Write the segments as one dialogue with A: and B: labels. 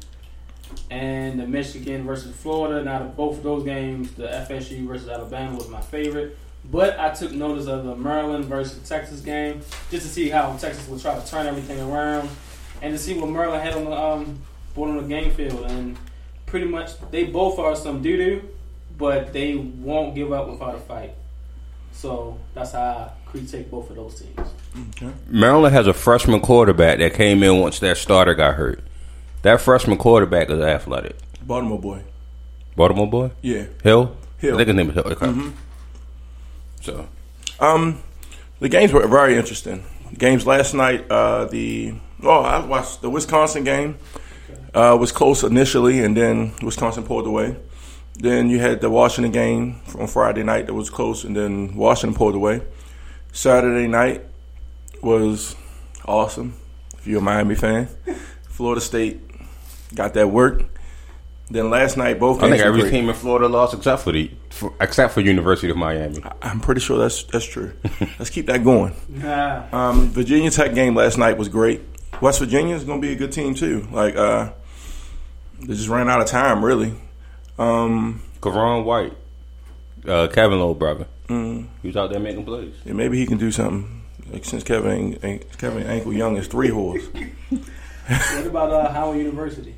A: and the Michigan versus Florida. Now, the, both of those games, the FSU versus Alabama was my favorite. But I took notice of the Maryland versus Texas game just to see how Texas would try to turn everything around and to see what Maryland had on the um, board on the game field. And pretty much, they both are some doo doo, but they won't give up without a fight. So that's how I critique both of those teams.
B: Maryland has a freshman quarterback that came in once their starter got hurt. That freshman quarterback is athletic.
C: Baltimore boy.
B: Baltimore boy?
C: Yeah.
B: Hill?
C: Hill.
B: I think his name is Hill. Okay.
A: Mm-hmm.
B: So,
C: Um, the games were very interesting. Games last night. Uh, the oh, I watched the Wisconsin game. Uh, was close initially, and then Wisconsin pulled away. Then you had the Washington game on Friday night that was close, and then Washington pulled away. Saturday night was awesome. If you're a Miami fan, Florida State got that work. Then last night, both
B: I
C: games
B: think
C: were
B: every
C: great.
B: team in Florida lost except for the for, except for University of Miami.
C: I'm pretty sure that's that's true. Let's keep that going.
A: Nah.
C: Um, Virginia Tech game last night was great. West Virginia is going to be a good team too. Like uh, they just ran out of time, really. Um,
B: Karan White, uh, Kevin Lowe brother.
C: Mm.
B: He was out there making plays.
C: Yeah, maybe he can do something. Like, since Kevin ain't, ain't- Kevin Ankle Young is three horse.
A: What about uh, Howard University?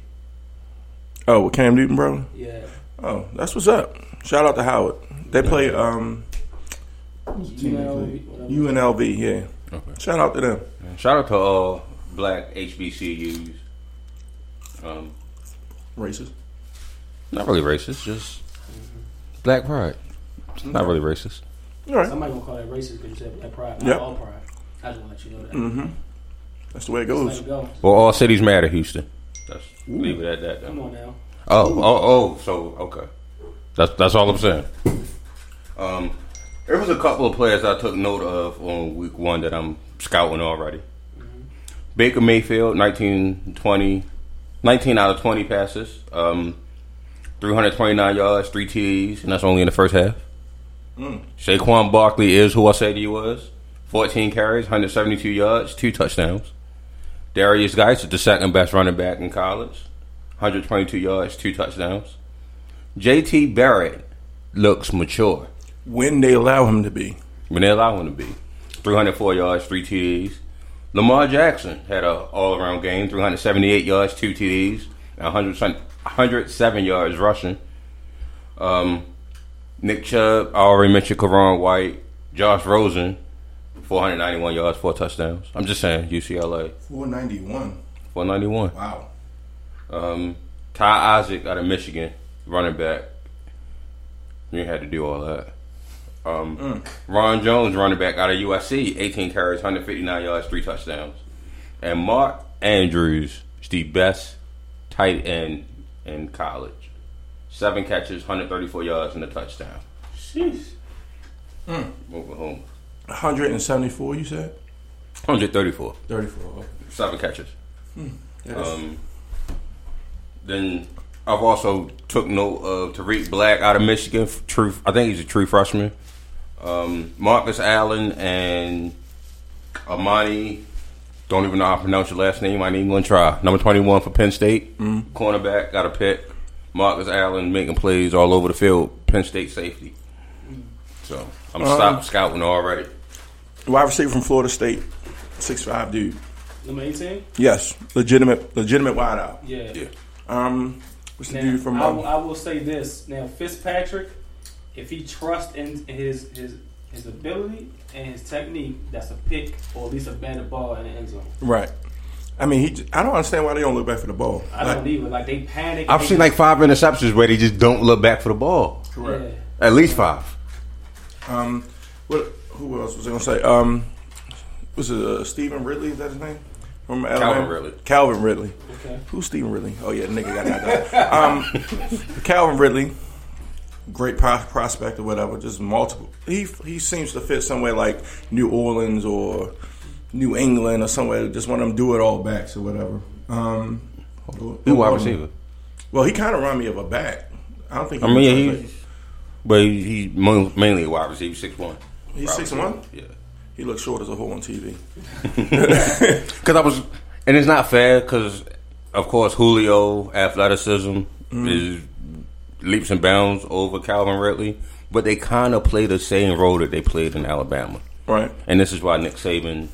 C: Oh, with Cam Newton, bro.
A: Yeah.
C: Oh, that's what's up. Shout out to Howard. They play um
A: UNLV, whatever.
C: UNLV. Yeah.
B: Okay.
C: Shout out to them.
B: Shout out to all black HBCUs. Um,
C: Racist.
B: not really racist, just black pride. It's not really racist.
C: All right.
A: Somebody gonna call that racist because you said black pride, not
C: Yep.
A: all pride. I just wanna let you know that.
C: Mm-hmm. That's the way it
A: Let
C: goes.
A: it go.
B: Well, all cities matter, Houston. That's, leave it at that.
A: Come
B: Then.
A: on now.
B: Oh, oh, oh. So okay, that's that's all I'm saying. Um, there was a couple of players I took note of on week one that I'm scouting already. Baker Mayfield, 19, 20, 19 out of 20 passes, um, 329 yards, three TDs, and that's only in the first half. Saquon Barkley is who I said he was. 14 carries, 172 yards, two touchdowns. Darius Geis is the second best running back in college. 122 yards, two touchdowns. JT Barrett looks mature
C: When they allow him to be.
B: when they allow him to be. 304 yards, three TDs. Lamar Jackson had a all around game 378 yards, two TDs, and 107 107 yards rushing. Um, Nick Chubb, I already mentioned Karan White, Josh Rosen, 491 yards, four touchdowns. I'm just saying, UCLA,
C: 491.
B: 491.
C: Wow.
B: Um, Ty Isaac out of Michigan, running back. You had to do all that. Um, Ron Jones, running back out of USC, 18 carries, 159 yards, three touchdowns. And Mark Andrews is the best tight end in college. Seven catches, 134 yards, and a touchdown.
A: Sheesh.
B: Moving home.
C: 174. You said
B: 134.
C: 34. Okay.
B: Seven catches.
C: That is-
B: Um, then I've also took note of Tariq Black out of Michigan. f- True, I think he's a true freshman. Um, Marcus Allen and Amani. Don't even know how to pronounce your last name. I ain't even gonna try. Number twenty-one for Penn State, cornerback got a pick. Marcus Allen making plays all over the field. Penn State safety. So I'm stop scouting already.
C: Wide receiver from Florida State. Six five dude.
A: Number eighteen?
C: Yes, legitimate, legitimate wideout.
A: Yeah.
C: Yeah. Um, what's the
A: Now,
C: dude from?
A: I, will,
C: Um,
A: I will say this. Now Fitzpatrick, if he trusts in his his his ability and his technique, that's a pick or at least a banded ball in the end zone.
C: right. I mean, he. j- I don't understand why they don't look back for the ball.
A: I
C: Like,
A: don't either. Like they panic. and
B: I've
A: they
B: seen like
A: just-
B: five interceptions where they just don't look back for the ball.
A: yeah.
B: At least five.
C: Um, what? Who else was I gonna say? Um, was it uh, Stephen Ridley? Is that his name? From Alabama?
B: Ridley.
C: Calvin Ridley.
A: Okay.
C: Who's Stephen Ridley? Oh yeah, the nigga got knocked out. Um, Calvin Ridley, great pro- prospect or whatever. Just multiple. He he seems to fit somewhere like New Orleans or New England or somewhere. Just one of them do it all backs or whatever. Um,
B: Who wide receiver?
C: Well, he kind of remind me of a back. I don't think.
B: I
C: he
B: mean,
C: was
B: yeah,
C: like-
B: he's, but he- he's mo- mainly a wide receiver, six one.
C: He's 6'1"?
B: Yeah.
C: he looks short as a hole on TV.
B: Because I was, and it's not fair because, of course, Julio athleticism is leaps and bounds over Calvin Ridley, but they kind of play the same role that they played in Alabama,
C: Right.
B: and this is why Nick Saban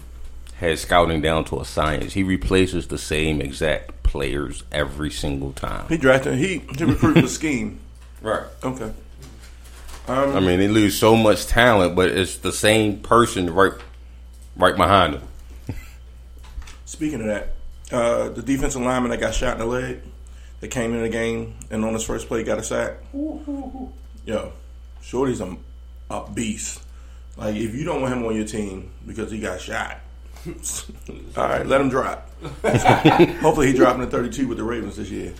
B: has scouting down to a science. He replaces the same exact players every single time.
C: He drafted. He he recruited the scheme.
B: Right.
C: Okay.
B: I mean, they lose so much talent, but it's the same person right, right behind them.
C: Speaking of that, uh, the defensive lineman that got shot in the leg, that came in the game and on his first play got a sack. Yo, Shorty's a, a beast. Like if you don't want him on your team because he got shot, all right, let him drop. Hopefully he dropping the 32 with the Ravens this year.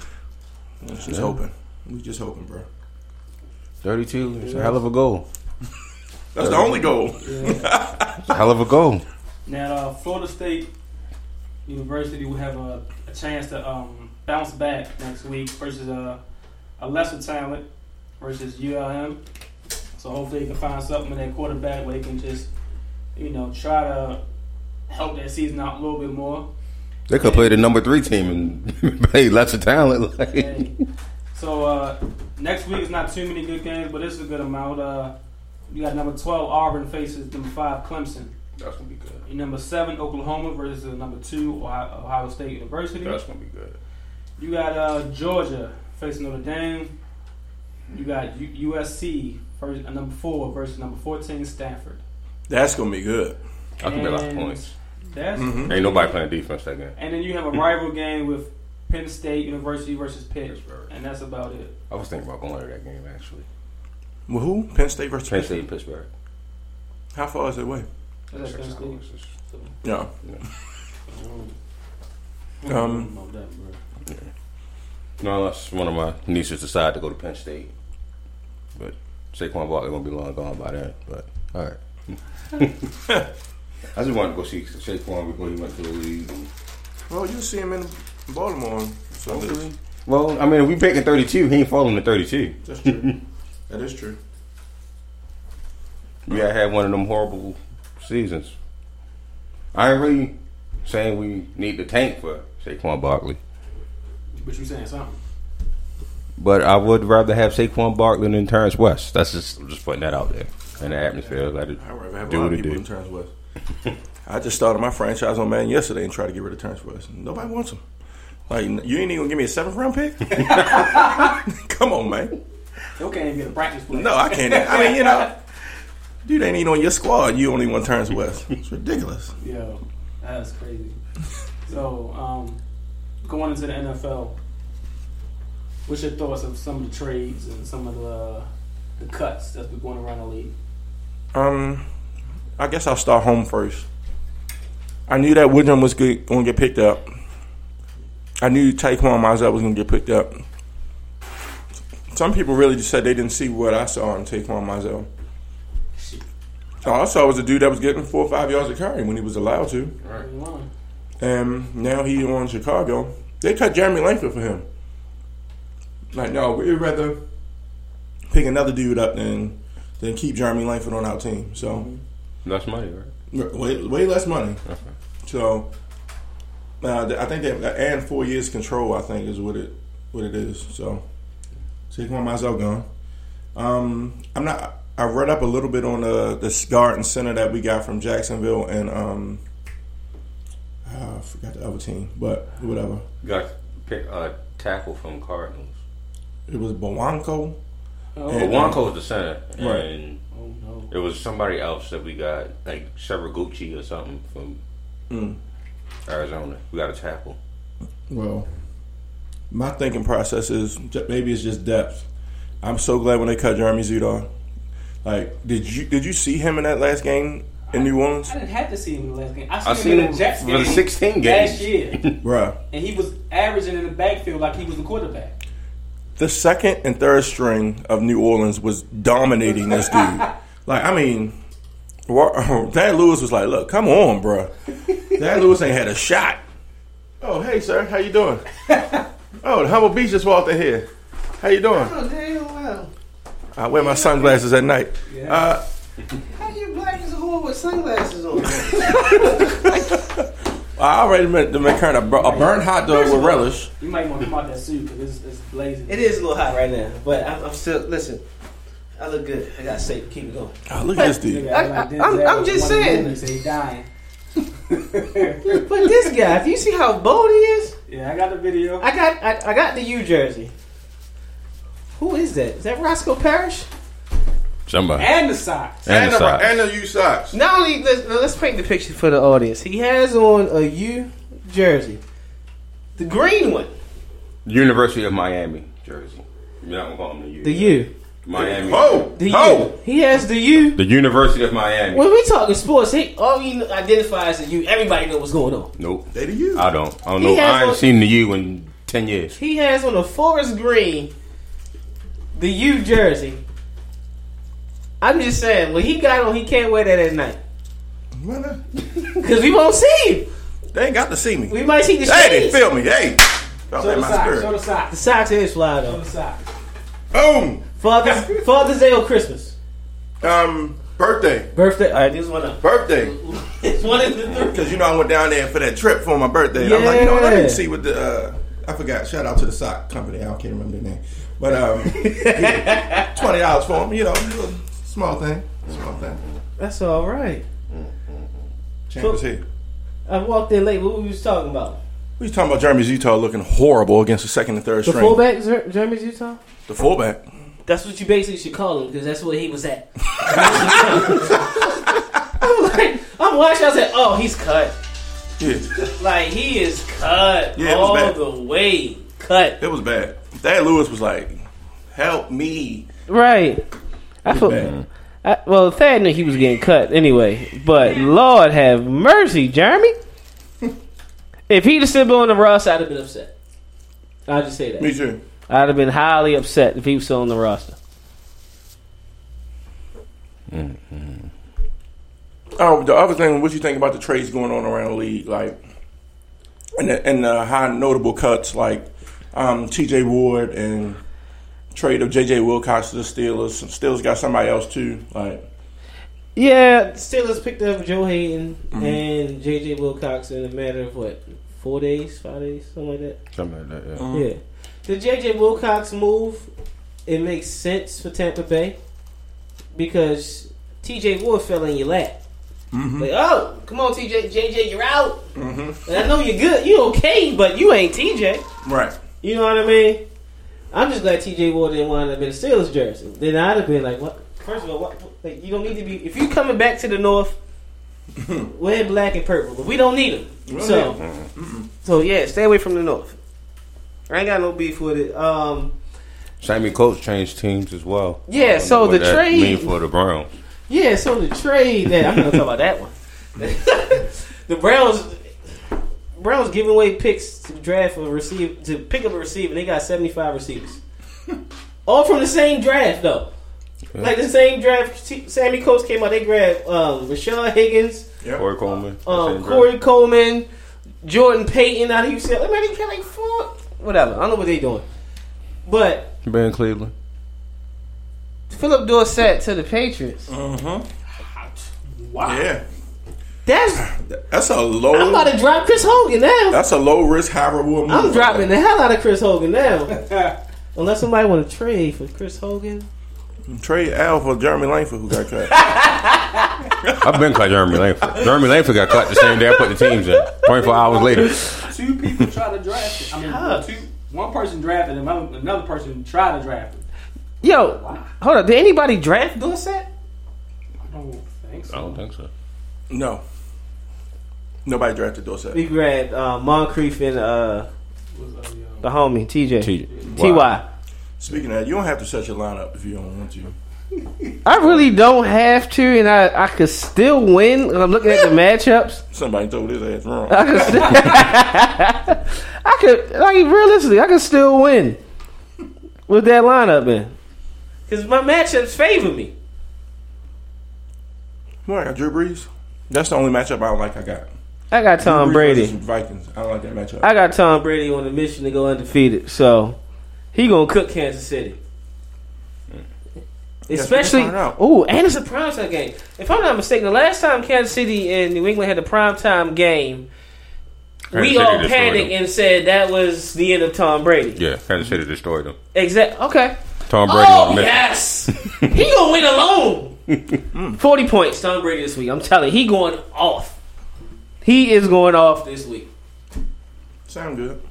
C: Let's just hoping. We just hoping, bro.
B: Thirty-two. It's a hell of a goal.
C: That's the only goal.
B: It's a hell of a goal.
A: Now, uh, Florida State University will have a, a chance to um, bounce back next week versus a, a lesser talent versus ULM. So hopefully they can find something in their quarterback where they can just, you know, try to help their season out a little bit more.
B: They could play the number three team and play lots of talent. Like,
A: Hey. so uh, next week is not too many good games, but it's a good amount. Uh, You got number twelve Auburn faces number five Clemson.
B: That's gonna be good.
A: Your Number seven Oklahoma versus number two Ohio, Ohio State University.
B: That's gonna be good.
A: You got uh, Georgia facing Notre Dame. You got U- USC first, uh, number four versus number fourteen Stanford.
C: That's gonna be good.
B: I can be a lot of
A: And
B: points.
A: That's
C: Mm-hmm.
B: Ain't nobody playing defense that game.
A: and then you have a rival game with Penn State University versus Pitt,
B: Pittsburgh.
A: and that's about it.
B: I was thinking about going to that game actually.
C: Well, who? Penn State versus
B: Penn State and Pittsburgh.
C: How far is it away?
A: That's at Penn
B: Six
A: State.
B: hours. It's-
A: So,
C: Yeah.
A: I don't
C: Um,
A: know about that, bro.
B: No, unless one of my nieces decide to go to Penn State, but Saquon Barkley won't be long gone by then. But all right. I just wanted to go see Saquon before he went to the league.
C: well, you see him in Baltimore. So
B: Really? Well, I mean, if we picking 32, he ain't falling to 32.
C: that's true. that is true.
B: We had had one of them horrible seasons. I ain't really saying we need to tank for Saquon Barkley,
A: But you saying something?
B: but I would rather have Saquon Barkley than Terrence West. That's just I'm just putting that out there in the atmosphere. Let it
C: I rather have
B: do
C: a lot
B: what
C: of
B: it
C: people
B: do.
C: in Terrence West. I just started my franchise on man yesterday and tried to get rid of Terrence West. Nobody wants him. Like you ain't even gonna give me a seventh round pick? Come on, man.
A: You can't even get a practice play.
C: No, I can't. I mean, you know, dude ain't even on your squad. You only want Terrence West. It's ridiculous.
A: Yo, that's crazy. So, um, going into the NFL, what's your thoughts of some of the trades and some of the the cuts that's been going around the league?
C: Um, I guess I'll start home first. I knew that Woodrum was good, going to get picked up. I knew Taquan Mizell was going to get picked up. Some people really just said they didn't see what I saw in Taquan Mizell. All I saw was a dude that was getting four or five yards of carry when he was allowed to,
A: Right.
C: and now he on Chicago. They cut Jeremy Langford for him. Like, no, we'd rather pick another dude up than than keep Jeremy Langford on our team. So.
B: That's money, right?
C: way, way less money. So uh, th- I think that and four years control. I think is what it what it is. So Saquon myself gone. Um, I'm not. I read up a little bit on the this guard and center that we got from Jacksonville and um, ah, I forgot the other team, but whatever.
B: Got pick a tackle from Cardinals.
C: It was Bowanko.
A: Oh,
B: But
C: And-
B: Wanko's the center,
C: Right.
B: and
A: oh no.
B: it was somebody else that we got, like Saraguchi or something from
C: Mm.
B: Arizona. We got a tackle.
C: Well, my thinking process is j- maybe it's just depth. I'm so glad when they cut Jeremy Zudon. Like, did you did you see him in that last game in New Orleans,
A: I didn't have to see him in the last game. I,
B: I
A: seen
B: seen
A: him in
B: him
A: the Jets
B: for
A: game
B: the 16 games.
A: last year,
C: bruh?
A: and he was averaging in the backfield like he was the quarterback.
C: The second and third string of New Orleans was dominating this dude. Like, I mean, wa- Dan Lewis was like, "Look, come on, bruh. Dan Lewis ain't had a shot." Oh, hey, sir, how you doing? oh, the Humble Beach just walked in here. How you doing?
D: Oh, damn well.
C: I wear my sunglasses at night. Uh,
D: How you black as a whore with sunglasses on?
C: I already made the McCurry a, bur- a burned hot dog with relish.
A: You might want to come out that suit because it's, it's blazing.
D: it is a little hot right now, but I'm, I'm still, listen, I look good. I got safe. Keep it going.
C: Oh, look at this dude.
A: Nigga,
D: I-
A: like
D: I- I'm-
A: Denzel
D: I'm
A: was
D: just
A: one of the
D: saying.
A: movies, He dying.
D: But this guy, if you see how bold he is,
A: Yeah, I got the video.
D: I got I, I got the U jersey. Who is that? Is that Roscoe Parrish?
B: Somebody.
A: and the socks.
B: And the side.
C: the U socks.
D: Not only let's, let's paint the picture for the audience. He has on a U jersey, the green one,
B: University of Miami, Jersey. You're not gonna call him the U.
D: the U,
B: Miami.
D: the U. He has the U.
B: The University of Miami.
D: When we talking sports, he all he kn- identifies as you. Everybody know what's going on.
B: Nope.
C: They the U.
B: I don't. I don't
D: He
B: know.
D: has
B: I ain't
D: one-
B: seen the U in ten years.
D: He has on a forest green, the U jersey. I'm just saying, when he got on, he can't wear that at night
C: Why not?
D: because we won't see him.
C: They ain't got to see me.
D: We might see the
C: hey, they
D: shades.
C: feel me. Hey. Drop
A: Show
C: that
A: the
C: my
A: socks. Show the
C: spirit.
D: The
A: socks.
D: socks is fly
A: Show
D: though.
A: the socks.
C: Boom.
D: Father's, Father's Day or Christmas,
C: Um, birthday.
D: birthday. All right, this one up.
C: Birthday.
D: It's one in the three.
C: Because, you know, I went down there for that trip for my birthday. And I'm like, you know what? I didn't see what the. Uh, I forgot. Shout out to the sock company. I can't remember their name. But um, $20 for them, you know. Small thing. Small thing.
E: That's all right.
C: Champ is here.
E: I walked in late. What were you talking about?
C: We talking about Jeremy's Utah looking horrible against the second and third
E: The
C: string.
E: fullback, Jer- Jeremy's Utah.
C: The fullback.
E: That's what you basically should call him because that's what he was at. I'm like, I'm watching. I said, "Oh, he's cut.
C: Yeah,
E: Like he is cut
C: Yeah, it was
E: all
C: bad.
E: the way. Cut.
C: it was bad. Thad Lewis was like, "Help me."
E: Right. I
C: bad.
E: I, well, Thad knew he was getting cut anyway, but Lord have mercy, Jeremy. if he'd have still been on the roster, I'd have been upset. I'll just say that.
C: Me too.
E: I'd have been highly upset if he was still on the roster.
C: Oh, the other thing, what you think about the trades going on around the league, like, and the, and the high notable cuts, like um, T.J. Ward and trade of J.J. Wilcox to the Steelers. Steelers got somebody else too. Like,
E: Yeah, Steelers picked up Joe Hayden
C: Mm-hmm.
E: and JJ Wilcox in a matter of what, four days, five days, something like that.
B: Something like that. Yeah.
E: Yeah. The JJ Wilcox move, it makes sense for Tampa Bay because TJ Ward fell in your lap. Like, oh, come on, TJ, JJ, you're out. And I know you're good, you okay, but you ain't TJ.
C: right.
E: You know what I mean? I'm just glad TJ Ward didn't wind up in a Steelers jersey. Then I'd have been like, what? First of all, what, like, you don't need to be. If you coming back to the North, we're in black and purple, but we don't need them.
C: don't
E: So, so yeah, stay away from the North. I ain't got no beef with it. Um,
B: Sammy Coates changed teams as well.
E: Yeah,
B: I don't
E: so
B: know what
E: the
B: that
E: trade-
B: mean for the Browns.
E: yeah, so the trade that I'm not gonna talk about that one. the Browns, Browns giving away picks to draft a receive to pick up a receiver. They got 75 receivers, all from the same draft though. Like the same draft, T- Sammy Coates came out. They grabbed um, Rashad Higgins,
B: Corey Coleman,
E: um,
B: same
E: Corey
B: draft.
E: Coleman, Jordan Payton out of UCLA. Man, they got like four. Whatever. I don't know what they doing, but
B: Ben Cleveland.
E: Philip Dorsett to the Patriots.
C: Mm-hmm. Yeah,
E: That's
C: that's a low.
E: I'm about to drop Chris Hogan now.
C: that's a low risk, high reward. Move
E: I'm
C: right
E: dropping
C: there.
E: the hell out of Chris Hogan now. Unless somebody want to trade for Chris Hogan.
C: Trade Al for Jeremy Langford who got cut.
B: I've been cut Jeremy Langford. Jeremy Langford got cut the same day I put the teams in. 24 hours later.
A: Two people try to draft it. I mean, two, one person drafted him, another another person tried to draft him.
E: Yo, hold up. Did anybody draft Dorsett?
A: I don't think
B: I
A: so.
B: don't think so.
C: no, nobody drafted Dorsett.
E: We grabbed uh, Moncrief and uh,
A: Was, uh, yeah.
E: the homie TJ.
B: T-
E: Ty.
C: Speaking of that, you don't have to set your lineup if you don't want to.
E: I really don't have to, and I, I could still win. I'm looking at the matchups.
C: Somebody told his ass wrong.
E: I could, still, I could like realistically, I could still win with that lineup in. Cause my matchups favor me.
C: Who I got? Drew Brees. That's the only matchup I don't like. I got
E: I got Tom
C: Brees
E: Brady.
C: versus Vikings. I don't like that matchup.
E: I got Tom Brady on a mission to go undefeated, so he gonna cook Kansas City. Especially,
C: Yes, we can find out.
E: oh, and it's a primetime game. If I'm not mistaken, the last time Kansas City and New England had a primetime game,
B: Kansas
E: we
B: City
E: all
B: destroyed
E: panicked
B: them.
E: and said that was the end of Tom Brady.
B: Yeah, Kansas City destroyed them.
E: Exact. Okay.
B: Tom Brady
E: oh
B: on the
E: yes, he gonna win alone. Forty points, Tom Brady this week. I'm telling you, he going off. He is going off this week.
C: Sound good.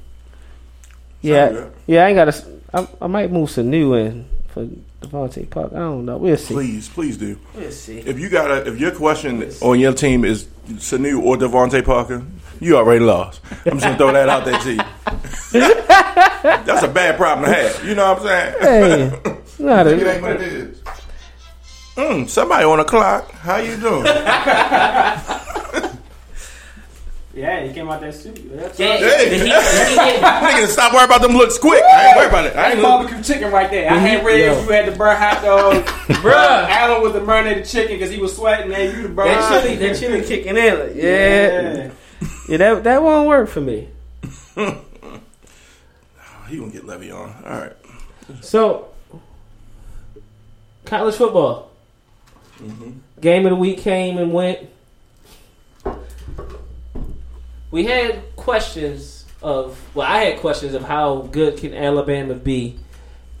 E: Yeah,
C: good.
E: yeah. I ain't got to. I, I might move some new in for Devontae Park. I don't know. We'll see.
C: Please, please do.
E: We'll see.
C: If you got a, if your question on your team is Sanu or Devontae Parker, you already lost. I'm just gonna throw that out there to you. That's a bad problem to have. You know what I'm saying?
E: Hey, not
C: It ain't
E: a,
C: what it is. Mm, somebody on the clock. How you doing?
A: Yeah, he came out that suit. That's
E: yeah,
A: right.
C: Hey.
E: the Heat- the
C: Nigga, stop worrying about them looks quick. I ain't worried about it. I
A: That's
C: ain't look.
A: barbecue chicken right there. I had
E: Heat-
A: red.
E: yo.
A: You had the burnt hot dog.
E: Bruh.
A: Allen was the marinated chicken because he was sweating. Man, you the burnt.
E: Heat- that chili, that chili kicking in. like, yeah,
A: Yeah.
E: yeah. That that won't work for me.
C: He gonna get Levy on. All right.
E: So, college football game of the week came and went. We had questions of well, I had questions of how good can Alabama be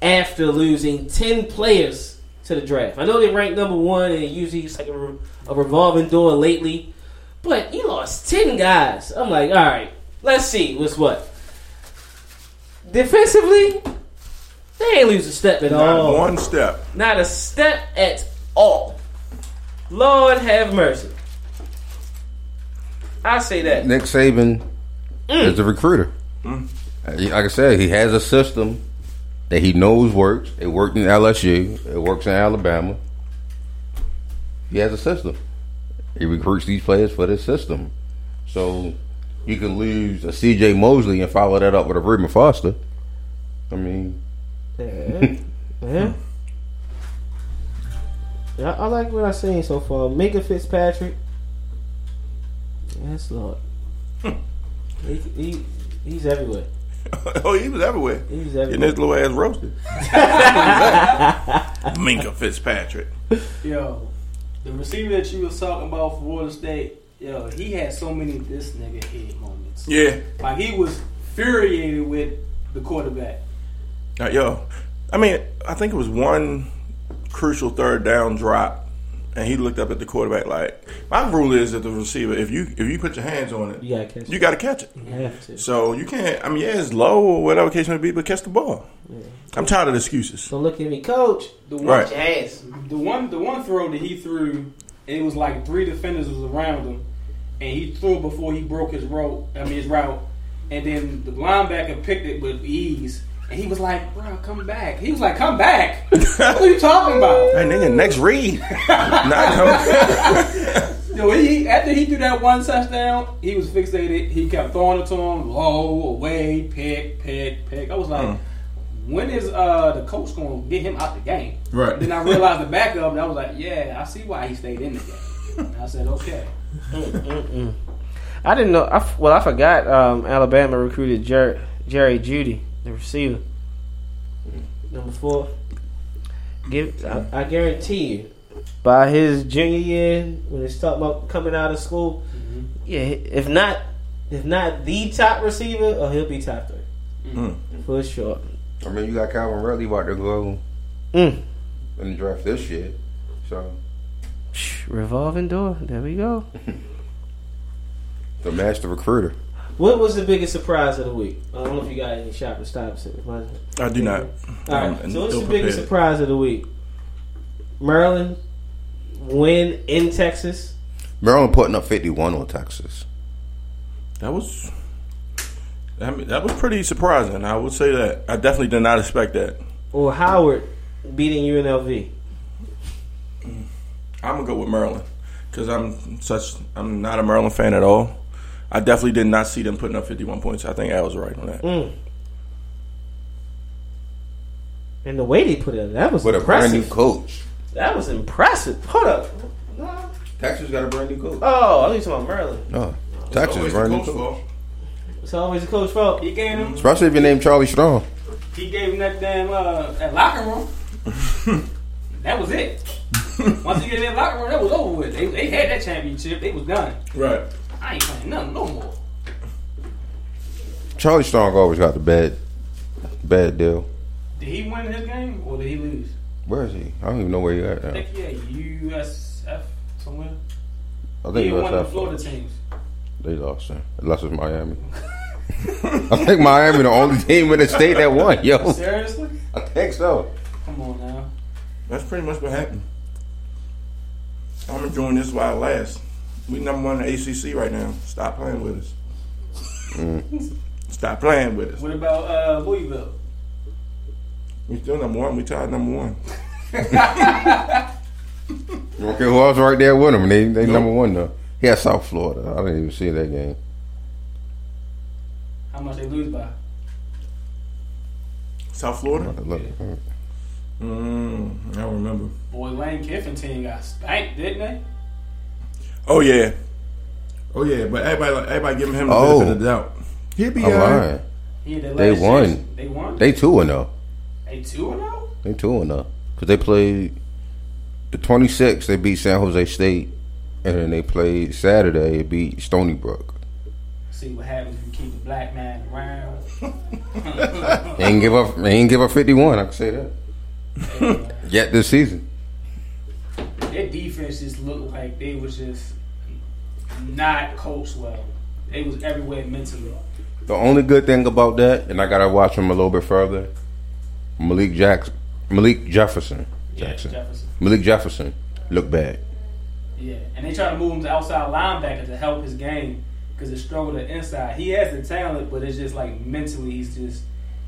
E: after losing ten players to the draft. I know they ranked number one, and usually it's like a, re- a revolving door lately. But you lost ten guys. I'm like, all right, let's see what's what. Defensively, they ain't lose a step at
C: Not
E: all.
C: one step.
E: Not a step at all. Lord have mercy. I say that.
B: Nick Saban is a recruiter. Uh, Like I said, he has a system that he knows works. It worked in LSU. It works in Alabama. He has a system. He recruits these players for this system. So you can lose a CJ Mosley and follow that up with a Ruben Foster. I mean,
E: Yeah. yeah. Yeah, I like what I've seen so far. Mega Fitzpatrick. Yes, Lord. he, he, he's everywhere.
C: oh, he was everywhere.
E: He's
C: And
E: everywhere.
C: this little ass roasted. Minka Fitzpatrick.
A: Yo, the receiver that you was talking about for Water State, yo, he had so many this nigga head moments.
C: Yeah.
A: Like he was furiated with the quarterback.
C: Uh, yo, I mean, I think it was one crucial third down drop, and he looked up at the quarterback like, "My rule is that the receiver, if you if you put your hands on it,
E: You gotta catch
C: you got to catch it.
E: You have to.
C: So you can't. I mean, yeah, it's low or whatever case may be, but catch the ball. I'm tired of the excuses.
E: So look at me, coach.
A: The one,
C: Right.
E: Yes.
A: the one, the one throw that he threw, it was like three defenders was around him, and he threw it before he broke his rope. I mean his route, and then the linebacker picked it with ease. And he was like, bro, come back. He was like, come back. what are you talking about?
C: Hey, nigga, next read. Not coming.
A: Yo, he after he threw that one touchdown, he was fixated. He kept throwing it to him, low, away, pick, pick, pick. I was like, when is uh the coach gonna get him out the game?
C: Right.
A: Then I realized the backup, and I was like, yeah, I see why he stayed in the game. And I said, okay.
E: I didn't know. I f well, I forgot um, Alabama recruited Jer- Jerry Judy, the receiver. Number four. Give I, I guarantee you, by his junior year, when it's talking about coming out of school, yeah, if not, if not the top receiver, oh, he'll be top three
C: Mm.
E: for sure.
B: I mean, you got Calvin Ridley about to go
E: Mm.
B: in the draft this year. So
E: Psh, Revolving door. There we go.
B: the master recruiter.
E: What was the biggest surprise of the week? I don't know if you got any shopping stops. It reminds me.
C: I do not.
E: All
C: I'm
E: right. So what's
C: Um, ill
E: the biggest
C: prepared.
E: surprise of the week? Maryland win in Texas.
B: Maryland putting up 51 on Texas.
C: That was. I mean, that was pretty surprising. I would say that. I definitely did not expect that.
E: Or Howard beating UNLV.
C: I'm gonna go with Maryland because I'm such I'm not a Maryland fan at all. I definitely did not see them putting up 51 points. I think I was right on that.
E: Mm. And the way they put it, that was
B: With a brand new
E: impressive.
B: coach.
E: That was impressive. Hold up.
B: Texas got a brand new coach.
E: Oh, I was talking about Maryland.
B: No, Texas brand new coach.
E: It's always the coach fault.
A: He gave him,
B: Especially if your name Charlie Strong.
A: he gave him that damn uh, that locker room. that was it. Once he get in that locker room, that was over with. They, they had that championship. They was done.
C: Right.
A: I ain't playing nothing no more.
B: Charlie Strong always got the bad, bad deal.
A: Did he win his game or did he lose?
B: Where is he? I don't even know where he at now.
A: I think yeah, USF somewhere.
B: I
A: He
B: think
A: one of the
B: USF.
A: Florida teams.
B: They lost him. Unless it's Miami. I think Miami the only team in the state that won. Yo,
A: Seriously?
B: I think so.
A: Come on now.
C: That's pretty much what happened. I'm enjoying this while it lasts. We number one in the ACC right now. Stop playing with us.
B: Mm.
C: Stop playing with us.
A: What about uh, Louisville?
C: We still number one. We tied number one.
B: Okay, who else right there with him? They they number one though. He had South Florida. I didn't even see that game.
A: How much they lose by?
C: South Florida.
B: Look,
C: Mm, I don't remember.
A: Boy, Lane Kiffin team got spanked, didn't they?
C: Oh yeah. Oh yeah. But everybody, everybody giving him the
B: Oh.
C: benefit of the doubt. He'll be
B: I'm
C: all right.
B: lying.
A: He had that
B: They
A: last
B: won.
A: chance. They won. They,
B: They two and oh. zero.
A: two and oh? zero.
B: They two and zero because they played the twenty six. They beat San Jose State, and then they played Saturday. It beat Stony Brook.
A: See what happens if you keep a black man around.
B: They ain't give up. They ain't give up fifty one. I can say that. Yet this season,
A: their defense just looked like they was just not coached well. They was everywhere mentally.
B: The only good thing about that, and I gotta watch him a little bit further, Malik Jackson, Malik Jefferson, Jackson,
A: Yeah, Jefferson.
B: Malik Jefferson, look bad.
A: Yeah, and they try to move him to outside linebacker to help his game because it's struggle to inside. He has the talent, but it's just like mentally, he's just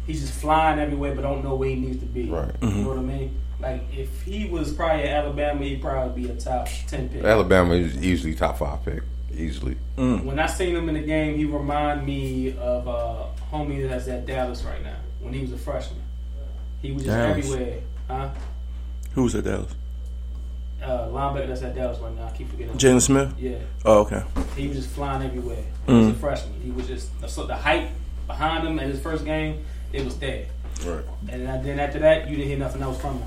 A: he's just flying everywhere, but don't know where he needs to be.
B: Right.
C: Mm-hmm.
A: You know what I mean? Like if he was probably at Alabama, he'd probably be a top ten pick.
B: Alabama is easily top five pick, easily.
A: When I seen him in the game, he remind me of a homie that's at Dallas right now when he was a freshman. He was just
C: Dallas.
A: everywhere, huh?
C: Who was at Dallas?
A: Uh, linebacker that's at Dallas right now. I keep forgetting.
C: Jalen Smith.
A: yeah.
C: Oh, okay.
A: He was just flying everywhere. He
C: Mm.
A: was a freshman. He was just so the hype behind him at his first game, it was there.
B: Right.
A: And then- then after that, you didn't hear nothing else from him.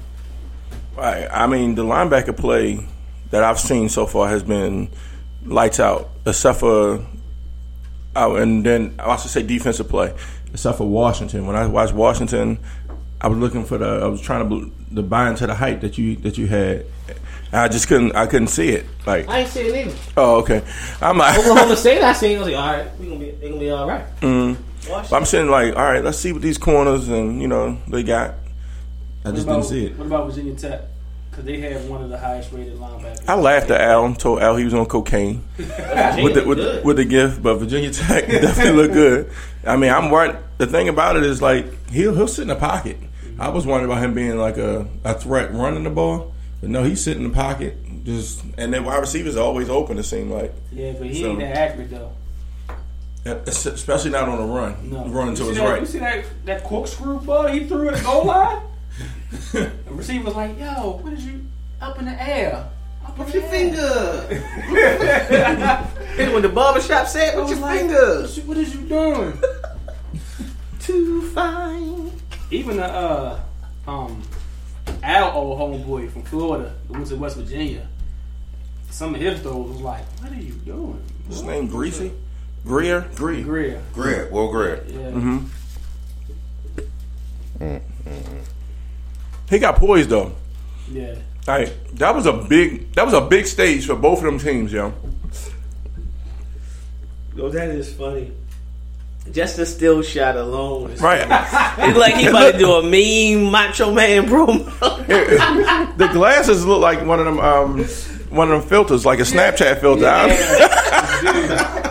C: Right. I mean, the linebacker play that I've seen so far has been lights out, except for, oh, and then I also say defensive play, except for Washington. When I watched Washington, I was looking for the, I was trying to, bl- to buy into the hype that you that you had. And I just couldn't, I couldn't see it. Like,
D: I ain't seen it either.
C: oh, okay. I'm like,
D: Oklahoma State, I seen. I was like, all right, we gonna be, they gonna be all right.
C: I'm sitting like, all right, let's see what these corners and you know they got. I just
A: about,
C: didn't see it.
A: What about Virginia Tech? Because they have one of the highest rated linebackers.
C: I laughed at Al. Told Al he was on cocaine. with the, with, with the gift, but Virginia Tech definitely look good. I mean, I'm worried. The thing about it is like he'll he'll sit in the pocket. I was worried about him being like a, a threat running the ball, but no, he's sitting in the pocket. Just and then wide receivers are always open. It seemed like,
A: yeah, but he
C: So-
A: ain't that accurate though.
C: Es- especially not on a run,
A: No,
C: running to
A: You see
C: his
A: that-
C: right.
A: You see that that corkscrew ball he threw at the goal line? the receiver was like, "Yo, what did you up in the air? Up in the air."
D: finger. Hit it with the barbershop set
A: I
D: with
A: was
D: your
A: like,
D: fingers.
A: What is you doing?
D: Too fine.
A: Even the uh, um, our old homeboy from Florida who went to West Virginia. Some of his throws was like, "What are you doing?"
C: His name Greasy, Greer, Greer.
A: Greer.
B: Greer, well, Greer.
A: Yeah.
C: He got poised though.
A: Yeah.
C: Like that was a big that was a big stage for both of them teams, yo.
D: Oh, that is funny. Just the still shot alone. is-
C: Right.
D: It's like he about to do a mean Macho Man promo.
C: the glasses look like one of them um one of them filters, like a Snapchat filter. I-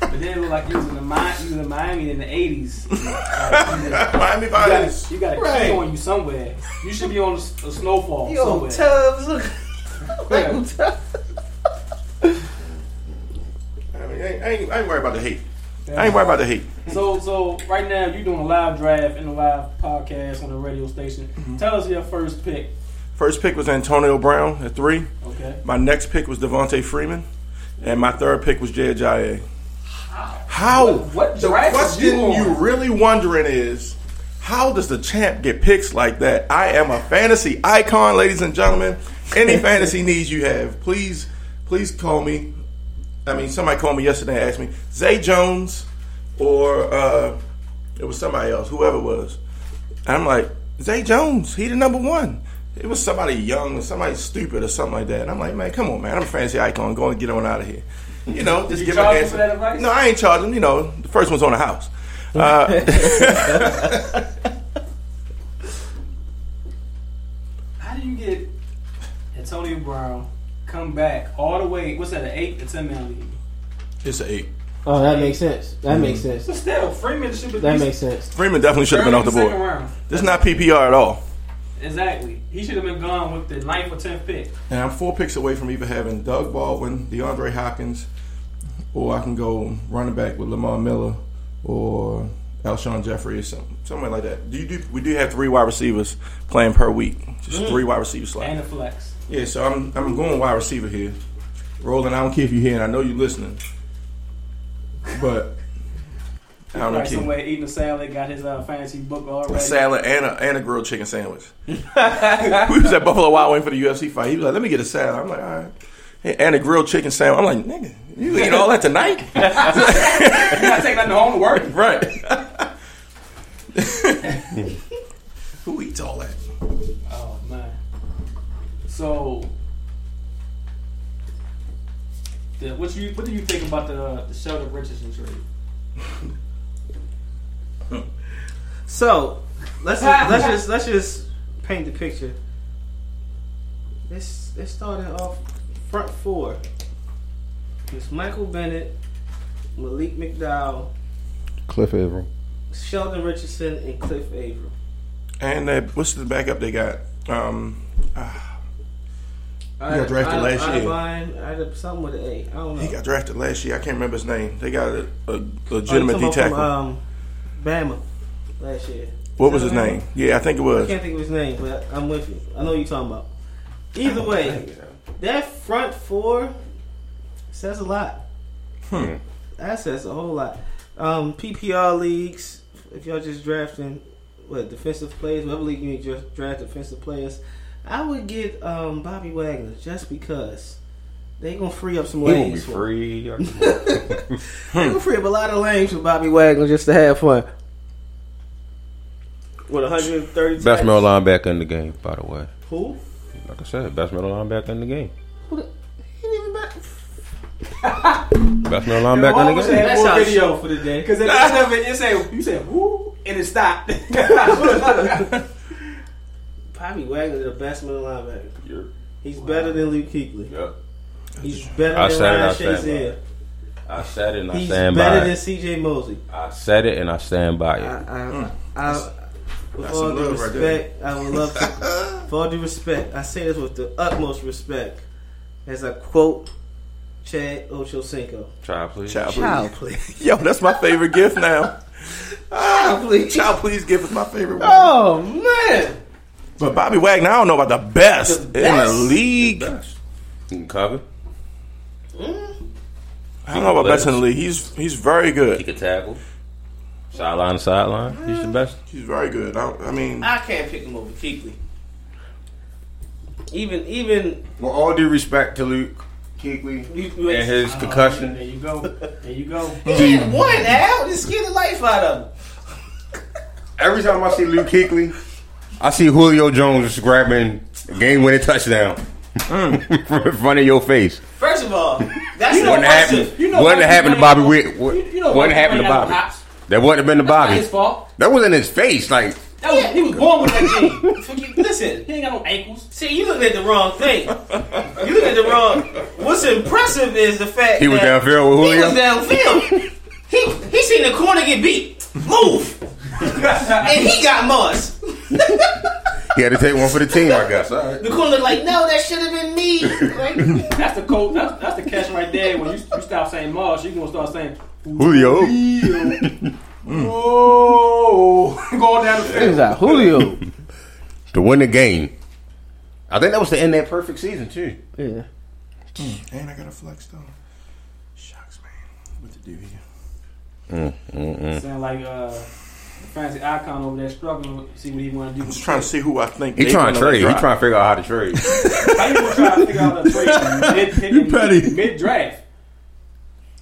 A: But then it looked like he was in the Mi- he was in Miami in the eighties.
C: Miami Vice.
A: You got a
D: Right.
A: key on you somewhere. You should be on a, s- a snowfall
D: Yo,
A: somewhere.
D: Tubbs, look.
A: Yeah.
C: I, mean, I, ain't, I, ain't, I ain't worried about the hate. I ain't worried about the hate.
A: So, so right now you're doing a live draft and a live podcast on the radio station. Tell us your first pick.
C: First pick was Antonio Brown at three.
A: Okay.
C: My next pick was Devontae Freeman, and my third pick was Jay Ajayi. How?
A: what
C: the
A: draft is you
C: question you,
A: on?
C: really wondering is, how does the champ get picks like that? I am a fantasy icon, ladies and gentlemen. Any fantasy needs you have, please, please call me. I mean, somebody called me yesterday and asked me Zay Jones, or uh, it was somebody else, whoever it was. And I'm like, Zay Jones, he the number one. It was somebody young or somebody stupid or something like that. And I'm like, man, come on, man. I'm a fancy icon. Go and get on out of here. You know, just
A: You
C: give me an
A: charge him
C: answer.
A: for that advice?
C: No, I ain't charging. You know, the first one's on the house. Uh,
A: How do you get Antonio Brown come back all the way? What's that? An eight to ten man league?
C: it's an eight.
D: Oh, that makes sense. That
E: Mm-hmm.
D: makes sense.
A: But still, Freeman should be.
D: That makes sense.
C: Freeman definitely should have been off the
A: second
C: board.
A: Round.
C: This is not PPR at all.
A: Exactly. He should have been gone with the ninth or tenth pick.
C: And I'm four picks away from either having Doug Baldwin, DeAndre Hopkins, or I can go running back with Lamar Miller or Alshon Jeffrey or something, somewhere like that. Do you do? We do have three wide receivers playing per week, just three wide receiver slots.
A: And a flex.
C: Yeah, so I'm I'm going wide receiver here. Roland, I don't care if you're here, and I know you're listening, but I don't
A: Right
C: care.
A: somewhere eating a salad, got his uh, fancy book already.
C: A salad and a, and a grilled chicken sandwich. we was at Buffalo Wild Wing for the UFC fight. He was like, "Let me get a salad." I'm like, "All right." Hey, And a grilled chicken sandwich. I'm like, "Nigga, you eat all that tonight?"
A: You not taking nothing home to work.
C: right. Who eats all that?
A: Oh man. So The, what you what do you think about the the Sheldon Richardson trade?
E: So let's just, let's just let's just paint the picture. This it started off front four. It's Michael Bennett, Malik McDowell,
F: Cliff Averill.
E: Sheldon Richardson, and Cliff Averill.
C: And that what's the backup they got? Um,
E: I
C: got drafted last year.
E: I had something with an A. I don't know.
C: he got drafted last year. I can't remember his name. They got a, a
E: Oh, you
C: legitimate
E: talking
C: D
E: about uh, from,
C: tackle.
E: um, Bama last year.
C: what was his name? Yeah, I think it
E: I
C: was.
E: can't think of his name, but I'm with you. I know what you're talking about. Either way, that front four says a lot.
B: Hmm.
E: That says a whole lot. Um, PPR leagues, if y'all just drafting what defensive players, whatever league you just draft defensive players, I would get um, Bobby Wagner just because they gonna free up some
B: He won't be
E: lanes. for-
B: free.
E: They gonna free up a lot of lanes for Bobby Wagner just to have fun. With 130
B: Best middle
E: tackles.
B: linebacker in the game, by the way.
E: Who?
B: Like I said, best middle linebacker in the game.
E: He didn't even back.
B: Best middle linebacker in the
A: Almost
B: game.
A: had
E: That's
A: more
E: our
A: video.
E: show for the day.
A: Because at the end of it, you say you say who and it stopped. yeah,
E: Bobby Wagner, the best middle linebacker. He's better than Luke Kuechly.
B: Yep.
E: He's better
B: I
E: than
B: said it, I
E: Ryan
B: said
E: Shazier.
B: I said it and I
E: He's
B: stand
E: better
B: by
E: than
B: it.
E: C.J. Mosley.
B: I said it and I stand by
E: I,
B: it.
E: I, I, with
C: That's
E: all
C: some
E: due
C: love right there.
E: respect, I would love to. with all due respect, I say this with the utmost respect, as I quote Chad Ochocinco.
B: Try please.
C: Child, please.
E: Child, please.
C: Yo, that's my favorite gift now.
E: Child, please.
C: Child, please gift is my favorite one.
E: Oh man,
C: But Bobby Wagner, I don't know about the best,
E: The
C: in
E: best?
C: the league.
B: You can cover.
C: I don't know about best in the league. He's he's very
B: He
C: good.
B: can tackle. Sideline to sideline. He's the best.
C: He's very good. I, I mean,
E: I can't pick him over Kuechly. Even even
B: With all due respect to Luke Keekley
E: you,
B: and his concussion,
A: Uh, there you go. There you go.
E: He had one out. Just scared the life out of him.
B: every time I see Luke Keekley, I see Julio Jones just grabbing game winning touchdown from in front of your face.
E: First of all, that's
A: Mm. You know
B: Wouldn't have
A: Wouldn't happen-
B: happened.
A: Russell, you
B: wouldn't happen to Bobby.
A: know wouldn't Russell happen to Bobby Wynn- You-
B: Wouldn't
A: you know wouldn't Russell
B: happen
A: happen
B: to
A: to
B: Bobby.
A: Bobby. got the hops.
B: That wouldn't have been to
A: Not
B: Bobby.
A: his fault.
B: That was in his face. Like
A: That was, he was born with that gene.
E: Forget- Listen,
A: He ain't got no ankles.
E: see, you looking at the wrong thing. You looking at the wrong. What's impressive is the fact
B: he was
E: that
B: downfield with
E: he was
B: Julio.
E: downfield. he he seen the corner get beat, move, and he got Moss.
B: He had to take one for the team, I guess. All right.
E: The corner looked like, no, that should have been me. Like,
A: That's the coach. That's, that's the catch right there. When you, you stop saying Mars, you gonna start saying
B: Julio.
A: Oh, going down the field.
F: that Julio?
B: to win the game. I think that was to end that perfect season too.
F: yeah.
C: and I got a flex though. Shucks, man. What to do here?
A: Sound like uh, fancy icon over there struggling. with- See what he want to do.
C: I'm just trying to see who I think.
B: He
C: they
B: trying to
C: gonna let
B: trade. He
C: drop.
B: trying to figure out how to trade.
A: How you gonna try to figure out a trade mid
C: You petty.
A: mid draft?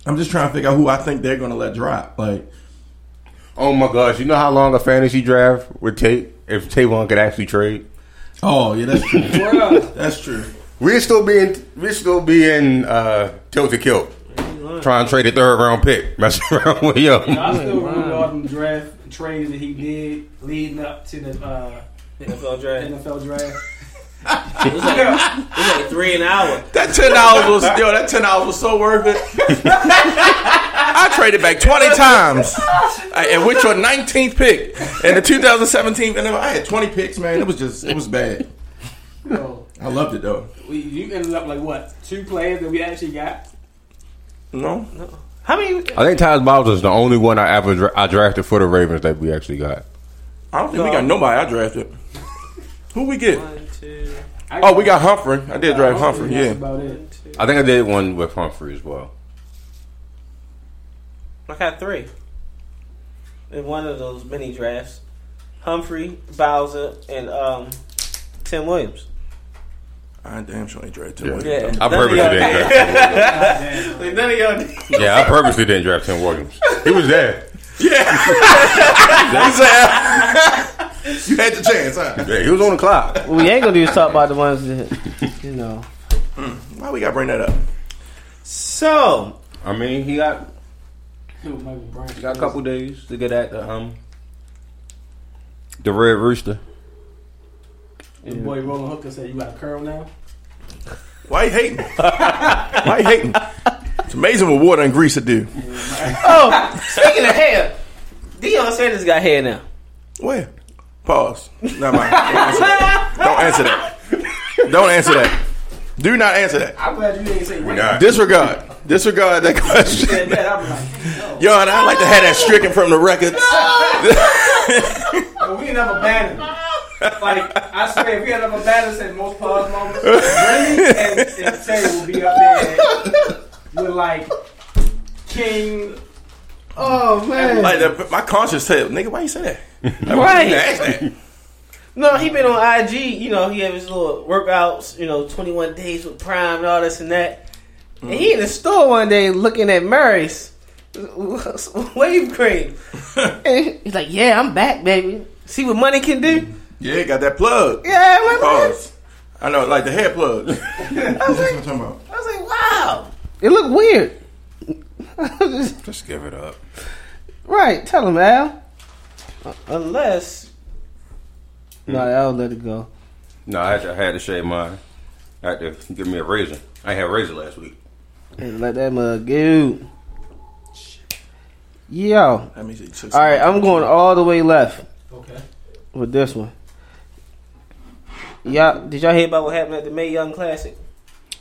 C: I'm just trying to figure out who I think they're going to let drop. Like,
B: oh my gosh! You know how long a fantasy draft would take if Tavon could actually trade?
C: oh yeah, that's true.
A: Bruh,
C: that's true.
B: We'd still be in. We'd still be in uh, tilted kilt. Trying to trade a third round pick. Messing around with yo.
A: I still remember all them draft trades that he did leading up to the uh,
E: NFL draft.
A: NFL draft.
E: It was like, it was like three an hour.
C: That ten dollars was yo. That ten dollars was so worth it. I traded back twenty times, I, and with your nineteenth pick in the 2017, and I had 20 picks, man. It was just, it was bad.
A: So,
C: I loved it though.
A: we, you ended up like what two players that we actually got?
C: No,
E: How many?
B: I think Tyus Bowser is the only one I ever dra- I drafted for the Ravens that we actually got.
C: I don't think we got nobody. I drafted. Who we get?
E: One, two,
A: I
C: Oh, we got Humphrey. I did draft Humphrey.
A: That's
C: Yeah,
A: about it.
E: two.
B: I think I did one with Humphrey as well.
E: I got three in one of those mini drafts: Humphrey, Bowser, and um, Tim Williams.
C: I damn sure ain't drafted.
B: Yeah.
C: him.
E: Yeah,
B: I purposely didn't draft. Him.
E: Like, none of y'all. did.
B: Yeah, I purposely didn't draft Tim Williams. He was there.
C: You had the chance, huh?
B: Yeah, he was on the clock.
E: What we ain't gonna do is talk about the ones that you know.
C: Why we gotta bring that up?
E: So
B: I mean, he got
A: With Michael Bryant.
B: he got a couple days to get at the um the red rooster.
A: The boy Roland Hooker said, "You got a curl now."
C: Why you hating? Why you hating? It's amazing what water and grease to do.
E: Oh speaking of hair, Deion Sanders got hair now.
C: Where? Pause. Never mind. Don't answer that. Don't answer that. Don't answer that. Do not answer that.
A: I'm glad you didn't say We're
C: Disregard. Disregard that question.
A: that. I'm like,
C: Yo, and I like to have that stricken from the records.
A: but we never banned him. Like I swear, if we had another banner said most pause moments, Remy and, and Tay will be up there with like King.
E: Oh man.
C: Like the, my conscience said, nigga, why you say that? Like, why you
E: Right.
C: even ask that?
E: No, he been on IG. You know, he have his little workouts. You know, twenty one days with Prime and all this and that. And he in the store one day looking at Murray's wave cream. and he's like, "Yeah, I'm back, baby. See what money can do."
C: Yeah, got that plug.
E: Yeah, my man.
C: Pause. I know, like the hair plug. That's what I'm talking about.
E: I was like, "Wow, it looked weird."
C: Just give it up.
E: right, tell him Al. Uh, Unless, no, I'll let it go.
B: No, I had to, I had to shave mine. I had to give me a razor. I had a razor last week.
E: And let that mug go. Yo,
C: That means it took
E: all right, I'm going all the way left.
A: Okay.
E: with this one. Y'all, did y'all hear about what happened at the May Young Classic?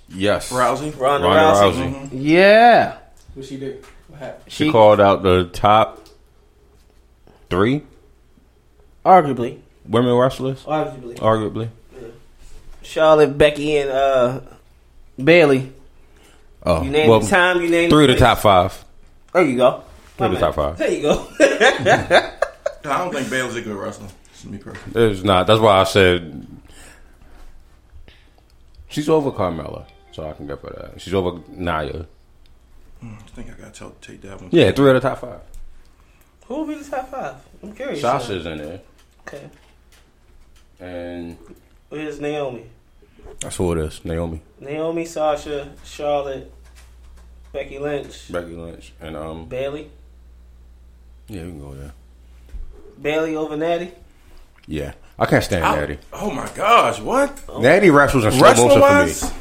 B: Yes,
C: Rousey.
B: Ronda
E: Ronda, Rousey. Mm-hmm.
B: Rousey.
E: Yeah,
A: What she did? What happened?
B: She called out the top three
E: arguably,
B: women wrestlers,
E: arguably,
B: arguably.
E: Charlotte, Becky, and uh, Bailey.
B: Oh,
E: You name
B: well,
E: the time. You name
B: three
E: the
B: of the top five.
E: There you go.
B: Three of the
E: My bad.
B: top five.
E: There you go.
C: I don't think Bale's a good wrestler. This is me personally.
B: It's not. That's why I said she's over Carmella, so I can get for that. She's over Naya.
C: Hmm, I think I gotta tell, take that one.
B: Yeah, three of the top five.
E: Who will be the top five? I'm curious.
B: Sasha's in there,
E: Okay.
B: and
E: Where's Naomi?
B: that's who it is. Naomi,
E: Naomi, Sasha, Charlotte, Becky Lynch,
B: Becky Lynch, and um,
E: Bailey.
B: yeah, we can go there.
E: Bailey over Natty.
B: Yeah, I can't stand
C: I-
B: Natty.
C: Oh my gosh, what?
B: Natty wrestles in slow
C: Wrestling
B: motion for
C: wise,
B: me.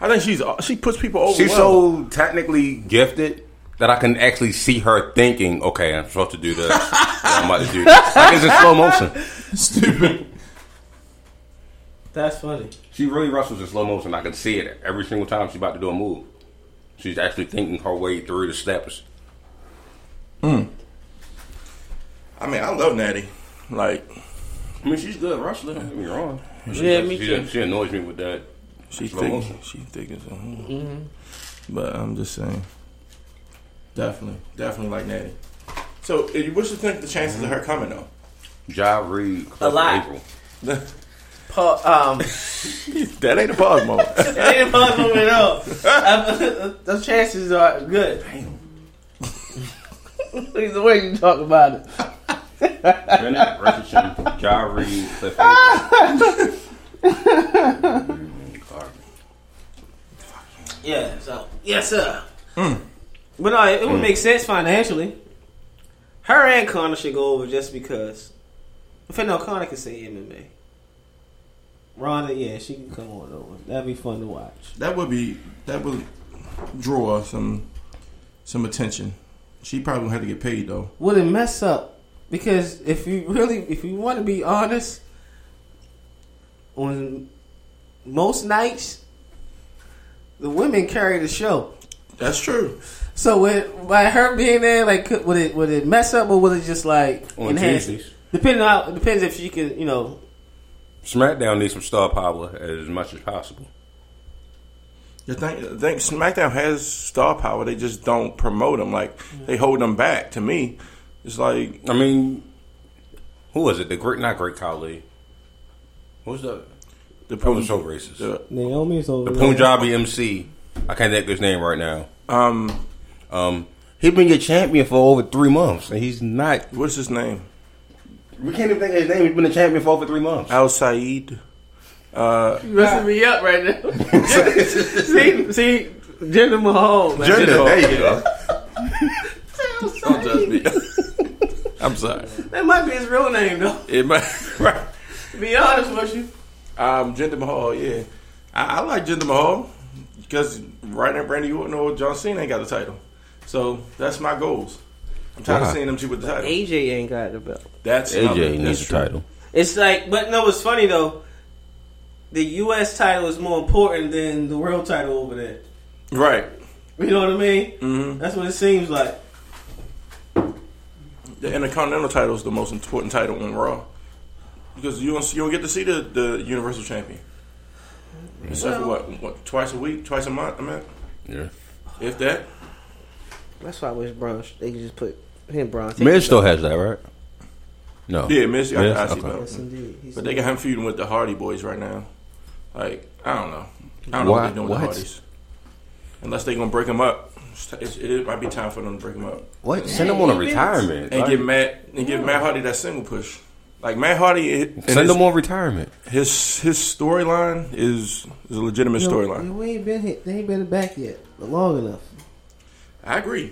C: I think she's uh, she puts people over.
B: She's
C: well.
B: so technically gifted that I can actually see her thinking, okay, I'm supposed to do this. and I'm about to do this. Like it's in slow motion.
C: stupid.
E: That's funny.
B: She really wrestles in slow motion. I can see it every single time she's about to do a move. She's actually thinking her way through the steps.
C: I mean, I love Natty. Like
B: I mean, she's good wrestler. Don't get me wrong.
E: Yeah, me
B: she,
E: too.
B: She annoys me with that.
C: she's
B: Slow
C: thick.
B: motion.
C: She's thick as a But I'm just saying, definitely, definitely like Natty. So, eh, what you think the chances of her coming though?
B: Ja Reed.
E: A lot.
B: April.
E: Paul, um,
C: That ain't a pause moment.
E: They didn't fuck with me at all. I- Those chances are good. Damn. the way you talk about it.
B: Bennett, Richardson, Ja Reed, Cliff
E: Ah!
B: April. Mm, Carter.
E: Yeah. So yes, sir. But no, it would make sense financially. Her and Connor should go over just because. If no, Connor can say MMA. Ronda, yeah, she can come on over. That'd be fun to watch.
C: That would be that would draw some some attention. She probably would have to get paid though.
E: Would it mess up? Because if you really, if you want to be honest, on most nights, the women carry the show.
C: That's true.
E: So with by her being there, like, could, would it would it mess up or would it just like
B: On
E: enhance?
B: Tuesdays.
E: Depending on depends if she can, you know.
B: SmackDown needs some star power as much as possible.
C: You think, think SmackDown has star power? They just don't promote them. Like they hold them back. To me, it's like
B: I mean, who was it? The great, not great Khali. Who was the?
C: the
B: That was so racist.
C: the-
E: Naomi's over
B: The Punjabi MC. I can't think of his name right now.
C: um,
B: Um, he's been your champion for over three months, and he's not.
C: what's his name?
B: We can't even think of his name. He's been a champion for over three months.
C: Al Saeed. Uh,
E: You messing me up right now. see, see, Jinder Mahal, man.
C: Jinder,
B: there you go.
C: Don't judge me. I'm sorry.
E: That might be his real name, though.
C: It might, right.
E: To be honest with you.
C: Um, Jinder Mahal, yeah. I, I like Jinder Mahal because right now Randy Orton or John Cena ain't got the title. So that's my goals. I'm tired
B: Why?
C: of seeing them two with the title.
E: AJ ain't got the belt.
C: That's another-
B: AJ
C: that's
B: needs a
C: true.
B: title.
E: It's like, but no, it's funny though. The U.S. title is more important than the world title over there.
C: Right.
E: You know what I mean?
C: hmm
E: That's what it seems like.
C: The Intercontinental title is the most important title on Raw because you don't, you don't get to see the, the Universal Champion. Except for what, what twice a week, twice a month. I mean,
B: Yeah.
C: if that.
E: That's why I wish Braun. They could just put him Braun. Take
B: Miz
E: his belt.
B: still has that, right? No.
C: Yeah, Miz got
B: Miz?
C: the IC
B: Okay.
C: belt.
E: Yes, indeed. He's
C: But they got him feuding with the Hardy Boys right now. Like I don't know. I don't know
B: Why-
C: what they're doing
B: what?
C: with the Hardys. Unless they're gonna break them up. It's- It, it might be time for them to break them up
B: What? Send him on a retirement.
C: and
B: Like,
C: give Matt and give Matt Hardy that single push. Like Matt Hardy, it, and
B: send
C: his,
B: him on retirement.
C: his his storyline is is a legitimate
E: Yo,
C: storyline.
E: yo, We ain't been hit. They ain't been back yet, but long enough.
C: I agree.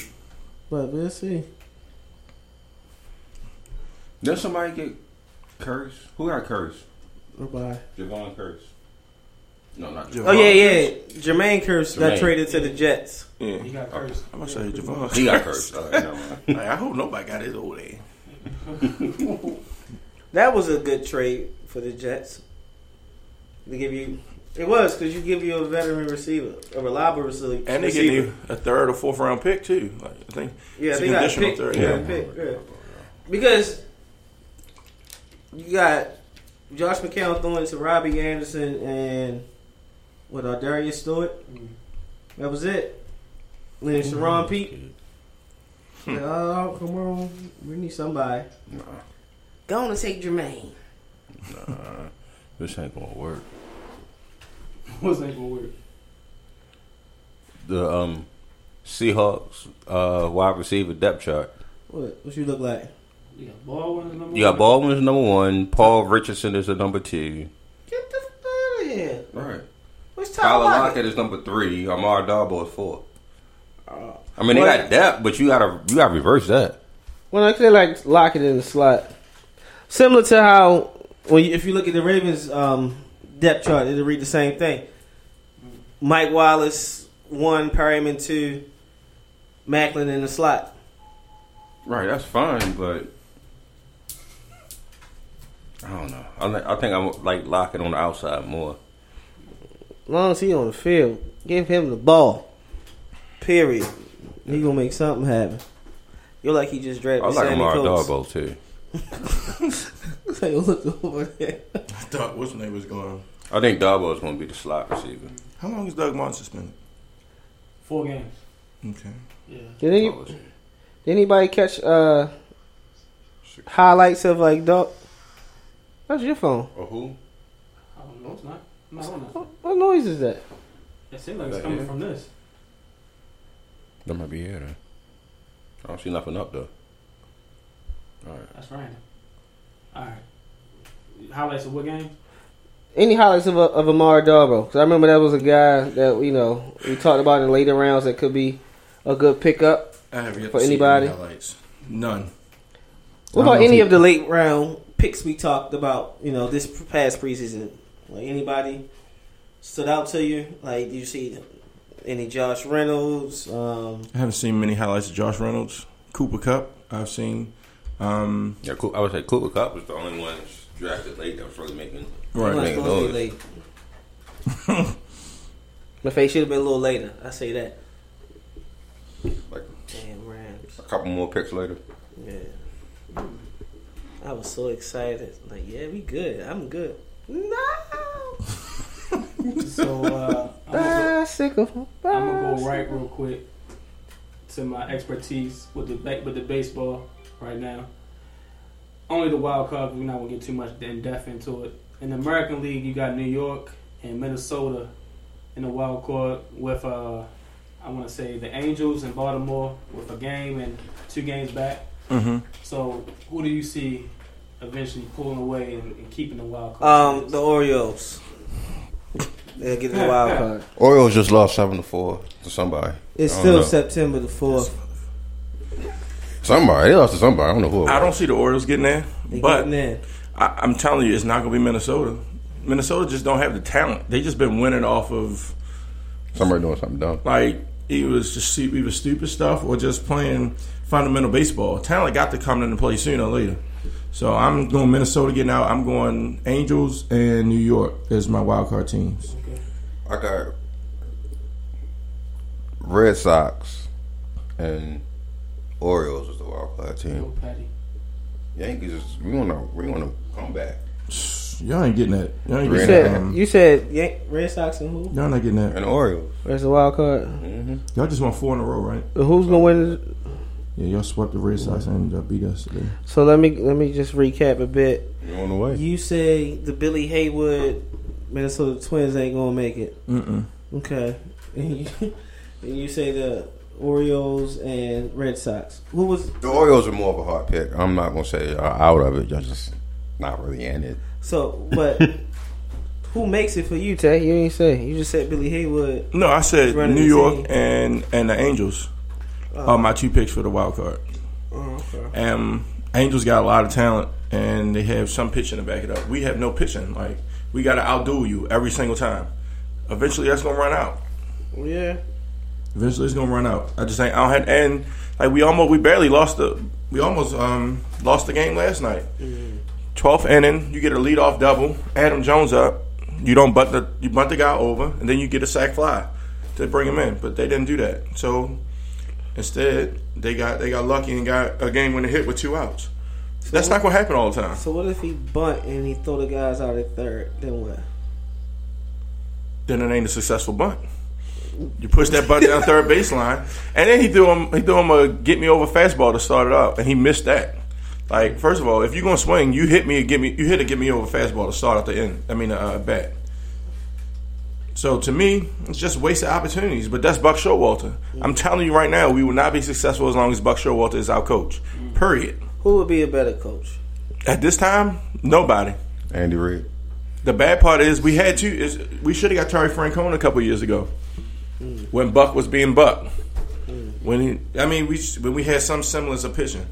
E: But we'll see.
B: Did somebody get cursed? Who got cursed?
E: Goodbye.
B: Javon cursed. No, not
C: Javon.
E: Oh yeah, yeah. Jermaine Curse got
B: Jermaine.
E: traded to the Jets.
C: Yeah,
A: He got cursed.
C: I'm gonna say Javon.
B: He got cursed. All right, never mind.
C: like, I hope nobody got his old age.
E: That was a good trade for the Jets. To give you, it was because you give you a veteran receiver, a reliable receiver,
C: And they
E: receiver.
C: getting a third or fourth round pick too. Like I think
E: yeah,
C: it's
E: they
C: a
E: got
C: conditional
E: picked.
C: third.
E: they got
B: Yeah.
E: picked, yeah. Because you got Josh McCown throwing to Robbie Anderson and what uh, Darius Stewart. That was it. And Sharon Pete.
C: Hmm.
E: Like, oh come on, we need somebody. Going to take Jermaine.
B: This ain't gonna work.
A: What's ain't gonna work?
B: The um, Seahawks uh, wide receiver depth chart.
E: What? What you look like?
A: You got Baldwin as number
B: You got
A: one.
B: Baldwin is number one. Paul Richardson is the number two.
E: Get the fuck out of here.
B: Right.
E: What's
B: Tyler
E: Tyler Lockett?
B: Lockett is number three. Amar Darbo is four.
E: Oh.
B: I mean, they got depth, Uh, but you gotta you gotta reverse that.
E: Well, I feel like Lockett in the slot, similar to how when you, if you look at the Ravens' um, depth chart, it'll read the same thing. Mike Wallace one, Perryman two, Macklin in the slot.
B: Right, that's fine, but I don't know. I, li- I think I'm like Lockett on the outside more.
E: As long as he on the field, give him the ball. Period. He gonna make something happen. You're like he just
B: I
E: drafted
B: like
E: Sammy
B: Amar
E: Coates.
B: Darbo too.
E: Take a look over there.
C: I thought what's his name was going.
B: I think Darbo is gonna be the slot receiver.
C: How long is Doug Martin suspended?
A: Four games.
C: Okay.
A: Yeah.
E: Did, any,
B: Darbo's-
E: did anybody catch uh, highlights of like dog? That's your phone.
B: Or who?
A: I don't know. It's not. No, I don't know.
E: What, what noise is that?
A: It seems like it's
B: That
A: coming
B: is.
A: from this.
B: That might be here then. I don't see nothing up though. Alright.
A: That's random. All right. Highlights of what game?
E: Any highlights of of Amar Darbo? Because I remember that was a guy that you know we talked about in later rounds that could be a good pickup.
C: I haven't yet
E: For
C: to see
E: anybody?
C: any highlights. None.
E: What
C: I don't
E: about
C: know
E: any
C: if
E: of the late round picks we talked about? You know, this past preseason, like anybody stood out to you? Like did you see any Josh Reynolds? Um,
C: I haven't seen many highlights of Josh Reynolds, Cooper Cup. I've seen. Um,
B: Yeah, Coop- I would say Cooper Cup was the only one that's drafted late that was really making
C: right.
E: Well,
B: Right.
E: it's supposed to be late. My face should have been a little later. I say that.
B: like
E: Damn Rams.
B: a couple more picks later.
E: Yeah. I was so excited. Like, yeah, we good. I'm good. No.
A: So uh, I'm, gonna
E: Bicycle.
A: go, I'm gonna go right real quick to my expertise with the ba- with the baseball right now. Only the wild card. We're not gonna get too much in depth into it. In the American League, you got New York and Minnesota in the wild card with uh, I want to say the Angels and Baltimore with a game and two games back.
C: Mm-hmm.
A: So, who do you see eventually pulling away and, and keeping the wild card?
E: Um, the Orioles. Um, They'll get the wild card.
B: Orioles just lost seven to four to somebody.
E: It's
B: I don't
E: still
B: know.
E: September the fourth.
B: Somebody. They lost to somebody. I don't know who. It was.
C: I don't see the Orioles getting there,
E: They
C: but
E: getting in.
C: I, I'm telling you, it's not going to be Minnesota. Minnesota just don't have the talent. They just been winning off of
B: Somebody doing something dumb.
C: like it was just stu- either stupid stuff or just playing fundamental baseball. Talent got to come into play sooner or later. So I'm going Minnesota getting out. I'm going Angels and New York as my wild card teams.
B: I got Red Sox and Orioles as the wild card
A: Go
B: team.
A: Patty.
B: Yankees is we want to we want to come back.
C: Y'all ain't getting that. Y'all ain't
B: Three
E: You
C: getting
B: and
C: that.
B: a half.
E: said
C: Um,
E: you said Yan- Red Sox and who?
C: y'all not getting that.
B: And the Orioles.
E: Where's the wild card?
C: Y'all just won four in a row, right?
E: Who's gonna win? this-
C: Yeah, y'all swept the Red Sox and uh, beat us today.
E: So let me let me just recap a bit.
B: You're on the way.
E: You say the Billy Haywood Minnesota Twins ain't gonna make it.
C: Mm-mm.
E: Okay. And you, and you say the Orioles and Red Sox. Who was
B: The Orioles are more of a hard pick. I'm not gonna say y'all out of it. Y'all just not really in it.
E: so? But who makes it for you, Tay? You ain't say. You just said Billy Haywood.
C: No, I said
E: Running
C: New
E: the
C: York
E: team. Oh.
C: and and the Angels are my two picks for the wild card. Um, Angels got a lot of talent, and they have some pitching to back it up. We have no pitching. Like we got to outdo you every single time. Eventually, that's gonna run out.
E: Yeah.
C: Eventually, it's gonna run out. I just ain't. I don't have. And like we almost, we barely lost the. We almost um lost the game last night. 12th inning, you get a leadoff double. Adam Jones up. You don't bunt the you bunt the guy over, and then you get a sac fly to bring him in. But they didn't do that. So instead, they got they got lucky and got a game winning hit with two outs. That's not gonna happen all the time.
E: So what if he bunt and he throw the guys out at third? Then what?
C: Then it ain't a successful bunt. You push that bunt down third baseline, and then he threw him he threw him a get me over fastball to start it off, and he missed that. Like first of all, if you're gonna swing, you hit me, get me, you hit a get me over fastball to start at the end. I mean, uh, bat. So to me, it's just wasted opportunities. But that's Buck Showalter. I'm telling you right now, we will not be successful as long as Buck Showalter is our coach. Period.
E: Who would be a better coach?
C: At this time, nobody.
B: Andy Reid.
C: The bad part is we had to. Is we should have got Terry Francona a couple years ago when Buck was being Buck. When he, I mean, we when we had some semblance of pitching.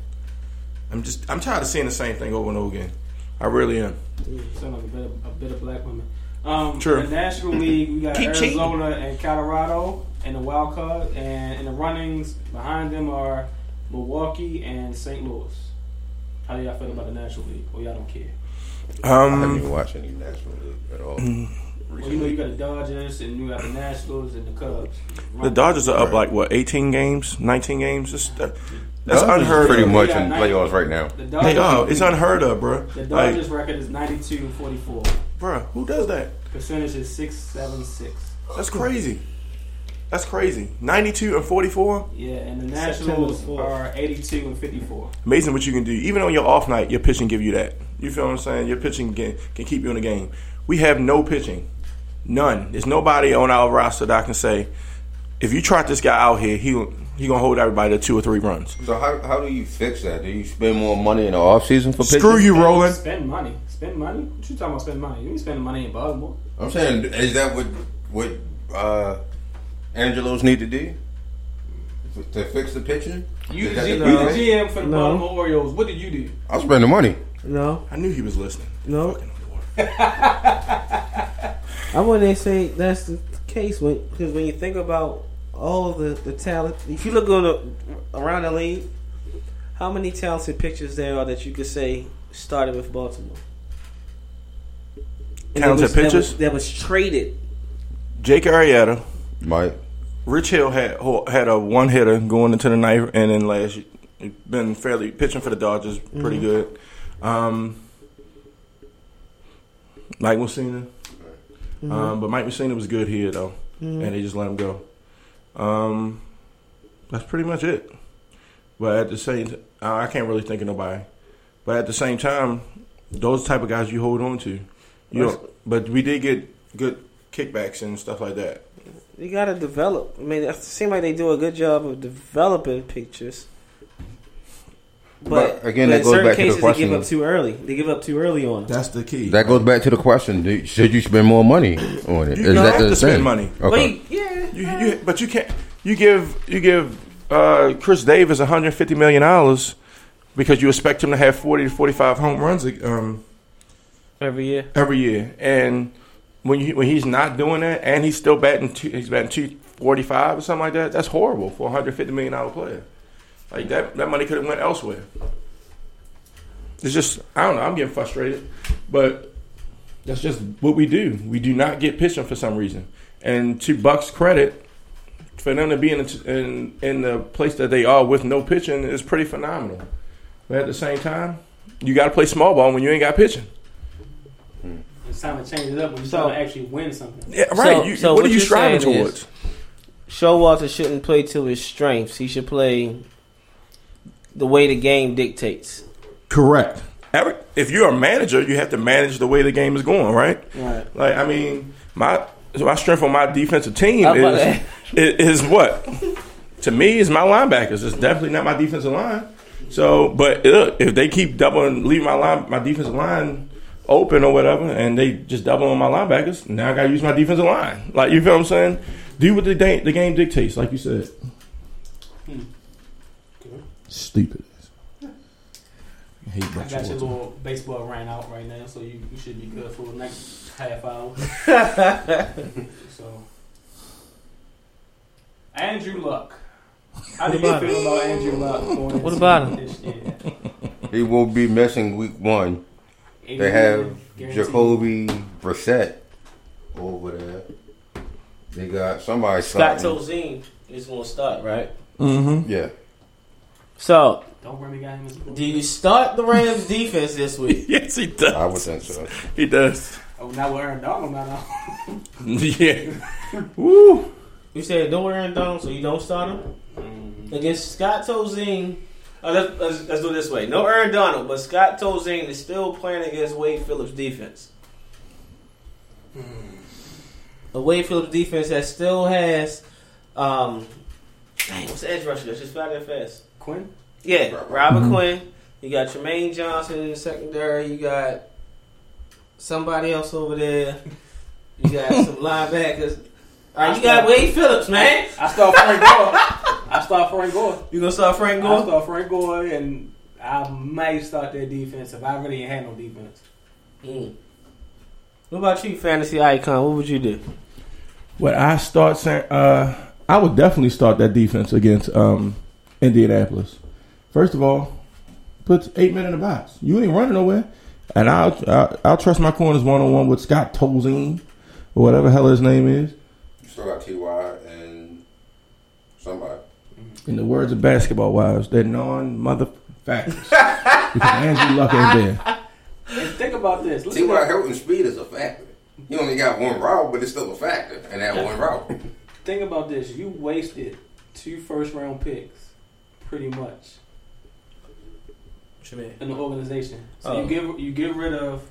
C: I'm just I'm tired of seeing the same thing over and over again. I really am.
A: Sound like a bit of, a bit of black women. Um,
C: True.
A: The National League, we got
C: Keep cheating.
A: Arizona and Colorado in the wild card, and in the runnings behind them are Milwaukee and St. Louis. How do y'all feel about the National League? Or y'all don't care?
B: I haven't
C: Um,
B: even watched any National League at all.
A: Well, you know you got the Dodgers and you got the Nationals and the Cubs.
C: the Dodgers are up like what 18 games, 19 games. That's, that- that's
B: Dodgers is
C: unheard
B: Pretty
C: of.
B: much
A: They got
B: in
A: nine-
B: playoffs right now.
A: The
C: They
A: Dodgers,
C: are. It's unheard of, bro.
A: the
C: Like,
A: Dodgers record is 92 and 44.
C: bro, who does that?
A: Percentage is 676.
C: That's crazy. That's crazy. 92 and 44.
A: Yeah, and the
E: September the
A: Nationals
E: fourth.
A: are 82 and 54.
C: Amazing what you can do. Even on your off night, your pitching give you that. You feel what I'm saying? Your pitching can, can keep you in the game. We have no pitching. None. There's nobody on our roster that I can say, if you trot this guy out here, he he gonna hold everybody to two or three runs.
B: So how, how do you fix that? Do you spend more money in the offseason for pitchers?
C: Screw you, Roland.
A: Spend money. Spend money? What you talking about spend money? You ain't spending money in Baltimore.
B: I'm saying, is that what what uh, Angelos need to do F- to fix the pitching?
A: You,
B: Is
A: the,
B: that
A: G-
B: the
A: you the
B: pitching?
A: GM for the
E: No.
A: Baltimore Orioles. What did you do?
B: I'm spending money.
E: No,
C: I knew he was listening.
E: no. I wouldn't say that's the case when because when you think about all the the talent, if you look on the, around the league, how many talented pitchers there are that you could say started with Baltimore? And that
C: Talented
E: was- that
C: pitchers?
E: was- that was traded.
C: Jake Arrieta,
B: Mike,
C: Rich Hill had had a one hitter going into the ninth, and then last year, he's been fairly pitching for the Dodgers, pretty good. Um, Mike Messina, um, but Mike Messina was good here though, and they just let him go. Um, that's pretty much it. But at the same, t- I I can't really think of nobody. But at the same time, those type of guys you hold on to. You don't, but we did get good kickbacks and stuff like that.
E: You gotta develop. I mean, it seems like they do a good job of developing pictures.
B: But again, that
E: in
B: goes
E: certain
B: back to the
E: cases, they give
B: question.
E: up too early. They give up too early on. it.
G: That's the key.
B: That goes back to the question: do, Should you spend more money on it?
C: You don't
B: Is that
C: have
B: the
C: to spend
B: thing?
C: money.
B: Okay.
E: Wait, yeah.
C: You, you, but you can't. You give you give uh, Chris Davis 150 million dollars because you expect him to have 40 to 45 home runs um,
D: every year.
C: every year, and when you when he's not doing that and he's still batting two, he's batting 245 or something like that, that's horrible for a 150 million dollar player. Like that that money could have went elsewhere. It's just I don't know. I'm getting frustrated, but that's just what we do. We do not get pitching for some reason. And to Buck's credit, for them to be in in, in the place that they are with no pitching is pretty phenomenal. But at the same time, you got to play small ball when you ain't got pitching.
A: It's time to change it up when you're
D: So-
A: trying to actually win something.
C: Yeah,
D: So-
C: right. you,
D: so
C: what,
D: what
C: are you
D: you're
C: striving
D: saying
C: towards?
D: Showalter shouldn't play to his strengths. He should play the way the game dictates.
G: Correct.
C: Every, if you're a manager, you have to manage the way the game is going, right?
D: Right.
C: Like, I mean, my so my strength on my defensive team
D: I'm about
C: is, i- is what to me is my linebackers. It's definitely not my defensive line. So, but look, if they keep doubling, leaving my line, my defensive line open or whatever, and they just double on my linebackers, now I got to use my defensive line. Like, you feel what I'm saying? Do what the, da- the game dictates, like you said.
D: Hmm.
G: Stupid. I hate
A: I got your
G: Buckshot.
A: little baseball ran out right now, so you, you should be good for the next half hour. so, Andrew Luck. How do you
D: What about
A: feel about Andrew Luck? going
D: What
A: into
D: about him?
A: this year?
B: He will be missing week one. They
A: 80
B: have
A: guaranteed.
B: Jacoby Brissett over there. They got somebody.
D: Scott
B: something.
D: Tozine is going to start, right?
G: Mm-hmm.
B: Yeah.
D: So,
A: Don't worry, we got him. as a
D: do you start the Rams defense this week?
C: Yes, he does.
B: I would think so.
C: He does.
A: Oh, now we're Aaron Donald now. now.
C: yeah. Woo.
D: You said don't wear him down, so you don't start him? against Scott Tozine. Mm-hmm. Uh, let's, let's, let's do it this way. No Aaron Donald, but Scott Tozine is still playing against Wade Phillips defense. Hmm. A Wade Phillips defense that still has, um, dang, what's the edge rusher? That's just found that fast.
A: Quinn?
D: Yeah,
B: Robert.
D: Robert
G: Mhm.
D: Quinn. You got Tremaine Johnson in the secondary. You got somebody else over there. You got some linebackers. All right, you got Wade Phillips, man.
A: I start Frank Gore. I start Frank Gore.
D: You gonna start Frank
A: I
D: Gore?
A: start Frank Gore, and I might start their defense if I really ain't had no defense.
D: Mm. What about you, fantasy icon? What would you do?
C: What I start saying, uh, I would definitely start that defense against um, Indianapolis. First of all, put eight men in the box. You ain't running nowhere, and I'll I'll, I'll trust my corners one on one with Scott Tolzien or whatever the hell his name is.
B: You still got Ty and somebody.
C: In the words of basketball wives, they're non mother factors because Andrew Luck ain't there.
A: And think about this. Look
B: T.Y.
A: at that-
B: Hilton speed is a factor. He only got one route, but it's still a factor, and that one route.
A: Think about this. You wasted two first round picks, pretty much,
D: What you mean?
A: in the organization. So
D: Oh.
A: you give you get rid of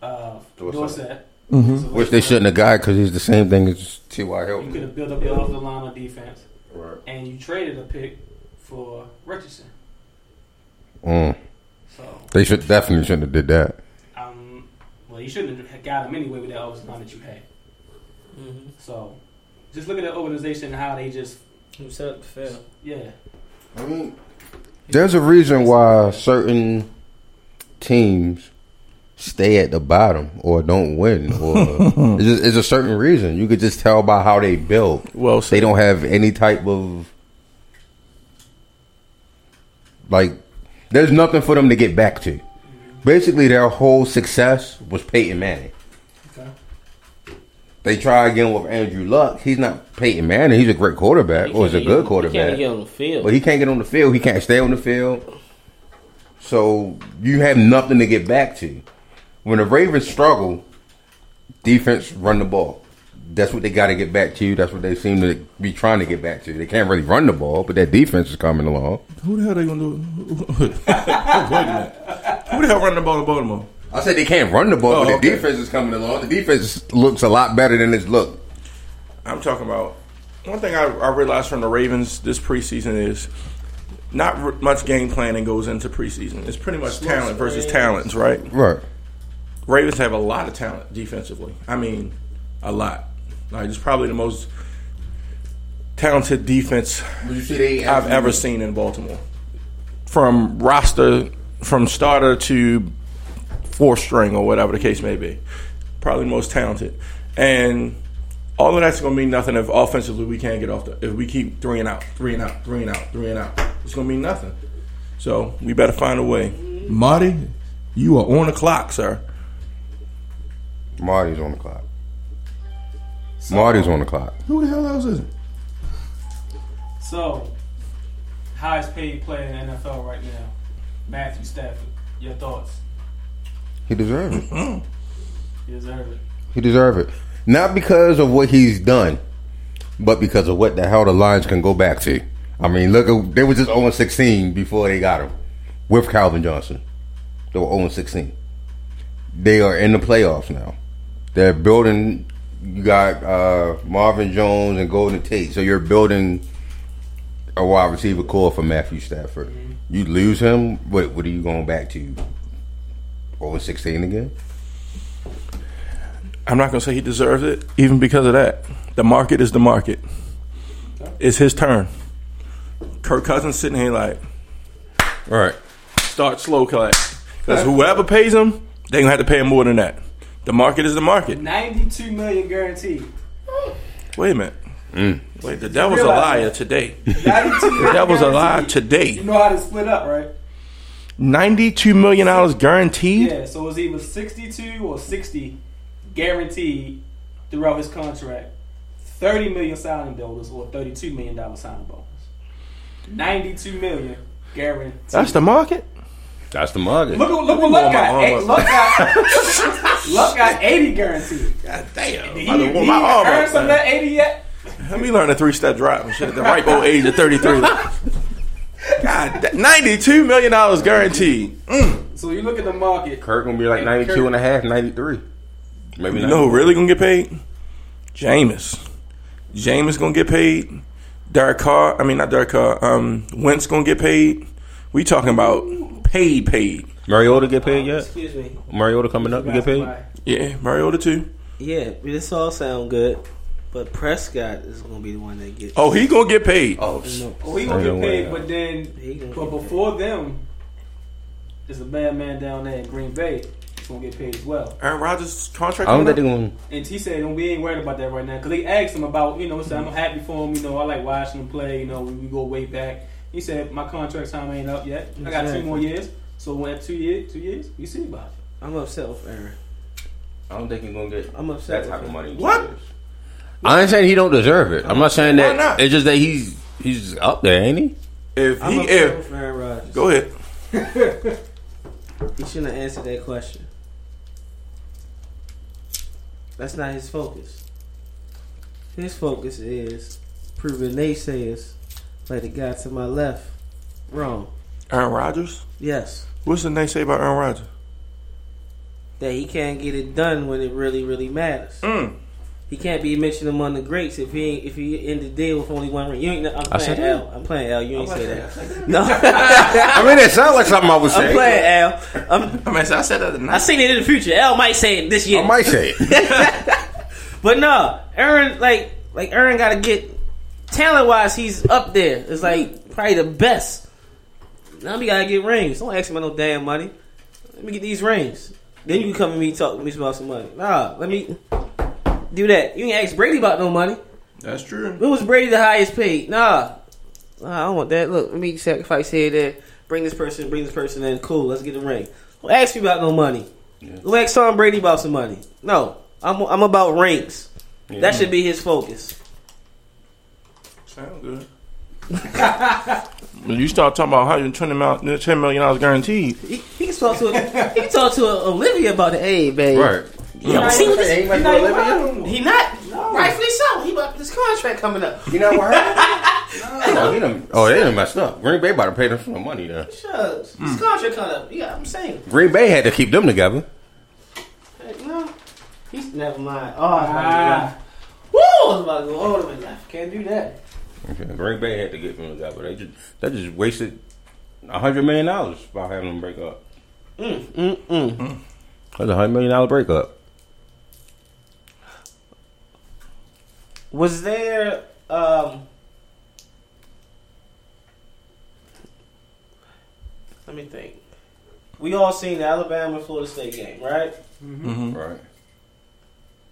A: uh,
B: Dorsett.
A: Dorsett.
C: Mm-hmm.
A: So
B: Which they shouldn't have got because he's the same thing as T.Y.
A: You could
B: Hilton.
A: have built up your offensive line of defense,
B: Right.
A: and you traded a pick for Richardson.
B: Mm.
A: So
B: They should definitely shouldn't have did that.
A: um, well, you shouldn't have got him anyway with that offensive line that you had.
D: Mm-hmm.
A: So just look at the organization and how they just
D: You set up to fail.
A: yeah.
B: I mean, there's a reason why certain teams stay at the bottom or don't win, or it's, just, it's a certain reason. You could just tell by how they build.
C: Well,
B: They don't have any type of like. There's nothing for them to get back to. Basically, their whole success was Peyton Manning.
A: Okay.
B: They try again with Andrew Luck. He's not Peyton Manning. He's a great quarterback, or he's a good quarterback.
D: Can't get on the field.
B: But he can't get on the field. He can't stay on the field. So you have nothing to get back to. When the Ravens struggle, defense run the ball. That's what they got to get back to. That's what they seem to be trying to get back to. They can't really run the ball, but that defense is coming along.
C: Who the hell they gonna do? Wait a minute. Who the hell running the ball in Baltimore?
B: I said they can't run the ball,
C: Oh,
B: but the
C: okay.
B: defense is coming along. The defense looks a lot better than it's looked.
C: I'm talking about one thing I, I realized from the Ravens this preseason is not r- much game planning goes into preseason. It's pretty much
A: Small
C: talent versus
A: screens.
C: talents, right?
B: Right.
C: Ravens have a lot of talent defensively. I mean, a lot. Like it's probably the most talented defense
H: But you see, they
C: I've ever seen in Baltimore. From roster, from starter to fourth string or whatever the case may be. Probably the most talented. And all of that's going to mean nothing if offensively we can't get off the. If we keep three and out, three and out, three and out, three and out, it's going to mean nothing. So we better find a way.
G: Marty,
C: You are on the clock, sir.
B: Marty's on the clock. Marty's on the clock.
G: who the hell else is it?
A: So, highest paid player in the NFL right now, Matthew Stafford. Your thoughts?
B: He deserves it.
A: You deserve it.
B: He deserves it. Not because of what he's done, but because of what the hell the Lions can go back to. I mean, look, at- they were just 0 16 before they got him with Calvin Johnson. They were 0 16. They are in the playoffs now. They're building. You got uh, Marvin Jones and Golden Tate. So you're building a wide receiver core for Matthew Stafford. You lose him. What, what are you going back to? 0 16 again?
C: I'm not going to say he deserves it, even because of that. The market is the market. It's his turn. Kirk Cousins sitting here like,
B: All right.
C: start slow class. Because whoever pays him, they gonna have to pay him more than that. The market is the market.
A: Ninety-two million guaranteed.
C: Wait a minute. Wait, the devil's a
A: Realize
C: liar today.
A: Ninety-two.
C: The
A: million
C: devil's a liar
A: guaranteed. You
C: today.
A: know how to split up, right?
C: Ninety-two million dollars guaranteed.
A: Yeah. So it's either sixty-two or sixty guaranteed throughout his contract. Thirty million signing bonus or thirty-two million dollar signing bonus. Ninety-two million guaranteed.
C: That's the market.
B: That's the market.
A: Look, at- look what
C: warm
A: Luck
C: my
A: got.
C: arm
A: Eight,
C: up.
A: Luck got. Luck got eighty guaranteed.
C: God
A: Did
C: damn.
A: he,
C: I done
A: he
C: wore my arm
A: earn
C: up,
A: some of
C: man.
A: that eighty yet?
C: Let me learn a three-step drop and shit at the ripe old age of thirty-three. God, da- ninety-two million dollars guaranteed.
A: So you look at the market.
B: Kirk gonna be like
A: And
B: 92
A: Kirk-
B: and a half, 93. Maybe
C: You
B: not.
C: know who really gonna get paid? Jameis. Jameis gonna get paid. Derek Carr, I mean not Derek Carr. Um, Wentz gonna get paid. We talking about paid, paid.
B: Mariota get paid yet?
E: Excuse me.
B: Mariota coming up, you get paid?
C: Yeah, Mariota too.
E: Yeah, this all sound good, but Prescott is gonna be the one that gets.
C: Oh, he gonna get paid.
B: Oh, sh-
E: no,
A: Well, he gonna
B: Ain't
A: get
B: no way.
A: paid, but then,
E: he gonna
A: but
E: get
A: before them, there's a bad man down there in Green Bay. He's gonna get paid as well.
C: Aaron Rodgers contract.
B: I don't think
C: coming
B: they're
C: up?
B: gonna.
A: And T said, "Don't we ain't worried about that right now." Cause they asked him about, you know, he said,
E: Mm-hmm.
A: "I'm happy for him. You know, I like watching him play. You know, we, we go way back." He said, "My contract time ain't up yet. I got two
E: Exactly.
A: more years. So when two years, two years, you see about it."
E: I'm upset with Aaron.
B: I don't think he's gonna get
E: I'm upset that type with of
B: money.
C: What?
B: I ain't saying he don't deserve it. I'm not saying
C: Why
B: that.
C: not?
B: It's just that he's he's up there, ain't he?
C: if
E: I'm
C: he
E: upset
C: if
E: with Aaron Rodgers.
C: go ahead.
E: He shouldn't have answered that question. That's not his focus. His focus is proving naysayers like the guy to my left wrong.
C: Aaron Rodgers.
E: Yes,
C: What's the name say about Aaron Rodgers?
E: that he can't get it done when it really, really matters.
C: Mm.
E: He can't be mentioned among the greats if he ain't, if he end the deal with only one ring. You ain't. I'm
B: I
E: playing
B: said
E: L.
B: that.
E: I'm playing L. You ain't say that. No,
B: I mean, that sounds like something I would
E: I'm
B: say.
E: playing L. I'm,
C: I mean, I said that
E: I seen it in the future. L might say it this year.
B: I might say it.
E: But no, Aaron like like Aaron got to get talent wise. He's up there. It's like probably the best. Now we gotta get rings. Don't ask me about no damn money. Let me get these rings. Then you can come and me talk to me about some money. Nah, let me do that. You ain't ask Brady about no money.
C: That's true.
E: When was Brady the highest paid? Nah. Nah, I don't want that. Look, let me sacrifice here, there. Bring this person, bring this person in. Cool, let's get a ring. Don't ask me about no money. Don't ask Tom Brady about some money. No, I'm, I'm about rings. That should be his focus.
C: Sound good. when you start talking about 120 mil, 10 million dollars guaranteed,
E: He, he can talk to he can talk to Olivia about it. Hey, babe.
B: right.
E: You know, see what this,
A: He not even around no more.
E: he not rightfully so. He about this contract coming up.
B: You know what? no, he done, oh, they done messed up. Green Bay about to pay them some money now.
E: Shucks, this contract coming up. Yeah, I'm saying.
B: Green Bay had to keep them together.
E: Like, no, he's never mind. Oh, I was about to go.
A: Ah,
E: Woo! I was about to go all the way left.
A: can't do that.
B: Okay. Green Bay had to get from the guy, but they just that just wasted a hundred million dollars by having them break up.
E: Mm,
B: That's a hundred million dollar breakup.
I: Was there um
E: Let me think. We all seen the Alabama Florida State game, right? Mm.
C: Mm-hmm.
B: Right.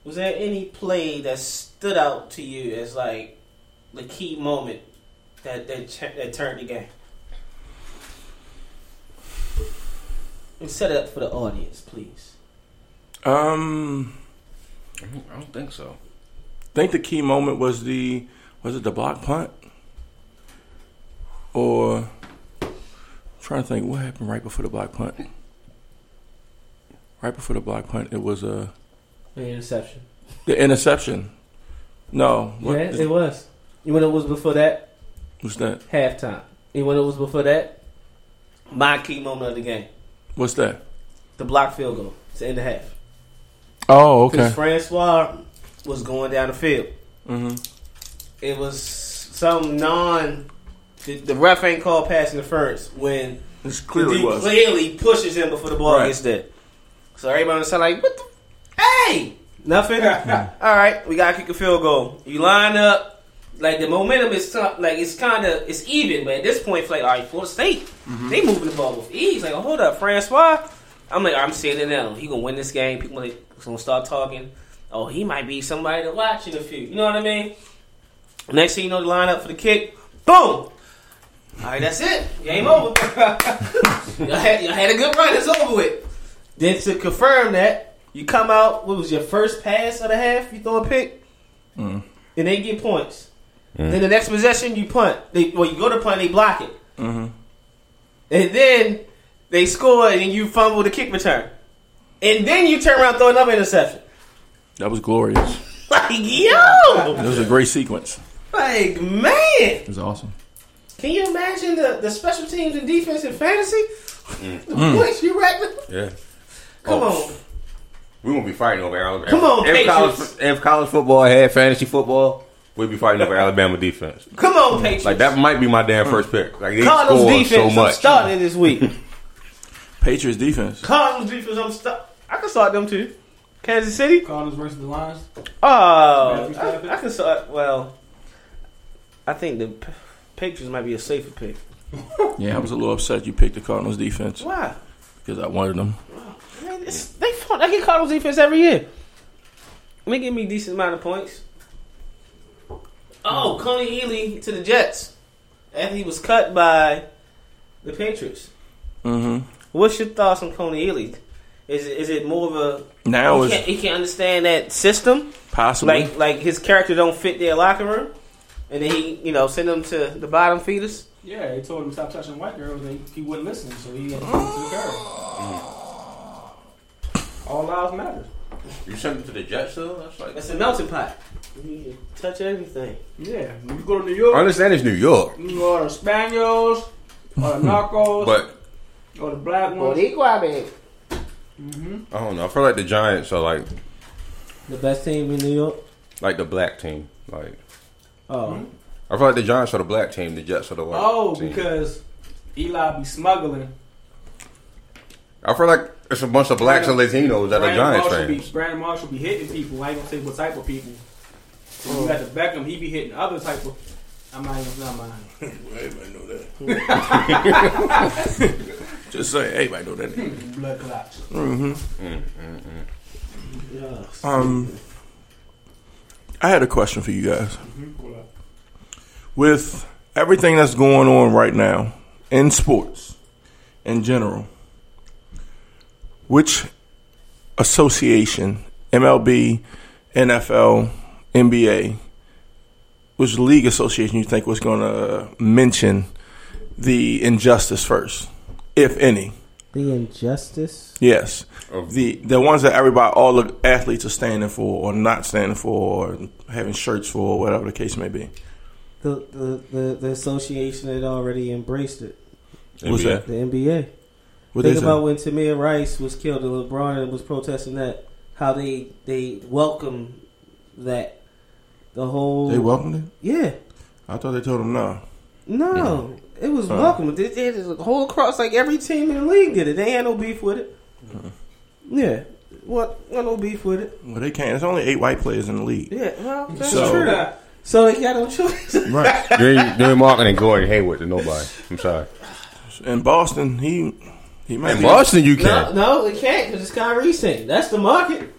E: Was there any play that stood out to you as like the key moment that that, ch- that turned the game? And set it up for the audience, please.
C: Um,
B: I don't- I don't think so.
C: think the key moment was the was it the block punt or I'm trying to think what happened right before the block punt. Right before the block punt, it was uh,
E: The interception.
C: the interception. No, what
E: Yeah,
C: is-
E: it was. You know what it was before that?
C: what's that?
E: Halftime. You know what it was before that? My key moment of the game.
C: What's that?
E: The block field goal to end the half.
C: Oh,
E: Because
C: okay.
E: Francois was going down the field.
C: hmm
E: It was some non. The, the ref ain't called pass interference when
C: This
E: the
C: clearly
E: dude
C: was.
E: clearly pushes him before the ball
C: Right.
E: gets there. So everybody was like, "What the? Hey, nothing. All right, we gotta kick a field goal. You line up. Like the momentum is tough, like it's kind of it's even, but at this point, it's like all right, Florida State, they moving the ball with ease. Like, oh, hold up, Francois. I'm like, I'm seeing it now. He gonna win this game. People like, gonna start talking. Oh, he might be somebody to watch in a few. You know what I mean? Next thing you know, the lineup for the kick, boom. All right, that's it. Game over. y'all, had, y'all had a good run. It's over with. Then to confirm that, you come out. What was your first pass of the half? You throw a pick, and they get points. Then the next possession, you punt. They, well, you go to punt, they block it,
C: Mhm.
E: and then they score, and you fumble the kick return, and then you turn around and throw another interception.
C: That was glorious.
E: Like yo,
C: It was a great sequence.
E: like man.
J: It was awesome.
E: Can you imagine the, the special teams and defense in fantasy? the points you reckon?
B: Yeah.
E: Come
B: Oh.
E: on.
B: We won't be fighting over Alabama.
E: Come on,
B: if college,
E: Patriots.
B: if college football had fantasy football, we'd be fighting over Alabama defense.
E: Come on, Patriots.
B: Like that might be my damn first pick. Like they
E: Cardinals
B: score
E: defense,
B: so
E: I'm
B: much.
E: starting this week.
C: Patriots defense.
E: Cardinals defense, I'm start. I can start them too. Kansas City?
A: Cardinals versus the Lions.
E: Oh, I, I can start. Well, I think the P- Patriots might be a safer pick.
C: Yeah, I was a little upset you picked the Cardinals defense
E: Why?
C: because I wanted them.
E: I mean, it's, they fun. I get Cardinals defense every year. They give me a decent amount of points. Oh, Coney Ealy to the Jets. After he was cut by the Patriots.
C: Mm-hmm.
E: What's your thoughts on Coney Ealy? Is it, is it more of a
C: Now
E: he, can't,
C: is
E: he can't understand that system?
C: possibly
E: Like like his character don't fit their locker room, and then he you know send them to the bottom feeders.
A: Yeah, they told him to stop touching white girls, and he wouldn't listen, so he had to go to the curb.
E: Mm.
A: All lives matter.
B: You sent them to the Jets though. That's like
E: It's a melting pot. You can touch everything.
A: Yeah, when you go to New
B: I
A: York,
B: understand it's New York,
A: you go to Spaniels, or the Narcos,
B: but
A: or the black ones.
B: I don't know. I feel like the Giants are like
E: The best team in New York.
B: like the black team. Like
E: Oh,
B: I feel like the Giants are the black team. The Jets are the white.
A: Oh,
B: team.
A: because Eli be smuggling.
B: I feel like it's a bunch of blacks and Latinos that are Giants
A: Marshall
B: fans.
A: Be, Brandon Marshall be hitting people. I ain't gonna say what type of people. When You got the Beckham. He be hitting other type of. I'm not even not mine.
C: Everybody know that. Just say everybody know that.
A: Blood clots.
C: Um, I had a question for you guys. With everything that's going on right now in sports, in general, which association, MLB, NFL, NBA, which league association you think was going to mention the injustice first, if any?
I: the injustice?
C: Yes.
B: Of-
C: The the ones that everybody all the athletes are standing for or not standing for or having shirts for or whatever the case may be.
I: The the, the, the association had already embraced it.
C: What's
B: NBA.
C: that?
I: The NBA. Think
C: What they say?
I: about when Tamir Rice was killed and LeBron was protesting that. How they they welcome that the whole
C: They welcomed it?
I: yeah
C: I thought they told him no.
E: No, it was
C: Huh.
E: welcome. They did it whole across, like every team in the league did it. They had no beef with it.
B: Hmm.
E: Yeah, what? Well, no beef with it.
C: Well, they can't. There's only eight white players in the league.
E: Yeah, well, that's
C: So-
E: true. So they got no choice.
C: Right.
B: You're, you're marketing Gordon Hayward to nobody. I'm sorry.
C: In Boston, he he might
B: In
C: be
B: Boston, you
E: no,
B: can.
E: no, they can't because it's Kyrie thing. That's the market.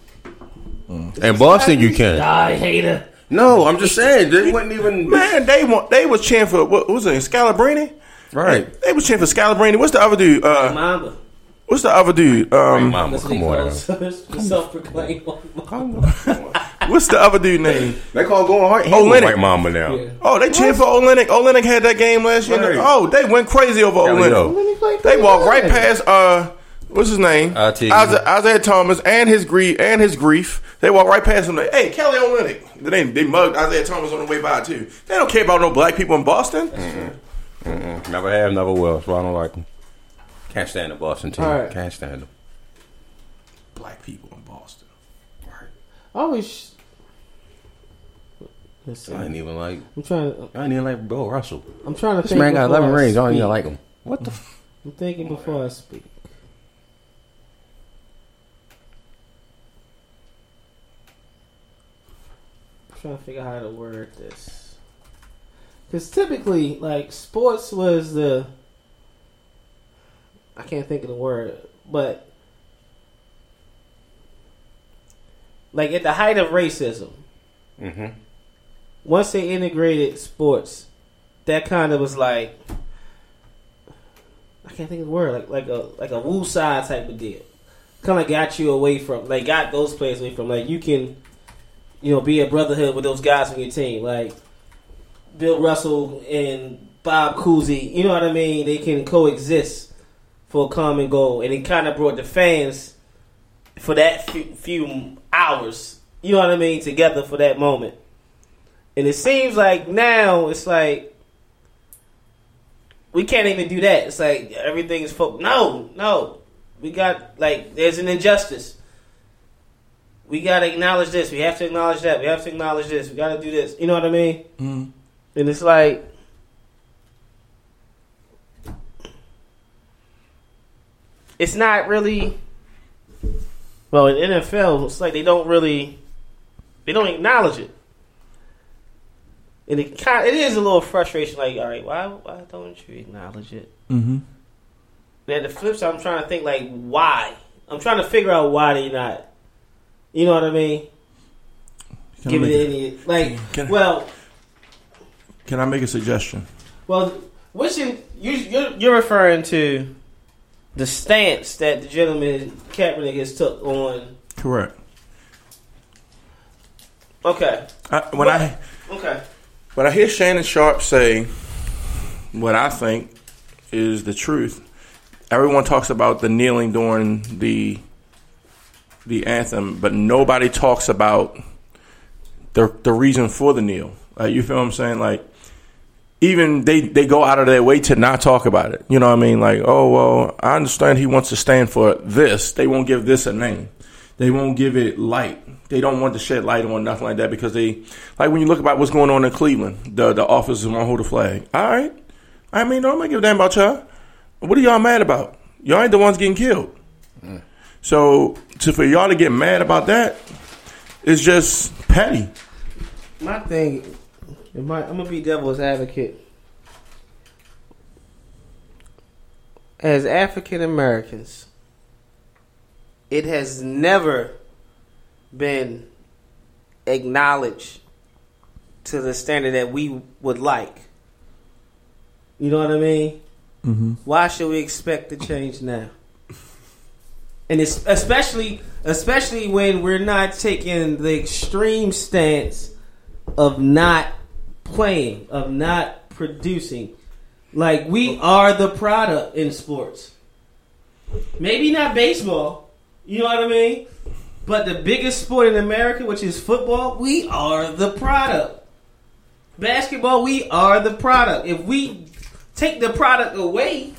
B: In Boston, you can.
D: I hate her.
B: No, I'm just saying they wouldn't even.
C: Man, they want they was cheering for what, what was it? Scalabrini.
B: Right.
C: They was cheering for Scalabrini. What's the other dude? Uh,
E: Mamba.
C: what's the other dude? Um,
B: Mama,
E: That's what he
B: come on.
E: calls self-proclaimed.
C: what's the other dude name?
B: They call going hard.
C: Oh, Lennox.
B: right, Mama now.
E: Yeah.
C: Oh, they cheered for Olenek. Olenek had that game last year.
B: Right.
C: Oh, they went crazy over
E: Oh,
B: Hell
C: Olenek.
B: yo.
C: They walked right past uh, what's his name?
B: IT.
C: Isaiah, Isaiah Thomas and his grief and his grief. They walked right past him. Like, hey, Kelly Olenek. Then They they mugged Isaiah Thomas on the way by too. They don't care about no black people in Boston.
B: Mm-mm. Never have, never will. So I don't like them. Can't stand the Boston team.
E: All right.
B: Can't stand them.
C: Black people in Boston.
E: I always. Let's see.
B: I ain't even like.
E: I'm trying to.
B: I ain't even like Bill Russell.
E: I'm trying to
B: This
E: think.
B: man got
E: before
B: 11
E: I
B: rings. I don't
E: speak.
B: even like him. What the? F-
E: I'm thinking before I speak. I'm trying to figure out how to word this. Because typically, like, sports was the. I can't think of the word, but. Like, at the height of racism,
B: mm-hmm.
E: once they integrated sports, that kind of was like I can't think of the word like like a like a woo side type of deal. Kind of got you away from like got those players away from like you can you know be a brotherhood with those guys on your team like Bill Russell and Bob Cousy. You know what I mean? They can coexist for a common goal, and it kind of brought the fans for that few, few hours. You know what I mean? Together for that moment. And it seems like now it's like we can't even do that. It's like everything is folk. No, no. We got like there's an injustice. We gotta acknowledge this. We have to acknowledge that. We have to acknowledge this. We gotta do this. You know what I mean?
C: Mhm.
E: And it's like it's not really. Well, in NFL, it's like they don't really they don't acknowledge it. And it kind it is a little frustration. Like, all right, why why don't you acknowledge it?
C: Mm-hmm.
E: Now the flip side, I'm trying to think like why. I'm trying to figure out why they not. You know what I mean?
C: Can, I
E: Give
C: make
E: it
C: a,
E: any like.
C: Can-
E: well,
C: can I make a suggestion?
E: well, what's in, you you're, you're referring to the stance that the gentleman Kaepernick has took on.
C: Correct.
E: Okay,
C: I, when I
E: okay,
C: When I hear Shannon Sharp say what I think is the truth, everyone talks about the kneeling during the the anthem, but nobody talks about the the reason for the kneel. Like you feel what I'm saying? Like even they, they go out of their way to not talk about it. You know what I mean? Like, oh well, I understand he wants to stand for this. They won't give this a name. They won't give it light. They don't want to shed light on nothing like that because they like when you look about what's going on in Cleveland, the the officers won't hold the flag. All right. I mean, no, I'm not give a damn about y'all. What are y'all mad about? Y'all ain't the ones getting killed. So to for y'all to get mad about that, it's just petty.
E: my thing. My, I'm gonna be devil's advocate. As African Americans, it has never been acknowledged to the standard that we would like. You know what I mean? Mm-hmm. Why should we expect the change now? And it's especially, especially when we're not taking the extreme stance of not playing, of not producing. Like we are the product in sports. Maybe not baseball, you know what I mean? But the biggest sport in America, which is football, we are the product. Basketball, we are the product. If we take the product away,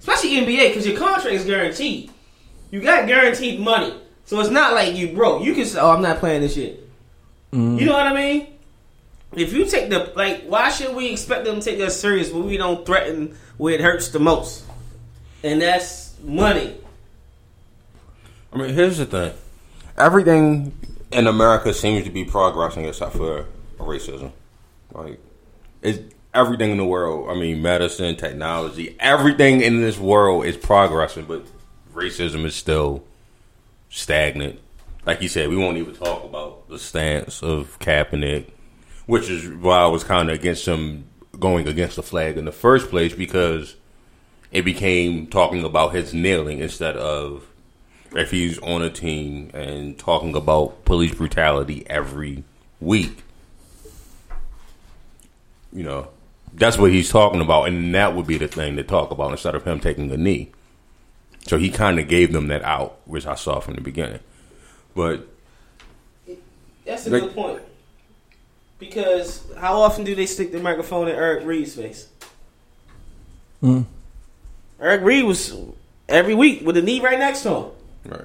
E: especially NBA, because your contract is guaranteed. You got guaranteed money. So it's not like you broke. You can say, oh, I'm not playing this shit. You know what I mean? if you take the like, why should we expect them to take us serious when we don't threaten where it hurts the most? And that's money.
B: I mean, here's the thing. Everything in America seems to be progressing except for racism. Like, it's everything in the world. I mean, medicine, technology, everything in this world is progressing, but racism is still stagnant. Like you said, we won't even talk about the stance of Kaepernick, which is why I was kind of against him going against the flag in the first place because it became talking about his kneeling instead of if he's on a team and talking about police brutality every week. You know, that's what he's talking about, and that would be the thing to talk about instead of him taking a knee. So he kind of gave them that out, which I saw from the beginning. But
E: That's a
B: Like-
E: good point. Because how often do they stick the microphone in Eric Reed's face?
B: Hmm.
G: Mm.
E: Eric Reed was every week with the knee right next to him.
B: right,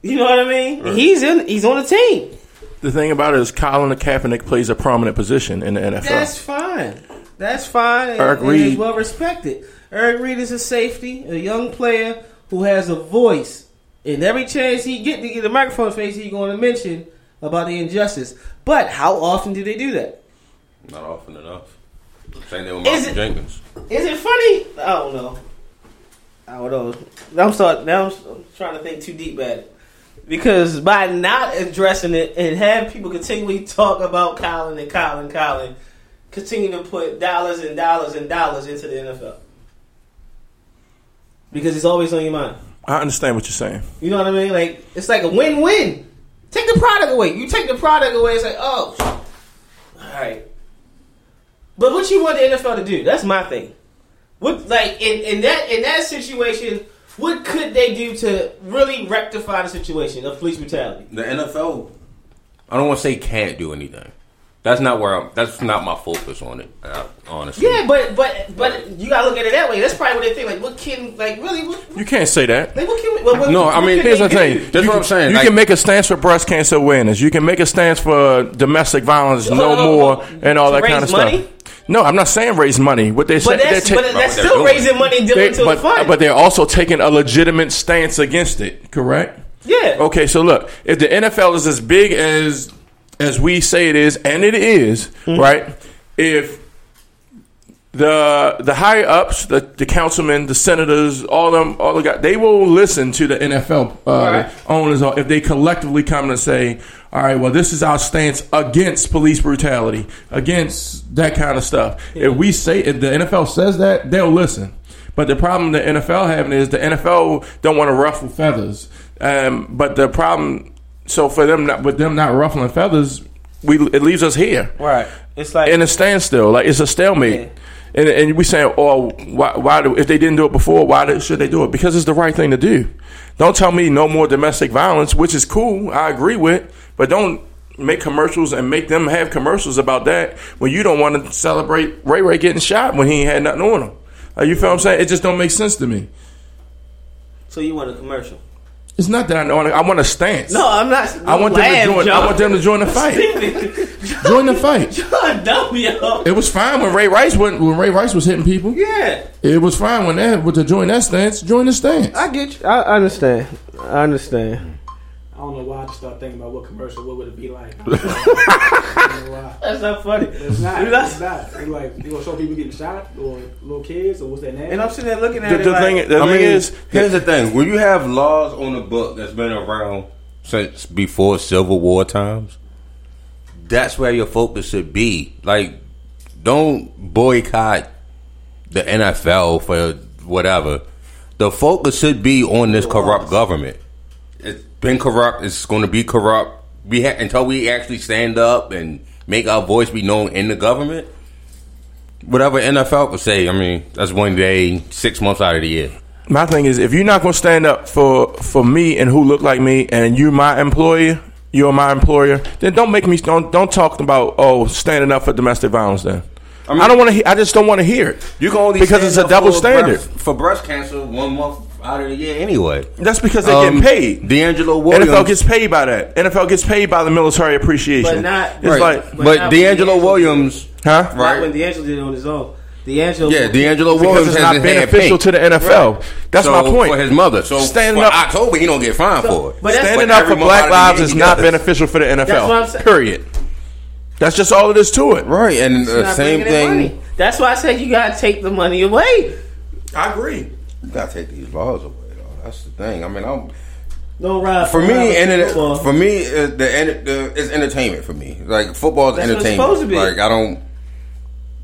E: You know what I mean?
B: Right.
E: He's in. He's on the team.
C: The thing about it is Colin Kaepernick plays a prominent position in the NFL.
E: That's fine. That's fine. and-
C: Eric
E: and
C: Reed.
E: is well respected. Eric Reed is a safety, a young player who has a voice. And every chance he get to get the microphone face, he going to mention about the injustice. But how often do they do that?
B: not often enough. Same thing with
E: Is
B: Malcolm
E: it-
B: Jenkins.
E: Is it funny? I don't know. I don't know. Now I'm start, now I'm trying to think too deep about it because by not addressing it and have people continually talk about Colin and Colin, Colin, continue to put dollars and dollars and dollars into the NFL because it's always on your mind.
C: I understand what you're saying.
E: You know what I mean? Like it's like a win-win. Take the product away. You take the product away. It's like oh, all right. But what you want the NFL to do? That's my thing. What like in, in that in that situation? What could they do to really rectify the situation of police brutality?
B: The NFL. I don't want to say can't do anything. That's not where I'm. That's not my focus on it. uh, Honestly,
E: Yeah, but but but you gotta look at it that way. That's probably what they think. Like, what can like really? What,
C: You can't say that.
E: like, what can we? What, what,
B: No, I
E: what
B: mean,
E: can
B: here's
E: they
B: the
E: do?
B: thing.
C: You
B: That's what
C: can-
B: I'm saying.
C: You
B: Like-
C: can make a stance for breast cancer awareness. You can make a stance for domestic violence, no
E: Hold on,
C: more,
E: hold on.
C: and all
E: To
C: that kind
E: raise
C: of
E: money?
C: stuff. No, I'm not saying raise money. What they said,
E: But that's
C: they're
E: but
C: ta-
E: that's
B: they're
E: still
B: doing.
E: raising money
C: they-
E: different to the
C: but,
E: fund.
C: but they're also taking a legitimate stance against it. Correct.
E: yeah,
C: Okay, so look, if the NFL is as big as as we say it is, and it is,
E: Mm-hmm.
C: right? If the the higher ups, the, the councilmen, the senators, all them, all the guys, they will listen to the NFL uh,
E: Right.
C: owners if they collectively come and say, "All right, well, this is our stance against police brutality, against that kind of stuff." If we say, if the NFL says that, they'll listen. But the problem the NFL having is the NFL don't want to ruffle feathers. Um, but the problem, so for them, not, with them not ruffling feathers, we it leaves us here
E: right. It's like
C: in a standstill. Like it's a stalemate.
E: Yeah.
C: And, and we saying, oh, why, why do, if they didn't do it before, why did, should they do it? Because it's the right thing to do. Don't tell me no more domestic violence, which is cool. I agree with, but don't make commercials and make them have commercials about that when you don't want to celebrate Ray Ray getting shot when he ain't had nothing on him. Like, you feel what I'm saying? It just don't make sense to me.
E: so you want a commercial?
C: It's not that I know. I want a stance.
E: No, I'm not.
C: I want them
E: Laugh,
C: to join.
E: John.
C: I want them to join the fight. join the fight.
E: John, dumb, yo.
C: It was fine when Ray Rice went, when Ray Rice was hitting people.
E: Yeah,
C: It was fine when that with to join that stance, join the stance.
E: I get you. I understand. I understand.
A: I don't know why I just started thinking about what commercial, what would it be like. I don't know why.
E: That's not funny.
A: It's not.
E: That's-
A: It's not. It's like you gonna show people getting shot or little kids or what's that name?
E: And I'm sitting there looking at
C: The,
E: it
C: the
E: like,
C: thing, the
B: I
C: thing
B: mean,
C: is,
B: here's the thing: when you have laws on the book that's been around since before Civil War times, that's where your focus should be. Like, don't boycott the NFL for whatever. The focus should be on this corrupt government. It's been corrupt. It's going to be corrupt. We ha- until we actually stand up and make our voice be known in the government. Whatever NFL would say, I mean, that's one day, six months out of the year.
C: my thing is, if you're not going to stand up for for me and who look like me, and you my employer, you're my employer, then don't make me don't don't talk about oh standing up for domestic violence. Then I,
B: mean-
C: don't want to. I just don't want to hear it.
B: You can only
C: Because
B: stand
C: it's a
B: up
C: double
B: for
C: standard.
B: breast- for breast cancer one month out of the year anyway.
C: That's because they
B: Um,
C: get paid.
B: D'Angelo Williams.
C: NFL gets paid by that. NFL gets paid by the military appreciation.
E: But not-
C: it's
B: right.
C: like,
B: but,
E: but not
B: D'Angelo
E: D'Angelo
B: Williams.
C: huh?
E: Right.
B: Right.
E: Not when D'Angelo did it on his own. D'Angelo.
B: Yeah, D'Angelo
C: Because
B: Williams
C: it's
B: has
C: not
B: his hand
C: beneficial
B: pink.
C: to the NFL. That's
B: So,
C: my point.
B: For his mother. So
C: Standing
B: for
C: up-
B: October, he don't get fined for it.
E: but that's-
C: Standing
B: But
C: up
B: every
C: for
B: month
C: Black
B: out of the year,
C: Lives
B: he
C: is not
B: does.
C: beneficial for the NFL.
E: what I'm saying.
C: Period. That's just all it is to it.
B: Right, and
E: Not
B: the
E: bringing
B: same
E: in money.
B: thing.
E: That's why I said you gotta take the money away.
C: I agree.
B: You gotta take these laws away. Though. That's the thing. I mean, I'm
E: No ride
B: for
E: no
B: me,
E: ride
B: and
E: for
B: it,
E: football.
B: for me, uh, the, en- the it's entertainment for me. Like football's
E: That's what it's
B: entertainment.
E: supposed to be.
B: Like I don't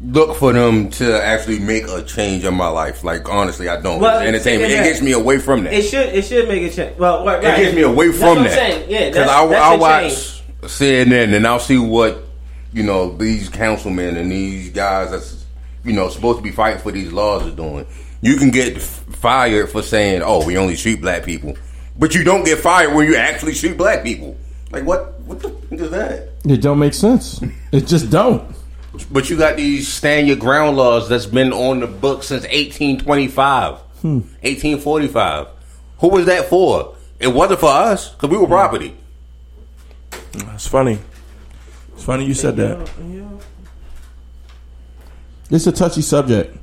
B: look for them to actually make a change in my life. Like honestly, I don't.
E: Well,
B: it's entertainment.
E: yeah.
B: It gets me away from that.
E: it should it should make a change. Well, right,
B: It
E: right.
B: gets me away
E: That's
B: from
E: what I'm
B: that.
E: saying. Yeah,
B: because
E: that's-
B: I
E: that's
B: I
E: a
B: watch CNN and I'll see what you know these councilmen and these guys that's you know supposed to be fighting for these laws are doing. You can get f- fired for saying, "Oh, we only shoot black people," but you don't get fired when you actually shoot black people. Like what? What the fuck is that?
G: It don't make sense. It just don't.
B: But you got these stand your ground laws that's been on the book since 1825, 1845. Who was that for? It wasn't for us because we were property.
C: It's funny. It's funny you said that.
G: It's a touchy subject.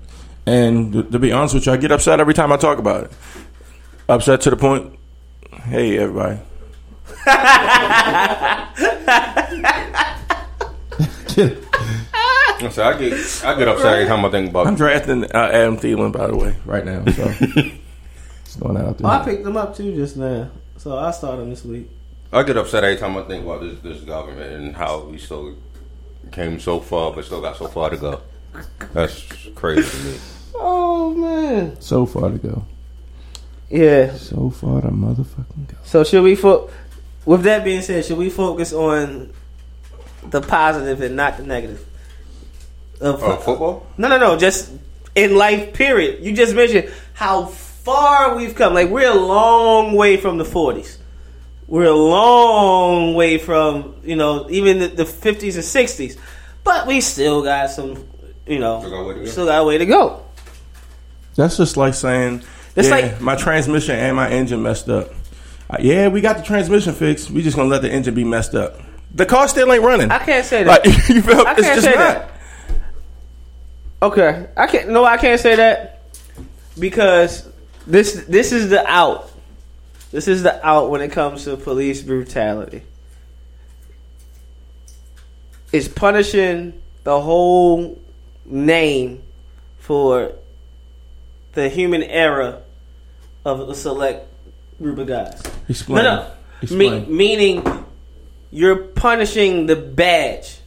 C: And to, to be honest with you, I get upset every time I talk about it. Upset to the point. Hey, everybody.
B: So I get I get upset every time I think about
C: I'm drafting uh, Adam Thielen, by the way, right now. So
G: It's going out
E: Well, I
G: there.
E: picked them up too just now, so I started them this week.
B: I get upset every time I think about this this government and how we still came so far but still got so far to go. That's crazy to me.
E: Oh man,
G: So far to go.
E: yeah.
G: So far to motherfucking go.
E: So should we fo- With that being said, should we focus on the positive and not the negative? Of
B: Oh, football?
E: no, no, no. Just in life, period. You just mentioned how far we've come. Like we're a long way from the forties. We're a long way from you know even the- the fifties and sixties, but we still got some. You know,
B: Still got a way to go.
E: still got a way to go.
C: that's just like saying,
E: It's
C: yeah,
E: like-
C: my transmission and my engine messed up. Uh, yeah, we got the transmission fixed. We just gonna let the engine be messed up. The car still ain't running.
E: I can't say that.
C: Like you feel?
E: I
C: it's
E: can't
C: just
E: say
C: not.
E: that. Okay, I can't. No, I can't say that because this this is the out. This is the out when it comes to police brutality. It's punishing the whole name for the human error of a select group of guys.
C: Explain.
E: No, no. Me-
C: Explain.
E: meaning you're punishing the badge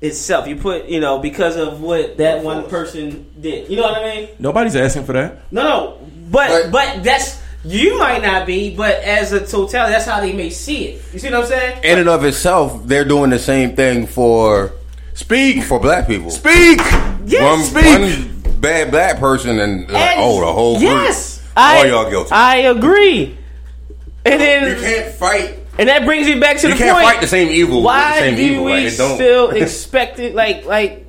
E: itself. You put, you know, because of what that one person did. You know what I mean?
C: Nobody's asking for that.
E: No, no. But but that's you might not be, but as a totality, that's how they may see it. You see what I'm saying?
B: In and of itself, they're doing the same thing for
C: Speak.
B: for black people.
C: Speak.
B: one,
E: Yes,
B: one bad black person and uh,
E: And-
B: oh the whole group.
E: yes.
B: all
E: I-
B: y'all guilty.
E: I agree. And
B: you
E: then
B: can't fight.
E: and that brings me back to
B: You
E: the
B: can't
E: point.
B: fight the same evil.
E: Why
B: with the same
E: do
B: evil.
E: we
B: like, it don't.
E: still expect it? Like like.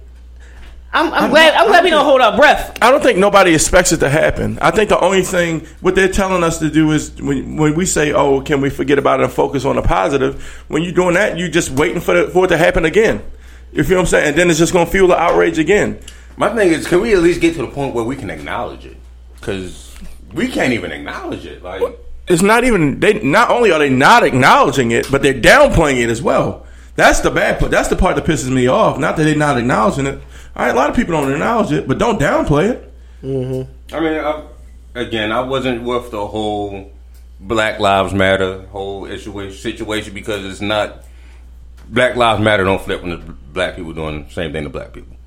E: I'm, I'm glad. I'm glad we don't hold our breath.
C: I don't think nobody expects it to happen. I think the only thing what they're telling us to do is when, when we say, "Oh, can we forget about it and focus on the positive?" When you're doing that, you're just waiting for, the, for it to happen again. You feel what I'm saying? And then it's just going to fuel the outrage again.
B: My thing is, can we at least get to the point where we can acknowledge it? Because we can't even acknowledge it. Like,
C: It's not even they. Not only are they not acknowledging it, but they're downplaying it as well. That's the bad part. That's the part that pisses me off. Not that they're not acknowledging it. All right, a lot of people don't acknowledge it, but don't downplay it.
B: I mean, I, again, I wasn't with the whole Black Lives Matter whole issue situation because it's not Black Lives Matter don't flip when the black people doing the same thing to black people.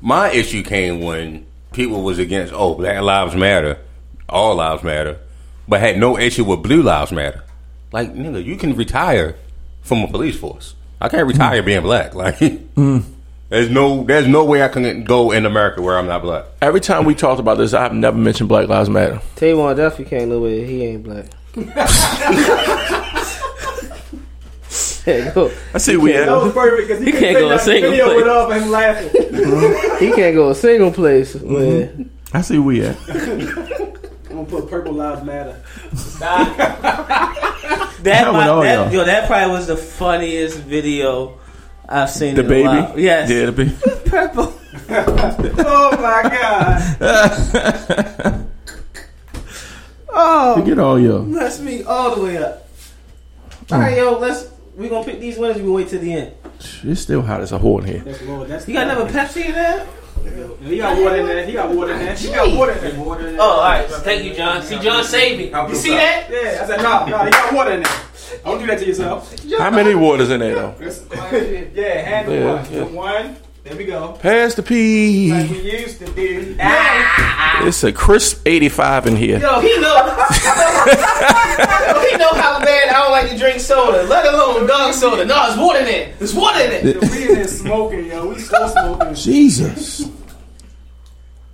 B: My issue came when people was against oh Black Lives Matter, all lives matter, but had no issue with Blue Lives Matter. Like nigga, you can retire from a police force. I can't retire being black. Like there's no there's no way I can go in America where I'm not black.
C: Every time we talked about this, I've never mentioned Black Lives Matter.
E: Tavon Duffy can't live with it. He ain't black.
C: I see we at.
E: can't
A: That was perfect because he
E: You can't
A: couldn't
E: go
A: take
E: a
A: that
E: single
A: video
E: place.
A: went off and laughing.
E: Mm-hmm. He can't go a single place.
C: I see we at.
H: gonna put Purple Lives Matter.
E: That,
G: That one,
E: might-
G: oh,
E: that-
G: yeah.
E: yo, that probably was the funniest video I've seen.
C: The
E: in
C: baby?
E: a while. yes,
C: Yeah, the baby.
E: purple.
H: Oh my god!
G: You
E: Oh,
G: get all your.
E: mess me all the way up. All right, yo, let's. We gonna pick these winners. We wait till the end.
G: It's still hot as a hole in here.
A: That's Lord. That's
E: You got another Pepsi in there?
A: He got water in there. He got water in there. He got water in there. Water in there.
E: Oh, all right. Thank you, John. See, John saved me. You see that?
H: Yeah, I said no, no. You got water in there. Don't do that to yourself.
C: How many waters in there though?
H: yeah, hand the
C: Yeah,
H: one.
C: yeah.
H: The one. There we go.
C: Pass the
H: Like
C: pee.
H: we used to do.
C: It's a crisp 85 in here.
E: Yo, he know. yo, he know how bad I don't like to drink soda, let alone dog soda. No, it's water in there. It's water in there.
H: The weed is smoking, yo. We still smoking.
G: Jesus.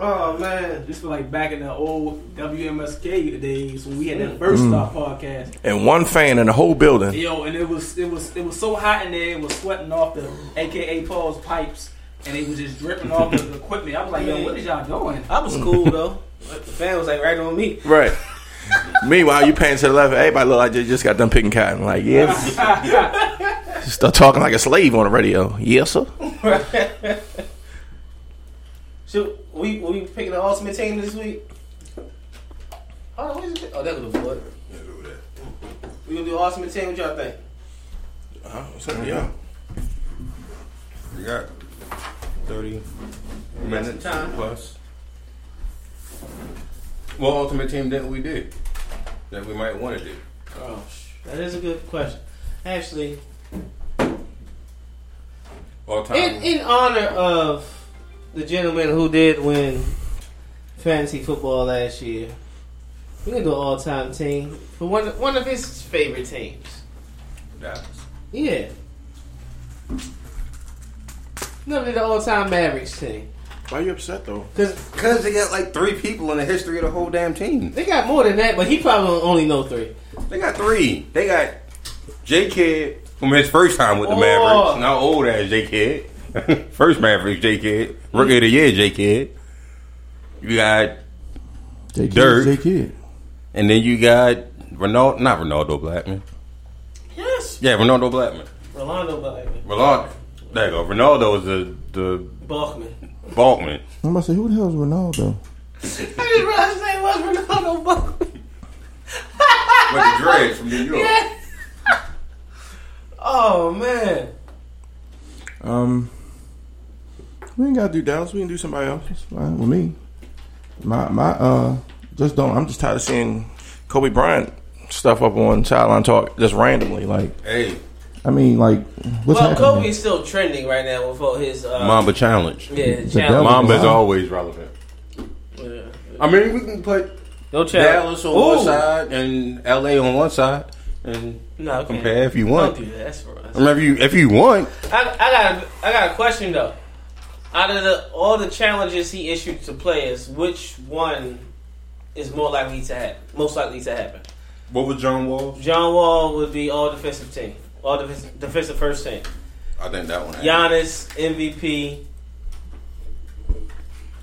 E: Oh man.
A: This was like back in the old WMSK days when we had that first stop podcast.
C: And one fan in the whole building.
A: Yo, and it was it was it was so hot in there, it was sweating off the AKA Paul's pipes, and they was just dripping off the equipment. I was like, yo, what is y'all doing?
E: I was cool though. But the fan was like right on me.
C: Right. Meanwhile, you paying to the left. Everybody look like they just got done picking cotton. Like, yes. Start talking like a slave on the radio. Yes, sir.
E: Should we we picking the ultimate team this week? Oh, what is it? Oh, that was a board. We gonna do ultimate team. What y'all think?
C: Yeah.
B: You got 30 minutes
E: time.
B: plus. What ultimate team that we did? That we might want to do?
E: Oh, sh- that is a good question. Actually,
B: All time.
E: in in honor of the gentleman who did win fantasy football last year, we gonna do all time team for one one of his favorite teams.
B: Dallas.
E: Yeah. No, they're the all time Mavericks team.
C: Why are you upset though?
E: Cause
B: Because they got like three people in the history of the whole damn team.
E: they got more than that, but he probably only know three.
B: They got three. They got J Kidd from his first time with the Mavericks. Now old ass J Kidd. first Mavericks J Kidd. Rookie of the year J Kidd. You got
G: J. Kid,
B: Dirk.
G: J. Kid.
B: and then you got Ronaldo not Ronaldo Blackman.
E: Yes.
B: Yeah, Ronaldo Blackman.
E: Rolando Blackman.
B: Ronaldo there you go. Ronaldo is the the
E: Bachman.
B: Balkman.
G: I'm about to say, who the hell is Ronaldo?
E: I didn't realize his name was Rolando Bachman.
B: With the dread from New York.
E: Oh man.
G: Um,
C: We ain't gotta do Dallas. We can do somebody else.
G: it's fine with me. My my uh, just don't. I'm just
C: Tired of seeing Kobe Bryant stuff up on sideline talk just randomly. Like,
B: Hey.
G: I mean, like, what's
E: well,
G: happening?
E: Kobe's still trending right now with all his uh,
B: Mamba challenge.
E: Yeah, challenge.
G: The devil.
B: Mamba's
G: Wow.
B: always relevant. I mean we can put
E: No challenge.
B: Dallas on
E: Ooh.
B: one side and LA on one side and
E: No, okay.
B: compare if you
E: Don't
B: want.
E: do that. That's for us.
B: I mean, if you if you want,
E: I, I got a, I got a question though. Out of the, all the challenges he issued to players, which one is more likely to happen? Most likely to happen.
B: what was John Wall?
E: John Wall would be all defensive team, all defensive, defensive first team.
B: I think that one. Happened.
E: Giannis MVP.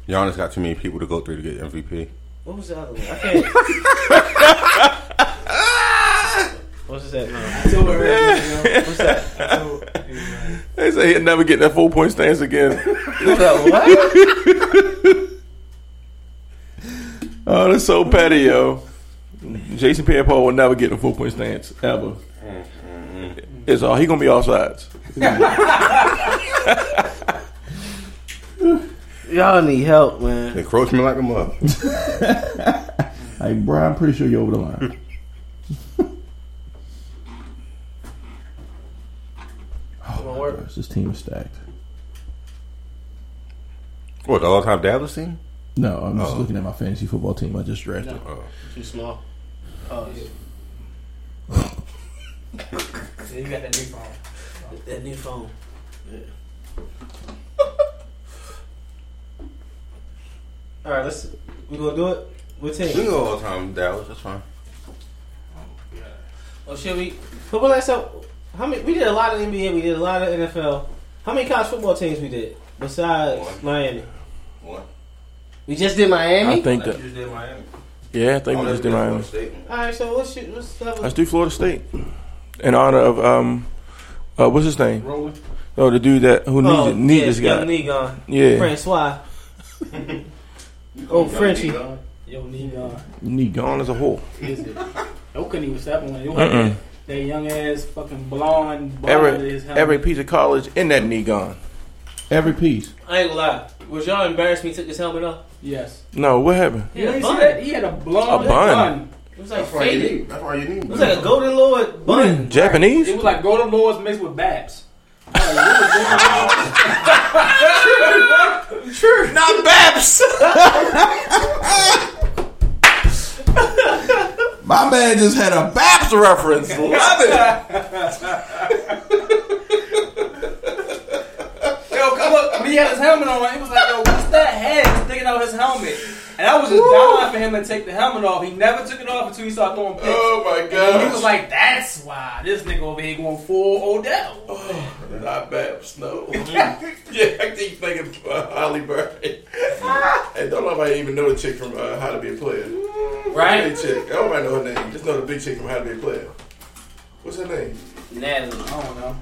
B: Giannis got too many people to go through to get MVP.
E: What was the other one? I can't. What's that? No.
H: So we're ready, you know?
E: What's that?
H: So,
C: they say he'll never get that four point stance again.
E: what?
C: oh, that's so petty, yo. Jason Pierre Paul will never get a four point stance ever. It's all he gonna be offsides.
E: Y'all need help, man.
B: Encroachment like a mother.
G: Like, bro, I'm pretty sure you're over the line.
E: Gonna work.
G: Gosh, this team is stacked.
B: what the all time Dallas team?
G: No, I'm just
B: Oh.
G: looking at my fantasy football team I just drafted.
B: Oh.
E: Too small. Oh, yeah. you got that new phone. That new phone. Yeah. All right, let's. We gonna do it. What
B: We can
E: team?
B: go all time Dallas. That's fine.
E: Oh, should we? Football last up. How many? We did a lot of NBA. We did a lot of NFL. How many college football teams we did besides
B: One.
E: Miami?
B: What? Oh,
E: We just did
C: I
E: Miami.
C: think that
B: just did Miami.
C: Yeah, I think we just did Miami.
E: All right, so what's your, what's the other?
C: Let's do Florida State in honor of um, uh, what's his name?
A: Rolling.
C: No, the dude that who
E: Oh,
C: needs need
E: yeah,
C: this
E: Young
C: guy.
E: knee gone.
C: Yeah,
E: Francois. oh, Frenchie.
A: Yo, Neon.
C: need gone as a whole.
A: Is it? Yo couldn't even step on it. Yo,
C: Mm-mm.
A: That young ass fucking blonde. blonde
C: Every
A: is hella-
C: every piece of college in that knee gone.
K: Every piece.
E: I ain't gonna lie. Was y'all embarrassed when he took his helmet off?
A: Yes.
C: No, what happened?
A: You
E: Yeah,
A: ain't
E: bun.
A: see that? He had a blonde
C: A bun.
E: It was like
B: That's why you
E: faded.
B: need. That's why you need.
E: It was like a golden lord bun.
C: Japanese?
A: It was like Golden Lords mixed with Babs. Like, what was going on?
C: Not Babs.
K: My man just had a back.
C: Babs reference.
B: Oh
C: Love it.
A: Yo, come up. When he had his helmet on, he was like, yo, what's that head sticking out his helmet? And I was just dying for him to take the helmet off. He never took it off until he started throwing picks.
C: Oh my
A: and he was
C: god.
A: like, that's why this nigga over here going full Odell.
C: Oh. Not Babs. No. yeah, I keep thinking uh, Holly Berry. hey, don't nobody even know the chick from uh, How to Be a Player.
E: Right?
C: Big chick. Nobody know her name. Just know the big chick from How to Be a Player. What's her name?
E: Natalie.
A: I don't know.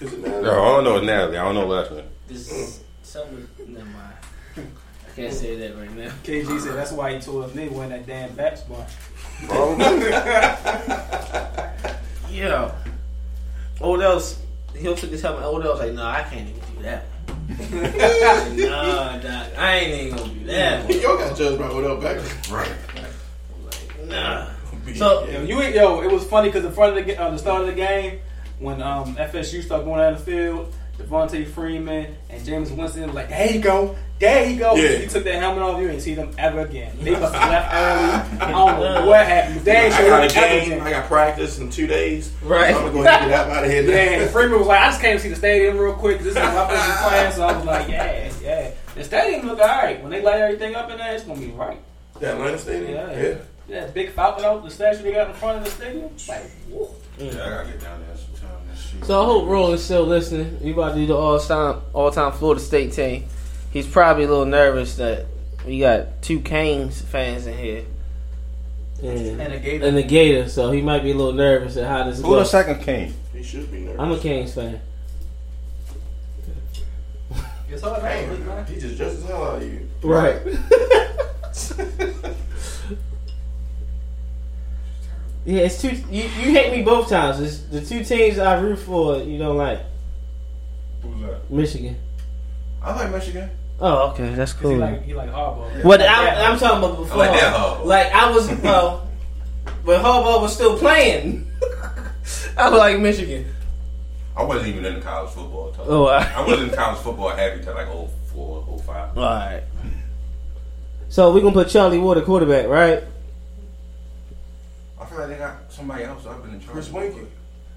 C: Is it Natalie?
L: No, I don't know it's Natalie. I don't know last name.
E: This is something. Never mind. I can't say that right now.
A: KG said that's why he tore his knee when that damn Babs bunch.
E: Yeah. Odell's. He took his helmet. Odell's like, nah, I can't even do that. one." nah, doc, I ain't even gonna do that. one.
C: Y'all got judged by Odell Beckham. Right.
E: Nah. So,
A: Yo, you ain't, yo, it was funny because in front of the, ga- uh, the start of the game, when um, FSU started going out of the field, Devontae Freeman and James Winston was like, there you go, there you go.
C: Yeah.
A: He took that helmet off, you ain't see them ever again. They must have left early. I don't know what happened. They ain't
C: I
A: showed
C: got a
A: up ever
C: game. I
A: again.
C: got practice in two days.
E: Right.
C: I'm gonna go ahead and get out of here.
A: Yeah, Freeman was like, I just came to see the stadium real quick. 'cause This is my first playing, so I was like, yeah, yeah. The stadium look all right. When they light everything up in there, it's gonna be right.
C: That Atlanta Stadium.
A: Yeah, yeah. That big falcon out the statue they got in front of the stadium, like, woo.
E: so I hope Roland's still listening. We about to do the all time all time Florida State team. He's probably a little nervous that we got two Canes fans in here. And,
A: And a gator.
E: and the Gator, so he might be a little nervous at how this
L: Who the
E: goes.
L: second king?
C: He should be nervous.
E: I'm a Canes fan.
A: It's all right, man.
C: Damn, he just just as hell out of you.
E: Right. yeah, it's two. You, you hate me both times. It's the two teams I root for. You don't like
B: Who's that?
E: Michigan.
B: I like Michigan.
E: Oh, okay, that's
A: He
E: cool.
A: like he like Harbaugh.
E: What I, I'm talking about
B: I
E: before,
B: like
E: like,
B: that Harbaugh.
E: I was, uh, when Harbaugh was still playing, I was like Michigan.
B: I wasn't even into college football. Till
E: Oh, I-
B: I wasn't in college football heavy till like 04, 05.
E: All right. So we're gonna put Charlie Ward at quarterback, right?
B: I feel like they got somebody else up in the charge.
C: Chris Winkie.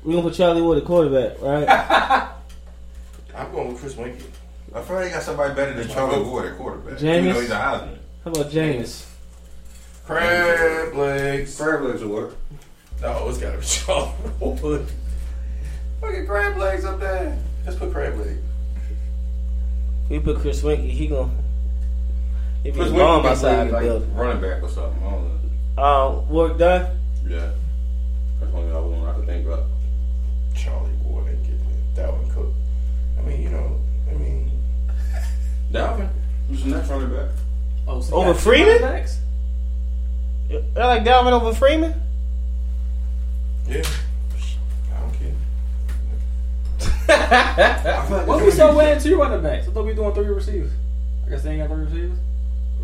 E: We're gonna put Charlie Ward at quarterback, right?
C: I'm going with Chris Winkie.
B: I feel like they got somebody better than Charlie Ward at quarterback.
E: Jameis?
B: Even though he's a Heisman.
E: How about James?
C: Crab legs.
L: Crab legs work.
C: No, it's gotta be Charles. Wood.
B: Fucking crab legs up there.
C: Let's put crab leg.
E: We put Chris Winkie. He gonna he be
B: Chris
E: bomb
B: Winkie
E: outside
B: outside
E: the
B: like
E: building.
B: running back or something. I don't know.
E: Um, work done.
B: Yeah. That's the only other one I can think of.
C: Charlie Ward and get that one cooked. I mean, you know, I mean,
B: Dalvin. Who's the next running back?
A: Oh, so
E: Over
A: you got
E: Freeman?
A: running backs?
E: you like Dalvin over Freeman.
C: yeah. I don't care.
B: I feel like
A: What we so wearing two running backs? I thought we doing three receivers. I guess they ain't got three receivers.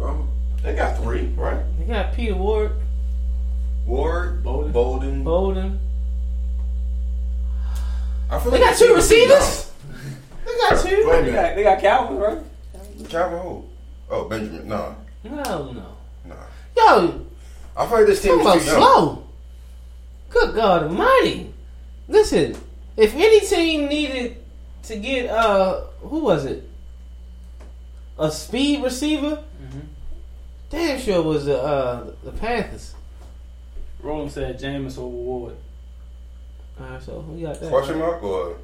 B: Um,
C: They got three, right?
E: We got Peter Ward,
B: Ward, Bolden. Bolden.
E: Bolden.
B: I feel
E: They
B: like
E: got two receivers. They got two.
C: Wait a
A: They
C: minute.
A: got, they got Calvin, right?
B: Calvin who? Oh, Benjamin. No.
E: No, no.
B: Nah.
E: Yo,
B: I feel like this team
E: Talk about
B: is too young.
E: slow. Good God Almighty! Listen, if any team needed to get uh, who was it? A speed receiver. Damn sure was the uh, the Panthers.
A: Roland said Jameis over Ward.
E: All right, so we got that.
B: Question mark or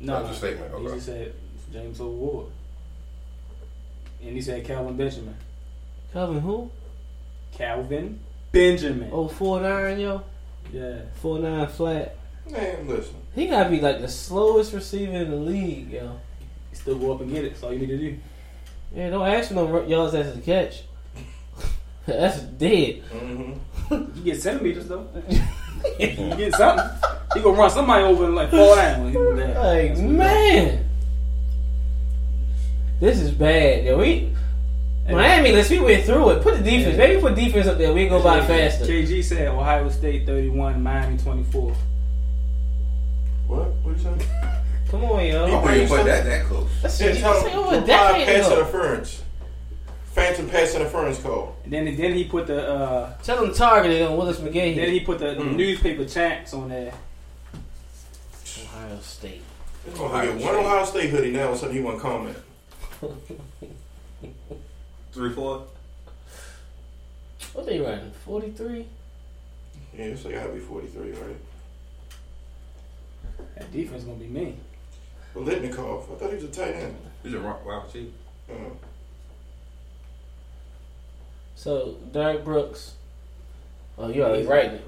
A: No,
B: That's a statement,
A: He
B: okay.
A: just said James over Ward, and he said Calvin Benjamin.
E: Calvin who?
A: Calvin Benjamin.
E: Oh, four nine, yo.
A: Yeah.
E: Four nine flat.
C: Man, listen.
E: He gotta be like the slowest receiver in the league, yo.
A: Still go up and get it. That's all you need to do.
E: Yeah, don't ask for no ru- yards after the catch. That's dead.
C: Mm-hmm.
A: You get centimeters though. you get something. He gonna run somebody over and like fall down. When he do that.
E: Like
A: That's what-
E: man, this is bad, yo. We Miami, let's we went through it. Put the defense,
A: Yeah.
E: maybe put defense up there. We can go by faster.
A: KG said Ohio State 31, Miami 24.
C: What? What you saying?
E: Come on, yo.
B: Why you put that that close?
E: That's
C: Yeah,
E: that's
C: tell him
E: over a
C: provide
E: decade
C: pass
E: ago.
C: interference. Phantom pass interference call.
A: And then then he put the uh,
E: Tell them targeted on Willis McGahee.
A: then he put the newspaper chants on there.
E: Ohio State.
C: This one get one Ohio State hoodie now, so he won't comment.
B: Three, four.
E: What they running? Forty three.
C: Yeah, so gotta be 43, right?
A: That defense gonna be mean.
C: Well, Litnikov. I thought he was a tight end.
B: He's a rock wild chief.
C: Uh,
E: So Derek Brooks. Oh, you already right. now.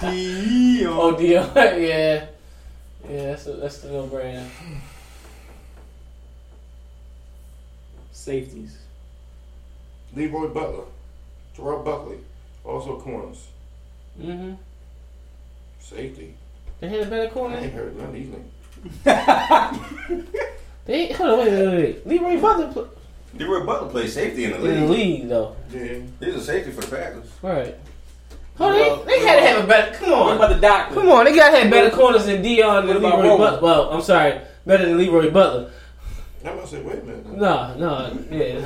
A: Dion.
E: Oh, deal. yeah, yeah. That's a, that's the no brainer.
A: Safeties.
C: Leroy Butler. Terrell Buckley. Also corners.
E: hmm
C: Safety.
E: They had a better
C: I
E: corner.
C: ain't heard none of these names.
E: They hold on, wait, wait, wait. Leroy Butler pl-
B: Leroy Butler plays safety in the
E: in the
B: league.
E: league though.
C: Yeah.
B: He's a safety for the Packers.
E: Right. Hold on, they, they had to have a better. Come
A: What
E: on,
A: about the doctor?
E: come on. They gotta have better corners than Dion
A: What
E: and
A: about
E: Leroy
A: Romo?
E: Butler. Well, I'm sorry, better than Leroy Butler.
C: I'm about to say, wait a minute.
E: No, no, yeah.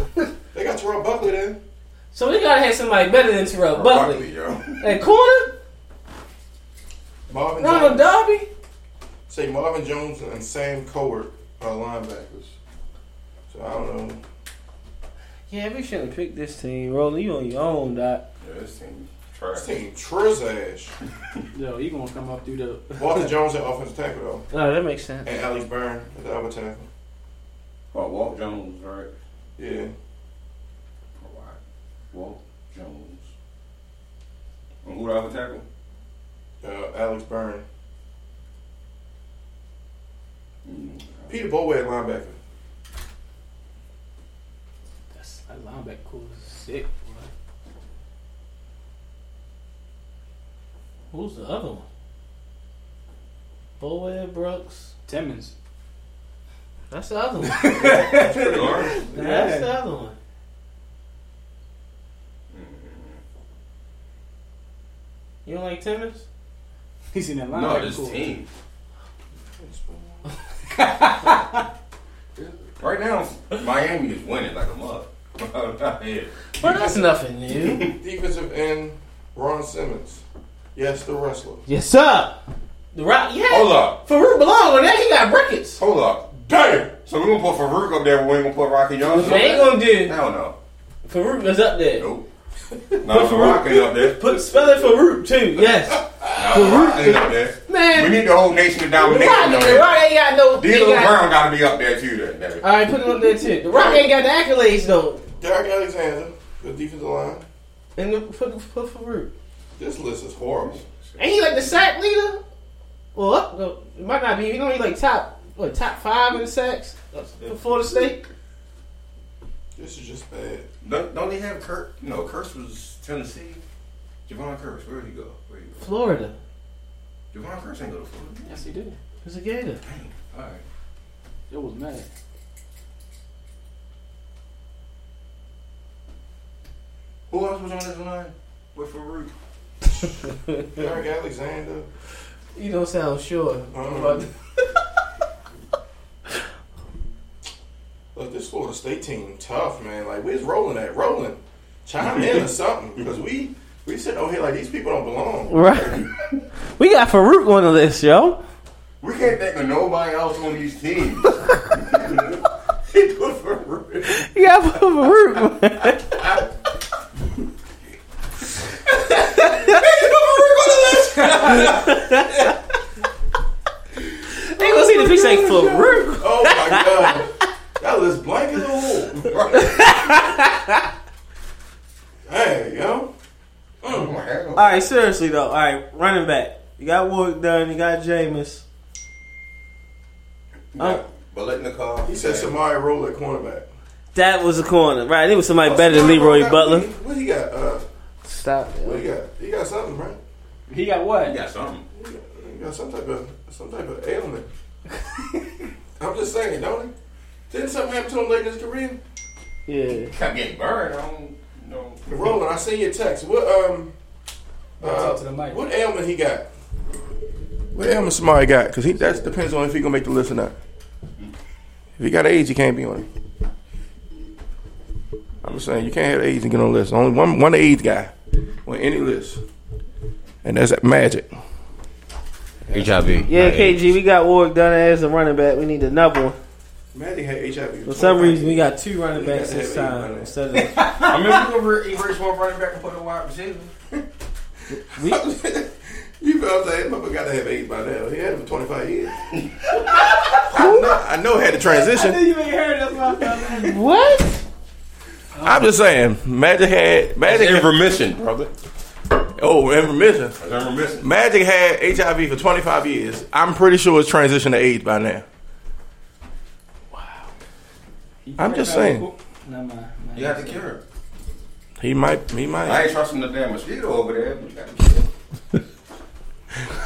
C: They got Terrell Buckley then.
E: So they gotta have somebody better than Terrell Buckley.
B: Barkley, yo.
E: At corner,
C: Marvin
E: Ronald
C: Jones.
E: Darby.
C: Say Marvin Jones and Sam Cowart are linebackers. So I don't know.
E: Yeah, we shouldn't pick this team, Roland. You on your own, Doc.
B: Yeah, this team trash.
C: This team Triz ass.
A: Yo, he gonna come up through the.
C: Walter Jones at offensive tackle though.
E: No, that makes sense.
C: And Alex Byrne at the other tackle.
B: Oh, Walt Jones, right?
C: Yeah.
B: All right. Walt Jones. And who the other tackle?
C: Uh, Alex Byrne.
B: Mm.
C: Peter Bowe at linebacker.
A: That's that linebacker cool. as Sick. bro.
E: Who's the other one? Boyd Brooks.
A: Timmons.
E: That's the other one.
B: That's pretty hard.
E: That's the other one. You don't like Timmons?
A: He's in that linebacker
B: No, this
A: cool.
B: team. Right now, Miami is winning like a mug. yeah.
E: Well, that's nothing new.
C: Defensive end Ron Simmons. Yes, the wrestler.
E: yes, sir. The rock, yeah.
B: Hold up.
E: Farouk belong on that. He got rickets.
B: Hold up. Damn! So we're gonna put Farouk up there, but we ain't gonna put Rocky Jones up
E: They ain't
B: there?
E: gonna do.
B: Hell no.
E: Farouk is up there.
B: Nope. Not Rocky up there.
E: Put spell it Farouk too. Yes,
B: Not Rocky up there. We
E: man.
B: need the whole nation of
E: The
B: domination
E: rock,
B: up
E: the
B: there.
E: rock ain't got no. he
B: D'Lo
E: got-
B: Brown gotta be up there too, then. Devin.
E: All right, put him up there too. The rock ain't got the accolades though.
C: Derek Alexander, the defensive line.
E: And the, put put Farouk.
C: This list is horrible.
E: Ain't he like the sack leader? Well, up, no, it might not be. You know, he like top what top five in sacks for Florida State.
C: This is just bad.
B: Don't, don't they have Kurt? No, Kurtz was Tennessee. Javon Kurtz, where'd he go? Where'd he
E: Florida
B: go? Javon Kurtz ain't go to Florida.
A: Yes, he did.
E: is a Gator.
B: Dang. All right.
A: It was mad.
B: Who else was on this line with Farouk?
C: Derek Alexander.
E: You don't sound sure.
B: Uh-huh.
C: Um, look, this Florida State team tough, man. Like, where's Rolling at? Rolling, chime in or something, because we we sitting over here like these people don't belong.
E: Right. We got Farouk on the list, yo.
B: We can't think of nobody else on these teams. He put Farouk.
E: You got Farouk. they gonna see the picture like Farouk.
C: Oh my god, that list blank as a hole. Hey, yo,
E: All right, seriously though. All right, running back. You got work done. You got Jameis.
M: Yeah. But letting the car.
C: He said Samari roll at cornerback.
E: That was a corner, right? It was somebody better than Leroy Butler.
C: What he got? Uh,
N: Stop.
C: what he got? He got something, right?
A: He got what?
B: got something.
C: He got, he got some type of some type of ailment. I'm just saying, don't he? Didn't something happen to him late in his career?
E: Yeah.
B: I get burned. I don't know.
C: Roland, I seen your text. What um, uh,
A: Talk to the mic.
C: what ailment he got? What ailment Samari got? Because he that depends on if he gonna make the list or not. If he got AIDS, he can't be on it. I'm just saying you can't have AIDS and get on the list. Only one one AIDS guy on any list, and that's magic.
B: HIV.
E: Yeah,
B: Not AIDS.
E: KG, we got work done as a running back. We need another one.
C: Magic had HIV.
E: For some reason, we got two running backs
C: Yeah,
E: this
C: yeah,
E: time
C: yeah.
E: instead of
B: I remember you were erase one running back and put a wide receiver.
C: you feel what I'm saying? Motherfucker got to have AIDS by now. He had it for 25 years. I know, I know it had to transition.
A: You ain't heard that's why I found out.
N: What?
C: I'm just saying, Magic had Magic.
B: In
C: Had,
B: remission, brother.
C: oh, in remission.
B: In remission.
C: Magic had HIV for 25 years. I'm pretty sure it's transitioned to AIDS by now. I'm just saying.
A: Never mind.
M: You got the cure.
C: He might. He
B: I
C: might.
B: ain't trusting the damn mosquito over there. but you got the cure.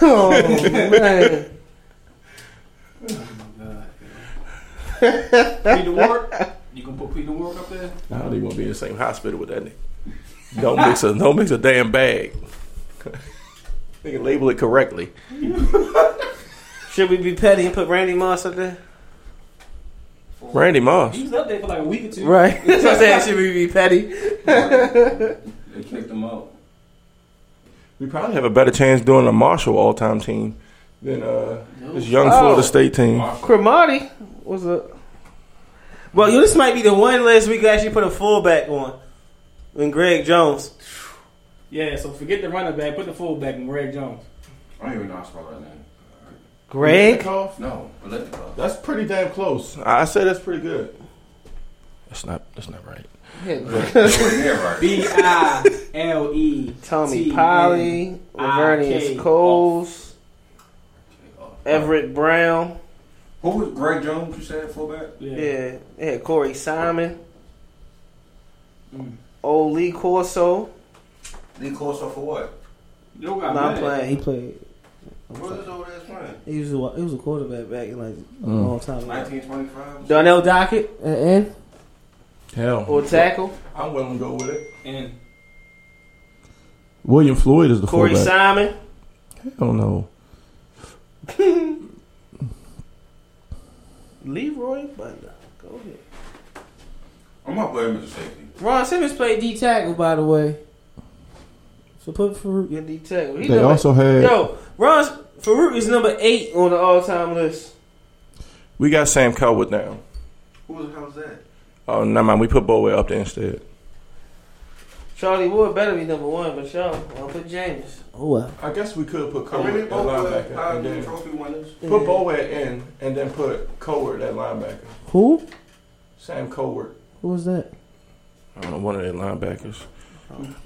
N: Oh man.
A: Peter Ward. You can put Peter Ward up there.
C: I don't even want to be in the same hospital with that nigga. Don't mix a don't mix a damn bag. Nigga, label it correctly.
E: should we be petty and put Randy Moss up there?
C: Randy Moss.
A: He was up there for like a week or two.
E: Right. That's what I'm saying. Should we be petty?
B: They kicked him out.
C: We probably have a better chance doing a Marshall all time team than uh, this young Florida State team.
E: Cromartie was a. Well, you this might be the one list we could actually put a fullback on. When Greg Jones,
A: Yeah. So forget the running back. Put the fullback in Greg Jones.
B: I don't even know how to spell that name.
E: Greg,
B: No, let the car.
C: That's pretty damn close. I said that's pretty good. That's not. That's not right.
A: B I L E.
E: Tommy
A: T
E: Polly, Lavernius
A: I-K.
E: Coles, Everett Brown.
B: Who was Greg Jones? You said fullback.
A: Yeah.
E: Yeah, they had Corey Simon,
A: Mm.
E: old Lee Corso.
B: Lee Corso for what?
A: Yo
E: No,
A: got
E: I'm
A: mad.
E: playing. He played.
B: What was his old ass playing?
E: He was a, he was a quarterback back in like a
G: Mm.
E: long time ago.
B: 1925.
E: Darnell Dockett at end
G: Hell.
E: or tackle.
C: I'm willing to go with it.
A: And
G: William Floyd is the
E: Corey
G: fullback.
E: Simon.
G: Hell no.
E: Leroy Butler. Go ahead.
B: I'm not playing Mr. Safety.
E: Ron Simmons played D tackle, by the way. So put Farouk in D tackle. He
G: They
E: number-
G: also had.
E: yo Ron Farouk is number eight on the all time list.
C: We got Sam Coward now.
B: Who the hell was that?
C: Oh, never mind. We put Bowie up there instead.
E: Charlie Wood better be number one, but y'all I'll put James. Oh wow.
C: I guess we could put
B: Are really
C: Coward at
B: both uh,
C: linebacker. And
B: Heisman
C: then
B: Trophy winners?
C: put Bowie in, and then put Coward at linebacker.
E: Who?
C: Sam Coward.
E: Who was that?
C: I don't know one of their linebackers.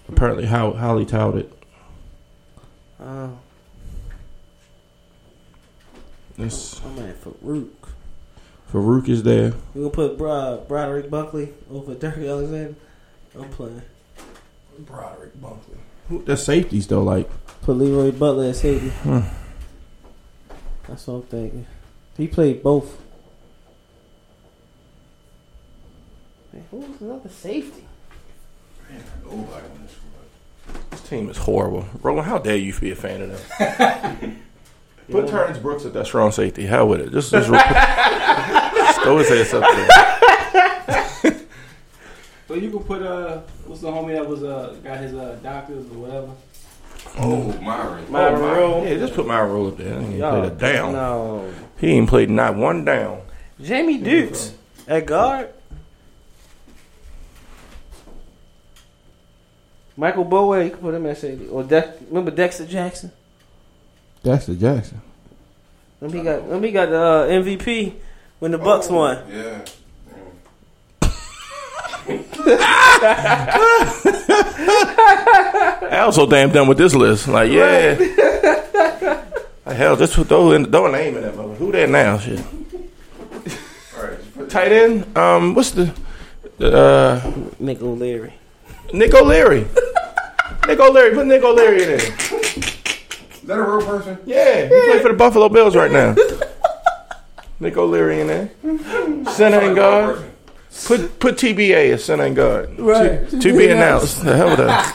C: Apparently, how highly touted.
E: Oh,
C: This
E: I'm at Farouk.
C: Farouk is there.
E: We gonna put Bro- Broderick Buckley over Dirk Alexander. I'm playing.
C: Broderick Bunkley.
G: Who- The safeties though, like
E: Put Leroy Butler as safety.
G: Hmm.
E: That's what I'm thinking. He played both. Man, who was another safety?
B: Man, nobody won this one.
C: This team is horrible. Roland, how dare you be a fan of them? Put Terrence Brooks at that strong safety. How would it? Just, just, rep- just throw his ass up there.
A: so you can put uh, what's the homie that was uh got his uh doctors or whatever.
B: Oh, Myron.
E: Myron Rowe.
C: Yeah, just put my roll up there. He ain't
E: Y'all-
C: played a down.
E: No.
C: He ain't played not one down.
E: Jamie Dukes at guard. Michael Bowe, you can put him at safety. Or Dex, remember Dexter Jackson?
G: Dexter Jackson.
E: Let me got let me got the uh, MVP when the Bucks
C: Oh,
E: won.
B: Yeah.
C: Al I was so damn done with this list. Like, yeah. Like, hell, just put throw, in, throw a name in that mother. Who that now? Shit. Tight end. Um, what's the uh,
E: Nick O'Leary.
C: Nick O'Leary? Nick O'Leary. Put Nick O'Leary in there.
M: Is that a real person?
C: Yeah, he plays for the Buffalo Bills right now. Nick O'Leary in there. Center and guard. Put put TBA as center and guard.
N: Right.
C: To, to be announced. The hell with that.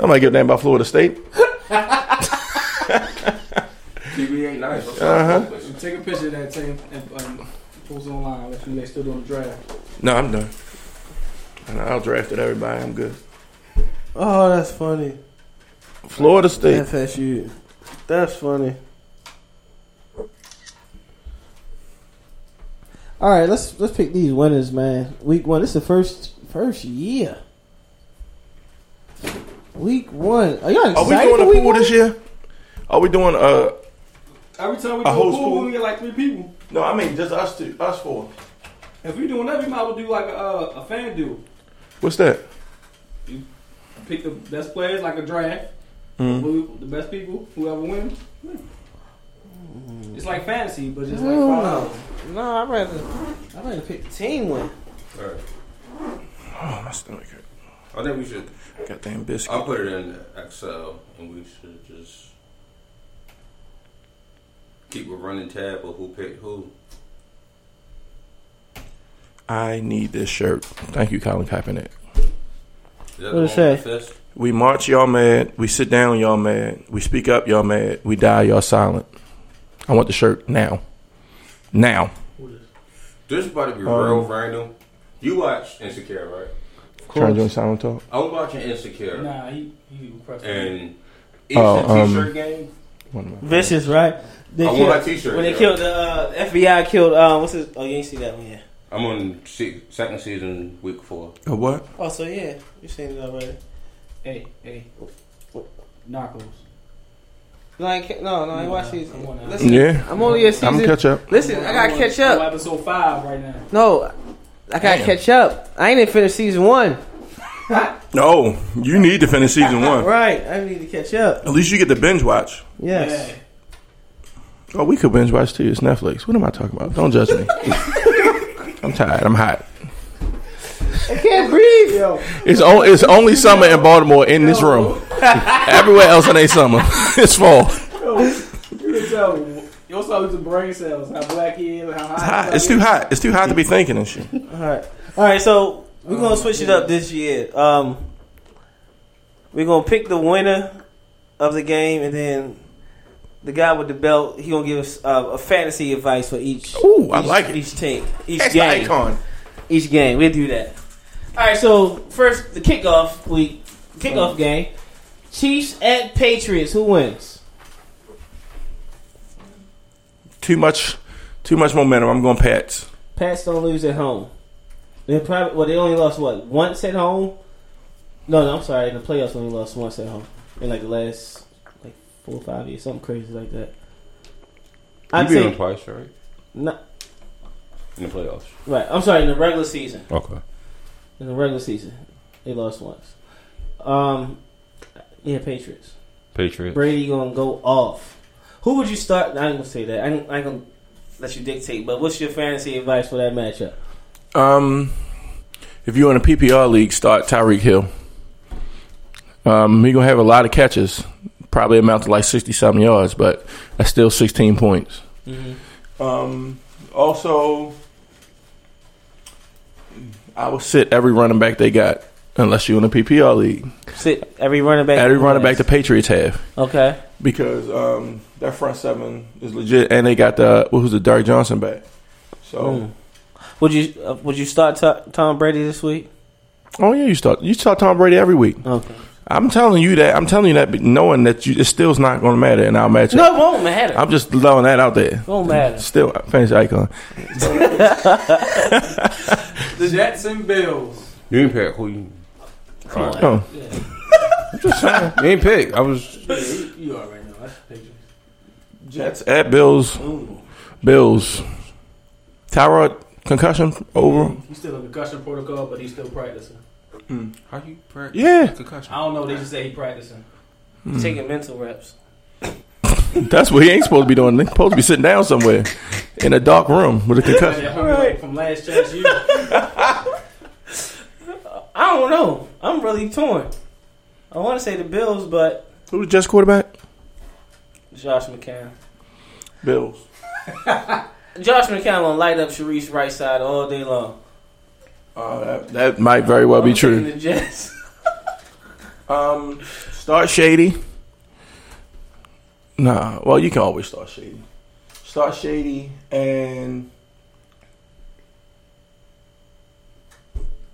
C: I might give a damn about Florida State.
M: TV ain't nice. Let's
C: Uh-huh.
M: not focus.
A: Take a picture of that team and um, post it online. Let you know they still doing the draft.
C: No, I'm done. And I'll draft it everybody. I'm good.
E: Oh, that's funny.
C: Florida State.
E: FSU. That's funny. All right, let's let's pick these winners, man. Week one. This is the first first year. Week one. Are y'all excited?
C: Are we doing a
E: for week
C: pool
E: one?
C: this year? Are we doing uh
A: Every time we do
C: A
A: a
C: host
A: pool,
C: pool?
A: we get like three people.
C: no, I mean just us two us four.
A: If we doing that, we might as well do like a, uh, a fan duel.
C: What's that?
A: Pick the best players, like a draft.
E: Mm-hmm.
A: Who- The best people, whoever wins. It's like fantasy, but just like
E: Hell
A: five
E: no.
A: hours.
E: No, I'd rather I'd rather pick the team win.
B: All right.
C: Oh my stomach hurt.
B: I think we should.
C: Goddamn biscuit.
B: I'll put it in Excel, and we should just keep a running tab of who picked who.
C: I need this shirt. Thank you, Colin Kaepernick.
B: Is that
E: What it
B: the
E: say?
B: one with the fist?
C: We march, y'all mad. We sit down, y'all mad. We speak up, y'all mad. We die, y'all silent. I want the shirt now. Now.
B: This is about to be
C: Um,
B: real random. You watch Insecure, right?
C: Trying to do silent talk.
B: I'm watching Insecure,
A: Nah, he he requested.
B: and it's
C: Oh,
B: a
C: um,
B: t-shirt game.
C: One of my-
E: Vicious, right? They
B: I want
E: killed-
B: my t-shirt.
E: When they
B: yo.
E: killed the uh, FBI killed um what's his oh you ain't see that one yet.
B: I'm on se- second season, week four.
C: A what?
E: Oh so yeah, you seen it already.
A: Hey, hey, Narcos.
E: No, I can't, no, no, I ain't watched these.
A: Come on now.
E: Listen,
C: Yeah.
E: I'm only a
C: I'm
E: season.
C: gonna catch up.
E: Listen, I gotta
A: I'm on-
E: catch
A: I'm on
E: up.
A: episode five right now.
E: No, I gotta
C: Damn.
E: catch up. I ain't even finished season one.
C: No, you need to finish season one.
E: Right, I need to catch up.
C: At least you get the binge watch.
E: Yes.
C: Oh, we could binge watch too. It's Netflix. What am I talking about? Don't judge me. I'm tired. I'm hot.
E: I can't breathe.
C: It's, o- it's only summer in Baltimore in this room. Everywhere else it ain't summer. It's fall.
A: You can tell. Your soul to brain cells. How black he is. How hot.
C: Hot. It's too hot. It's too hot to be thinking and shit.
E: All right, all right. So we're gonna switch it up this year. Um, we're gonna pick the winner of the game, and then the guy with the belt he gonna give us uh, a fantasy advice for each.
C: Ooh, I
E: each-
C: like it.
E: Each team, each
C: That's the
E: game,
C: icon.
E: each game. We'll do that. All right. So first, the kickoff week, kickoff game. Chiefs at Patriots. Who wins?
C: Too much. Too much momentum. I'm going Pats.
E: Pats don't lose at home. They probably well they only lost what once at home. No, no, I'm sorry. In the playoffs, only lost once at home in like the last like four or five years, something crazy like that.
B: You
E: I'd
B: beat them
E: say
B: twice, right?
E: no,
B: In the playoffs.
E: right. I'm sorry. In the regular season,
B: Okay.
E: in the regular season, they lost once. Um, yeah, Patriots.
B: Patriots.
E: Brady gonna go off. Who would you start? I ain't gonna say that. I ain't, I ain't gonna let you dictate. But what's your fantasy advice for that matchup?
C: Um, if you're in a PPR league, start Tyreek Hill. Um, he gonna have a lot of catches, probably amount to like sixty something yards, but that's still sixteen points. Um, also, I will sit every running back they got, unless you're in a PPR league.
E: Sit every running back.
C: Every running back the Patriots have
E: Okay.
C: because um, their front seven is legit, and they got the who's the Derrick Johnson back. So,
E: Mm. Would you uh, would you start T- Tom Brady this week?
C: oh yeah, you start you start Tom Brady every week.
E: Okay.
C: I'm telling you that. I'm telling you that, knowing that you, it still's not going to matter in our matchup.
E: No, it won't matter.
C: I'm just throwing that out there.
E: it won't matter.
C: Still, finish icon.
A: The Jets and Bills.
B: You ain't pick who you.
E: Come on.
C: Oh,
B: You ain't pick. I was.
A: Yeah, you, you already know. That's the picture.
C: Jets at Bills. Bills. Tyrod concussion over.
A: He's still in concussion protocol, but he's still practicing.
B: How you pick?
C: Yeah,
B: Concussion.
A: I don't know. They just say he practicing.
C: Hmm.
D: He's taking mental reps.
C: That's what he ain't supposed to be doing. He's supposed to be sitting down somewhere in a dark room with a concussion.
D: Right.
A: From last chance, you.
D: I don't know. I'm really torn. I want to say the Bills, but
C: Who was just quarterback?
D: Josh McCown.
C: Bills.
D: Josh McCown gonna light up Sharice right side all day long.
C: Uh, that, that might very well be
D: I'm taking
C: true.
D: The Jets.
C: Um, start shady. Nah, well, you can always start shady. Start shady and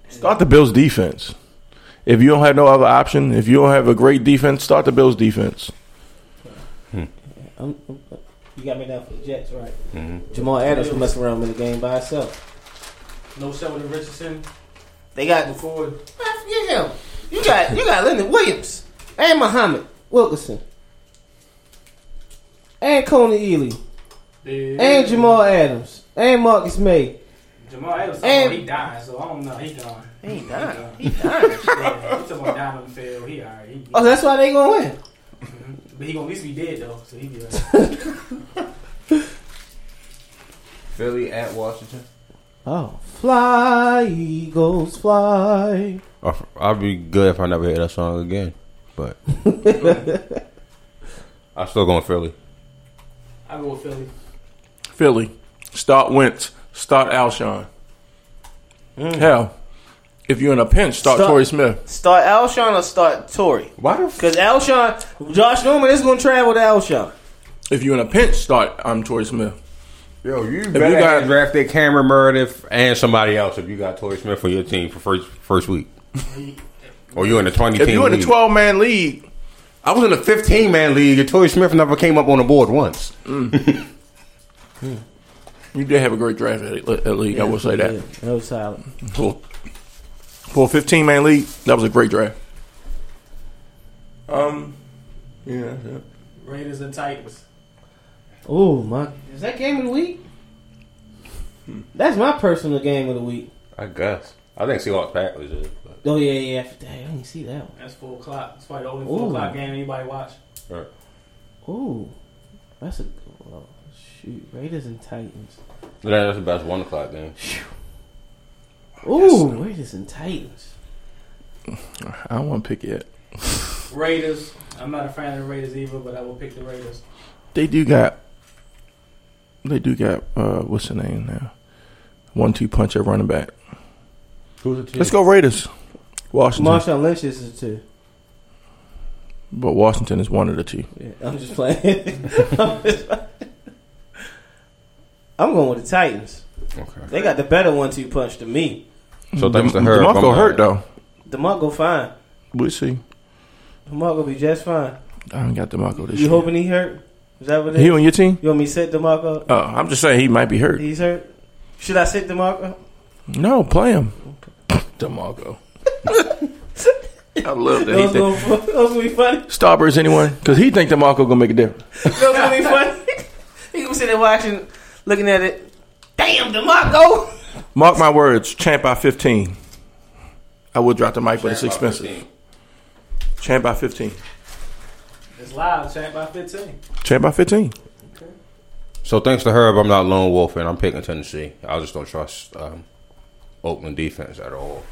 C: start the Bills defense. If you don't have no other option, if you don't have a great defense, start the Bills defense.
D: I'm, I'm-
E: uh,
D: you got me down for the Jets, right?
B: hmm
C: Mm-hmm.
E: Jamal
D: Adams
E: Adams
D: will
E: will
D: mess
E: mess around with the game by itself.
A: No Sheldon Richardson.
E: They got
A: McCoy.
E: yeah, you got you got Leonard Williams and Muhammad Wilkerson
D: And Coney Ely.
A: Yeah.
E: and Jamal Adams and Marcus May.
A: Jamal Adams. oh,
E: And-
A: he dying, so I don't know. He gone.
E: He ain't dying.
A: He dying. yeah, he took my diamond fail. He alright. He,
E: Oh, that's why they gonna win.
A: but he gonna at least be dead though, so he be alright.
B: Philly at Washington.
E: Oh, fly Eagles fly.
B: I'll be good if I never hear that song again, but I'm still going Philly.
A: I go with Philly.
C: Philly. Start Wentz. Start Alshon. Hell, if you're in a pinch, Mm. start,
E: Start-
C: Torrey Smith.
E: Start Alshon or start Tory?
B: Why the
E: Because Alshon, Josh Norman is gonna travel to Alshon.
C: If you're in a pinch, start um, Torrey Smith.
B: Yo, you
C: better
B: better
C: got-
B: draft that Cameron Meredith and somebody else if you got Torrey Smith for your team for first first week. or you in the twenty
C: If
B: team
C: you're in a
B: league.
C: 12 man league,
B: I was in a fifteen man league and Torrey Smith never came up on the board once.
C: you did have a great draft at, at league. I will say that.
E: No silent.
C: For, for a 15 man league, that was a great draft. Um, yeah, yeah.
A: Raiders and Titans.
E: Oh my! Is that game of the week?
C: Hmm.
D: That's my personal game of the week.
B: I guess. I think Seahawks Pack was it. But.
D: Oh yeah, yeah. Dang, I didn't see that one.
A: That's four o'clock. That's probably the only four
E: Ooh.
A: o'clock game anybody watch.
D: Ooh, that's a oh, shoot. Raiders and Titans.
B: Yeah, that's the best one o'clock game.
D: Ooh, Raiders and Titans.
C: I don't want to pick yet.
A: Raiders. I'm not a fan of the Raiders either, but I will pick the Raiders.
C: They do got, they do got, uh, what's the name now? One two punch at running back.
B: Who's the team?
C: Let's go Raiders. Washington.
E: Marshawn Lynch is a two.
C: But Washington is one of the two.
E: Yeah, I'm just playing. I'm, just playing. I'm going with the Titans.
B: Okay.
E: They got the better one-two punch than me.
B: So thanks to
C: Dem-
B: her.
C: DeMarco
B: I'm
C: hurt
B: gonna-
C: though.
E: Demar go fine.
C: We'll see.
E: Demar gonna be just fine.
C: I haven't got DeMarco this
E: You
C: year.
E: hoping he hurt? Is that what it
C: he
E: is?
C: on your team?
E: You want me to sit Demarco?
C: Oh, I'm just saying he might be hurt.
E: He's hurt. Should I sit Demarco?
C: No, play him. DeMarco. I love that.
E: That
C: He think,
E: was, gonna, that was gonna be funny.
C: Starburst anyone? Because he think DeMarco gonna make a difference.
E: That was gonna be funny. he gonna be sitting there watching, looking at it. Damn, Demarco.
D: oh.
C: Mark my words. Champ by 15. I will drop the mic, but it's expensive. Champ by 15.
A: It's live, chat by 15.
C: Champ by 15.
B: So thanks to Herb, I'm not lone wolf and I'm picking Tennessee. I just don't trust um, Oakland defense at all.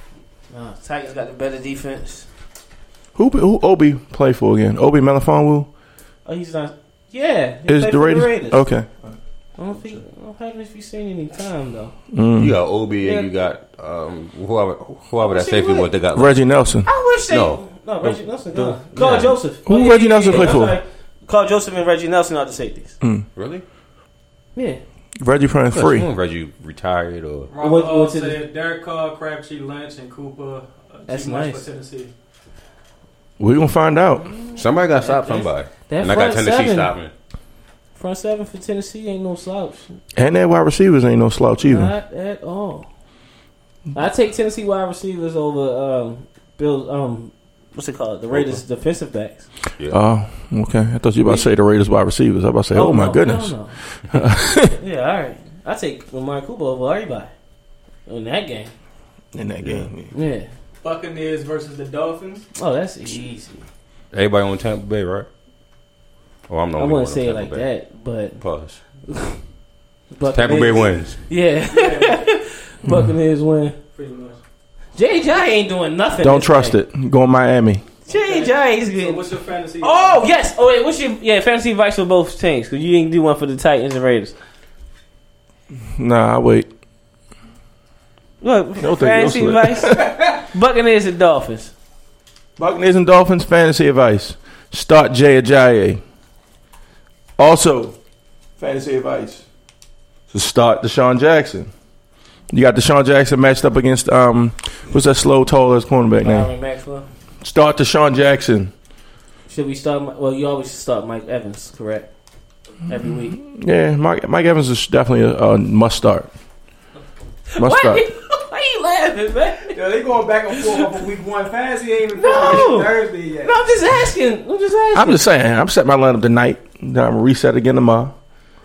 E: No, Titans got the better defense.
C: Who who Obi play for again? Obi Melifonwu
D: Oh, he's not. Yeah, he
C: is
D: played
C: the
D: for
C: Raiders. Okay.
D: I don't think. I don't have if you seen any time though.
C: Mm.
B: You got Obi
D: Yeah.
B: and you got um, whoever whoever that
D: See,
B: safety
D: what?
B: what they got. left.
C: Reggie Nelson.
E: I wish they
B: No,
D: No, Reggie Nelson.
B: the-
D: no. Carl
B: yeah.
D: Joseph.
C: Who
D: Oh,
C: Reggie Nelson play
D: I'm
C: for? Mm.
D: sorry. Carl Joseph and Reggie Nelson are the safeties.
B: really?
D: Yeah.
C: Reggie playing
B: Yeah,
C: free.
B: someone Reggie retired or
A: Robert
D: What-
A: Hall
D: what's it-
A: said Derek Carr, Crabtree, Lynch, and Cooper. Uh, too
D: That's
A: much
D: nice.
A: For Tennessee.
C: We're gonna find out.
B: somebody got to stop somebody.
D: That
B: and I
D: front
B: got Tennessee
D: seven,
B: stopping.
D: front seven for Tennessee ain't no slouch,
C: And that wide receivers ain't no slouch either.
D: not at all. I take Tennessee wide receivers over um, Bill. Um, what's it called? The Raiders defensive backs.
C: Oh, okay. I thought you were about to say the Raiders wide receivers. I was about to say, oh, my
D: no,
C: goodness.
D: no, no. yeah, all right. I take Lamar Cooper over everybody in that game.
C: In that game.
D: Yeah.
A: Buccaneers versus the Dolphins.
D: Oh, that's easy.
B: Everybody on Tampa Bay, right? Oh, I'm the
D: I wouldn't
B: only one on
D: say it
B: Tampa
D: like
B: Bay.
D: that, but
B: Pause.
D: Buccaneers-
B: Tampa Bay wins.
D: Yeah, Buccaneers win.
A: Pretty much.
D: JJ ain't doing nothing.
C: Don't
D: this
C: trust
D: thing.
C: it. Go in Miami.
D: JJ is good.
A: What's your fantasy?
D: Oh yes. Oh wait, what's your yeah fantasy advice for both teams? Because you didn't do one for the Titans and Raiders.
C: Nah, I wait.
D: Look,
C: Don't think-
D: fantasy
C: don't
D: advice. Buccaneers and Dolphins.
C: Buccaneers and Dolphins fantasy advice. Start Jay Ajayi. Also, fantasy advice. So start Deshaun Jackson. You got Deshaun Jackson matched up against um what's that slow tall ass cornerback name?
D: Byron Maxwell.
C: Start Deshaun Jackson.
D: Should we start? Mi- Well, you always start Mike Evans, correct? Every week.
C: Yeah, Mike, Mike Evans is definitely a, a must start. Must
D: Why,
C: start.
D: why you laughing, man?
H: Yo, they going back and forth over week one. Fantasy ain't even
D: No.
H: Thursday yet.
D: No, I'm just asking. I'm just asking.
C: I'm just saying, I'm setting my lineup tonight. Then I'm gonna reset again tomorrow.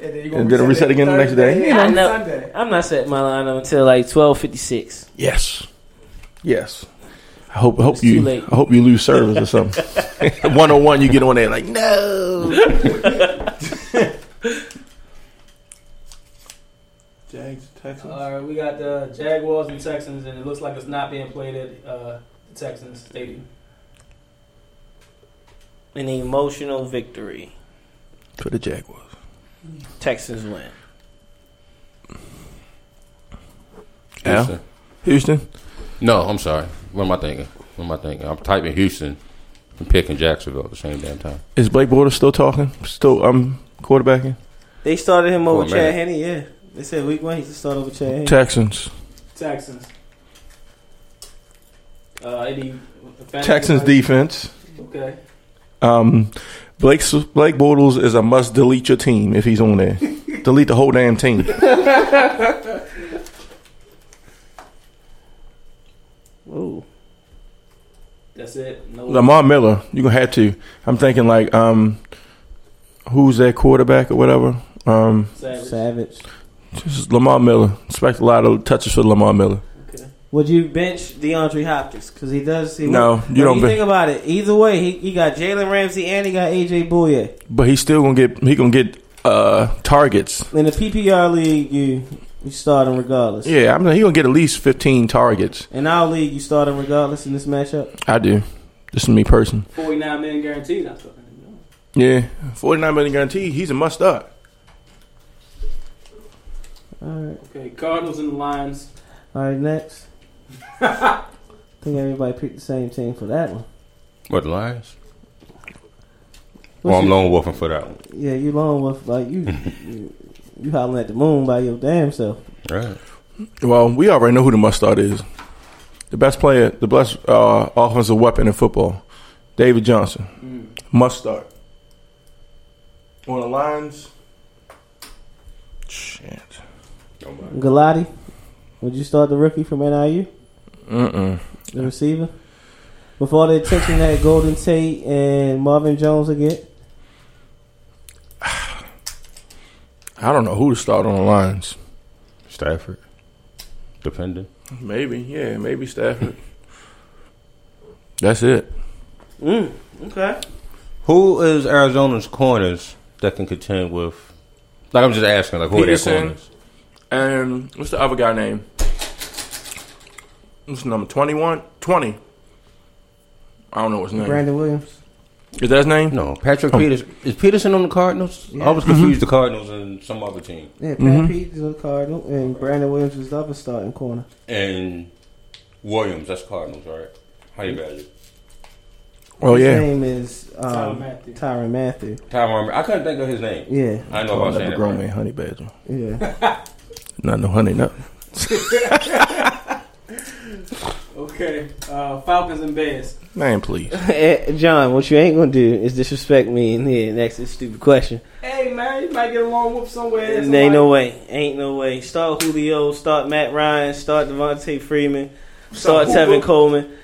H: And then, you
C: And then reset again the next day.
H: Thursday,
C: You
H: yeah,
D: I know.
H: Sunday.
D: I'm not setting my lineup until like 12:56.
C: Yes. Yes. I hope I hope
D: It's too
C: you
D: late.
C: I hope you lose service or something. One on one you get on there like no.
H: Jags, Texans.
A: All right, we got the Jaguars and Texans, and it looks like it's not being played at uh, the Texans Stadium.
D: An emotional victory.
C: For the Jaguars.
D: Texans win.
C: Yeah.
B: Houston.
C: Houston?
B: No, I'm sorry. What am I thinking? What am I thinking? I'm typing Houston and picking Jacksonville at the same damn time.
C: Is Blake Bortles still talking? Still um quarterbacking?
E: They started him
B: Oh,
E: over Chad
B: man.
E: Henney, yeah. They said week one he just started over Chad Henney.
C: Texans.
A: Texans. Uh, any fantasy
C: Texans
A: advice?
C: defense.
A: Okay.
C: Um Blake Blake Bortles is a must delete your team if he's on there. delete the whole damn team.
D: Ooh.
A: That's it. No.
C: Lamar Miller, you're gonna have to. I'm thinking like um who's that quarterback or whatever? Um
A: Savage.
E: Savage.
C: This is Lamar Miller. Expect a lot of touches for Lamar Miller.
E: Would you bench DeAndre Hopkins? Because he does. He
C: No,
E: but
C: you don't.
E: You
C: be-
E: think about it. Either way, he, he got Jalen Ramsey and he got AJ Bouye.
C: but he's still gonna get. He gonna get uh, targets.
E: In the PPR league, you you start him regardless.
C: Yeah, I mean he gonna get at least fifteen targets.
E: In our league, you start him regardless in this matchup.
C: I do. This is me person.
A: 49 million guaranteed. I'm talking.
C: Yeah, forty nine million guarantee. He's a must start.
E: All right,
A: Okay, Cardinals and Lions.
E: all right, next. I think everybody picked the same team for that one.
B: What the Lions?
E: What's
B: Well, I'm
E: your-
B: lone wolfing for that one.
E: Yeah, you long with like you, you you hollering at the moon by your damn self.
B: Right.
C: Well, we already know who the must start is. The best player, the best uh, offensive weapon in football, David Johnson,
A: Mm.
C: must start. On the lines. Shit.
B: Nobody.
E: Galati, would you start the rookie from NIU,
C: Mm
E: the receiver? With all the attention that Golden Tate and Marvin Jones will get,
C: I don't know who to start on the lines.
B: Stafford. Depending.
C: Maybe, yeah, maybe Stafford. That's it.
E: okay.
B: Who is Arizona's corners that can contend with? Like I'm just asking, like who
C: Peterson.
B: are their corners?
C: And what's the other guy name? What's number 21? 20. I don't know his name.
E: Brandon Williams.
C: Is that his name?
B: No, Patrick
C: Oh.
B: Peters. Is Peterson on the Cardinals?
E: Yeah.
B: I was confused. The Cardinals and some other team.
E: Yeah, Pat
C: Mhm.
E: Pete is a Cardinal, and Brandon Williams is the other starting corner.
B: And Williams, that's Cardinals, right? How you value?
C: Oh,
E: His
C: yeah.
E: name is
A: Tyron
E: um,
A: Matthew.
E: Tyron Matthew.
B: Tyron. I couldn't think of his name.
E: Yeah,
B: I know
C: Oh,
B: if I'm
C: that's
B: saying
C: a
B: that.
C: grown
B: Right.
C: man honey badger.
E: yeah.
C: Not no honey, nothing.
A: Okay, uh, Falcons and Bears.
C: Man, please.
E: Eh, John, what you ain't gonna do is disrespect me in here and ask this stupid question.
A: Hey man, you might get a long whoop somewhere.
E: Ain't
A: Somebody-
E: no way. Ain't no way. Start Julio. Start Matt Ryan. Start Devontae Freeman. Start
M: Start
E: Tevin
M: Hooper.
E: Coleman.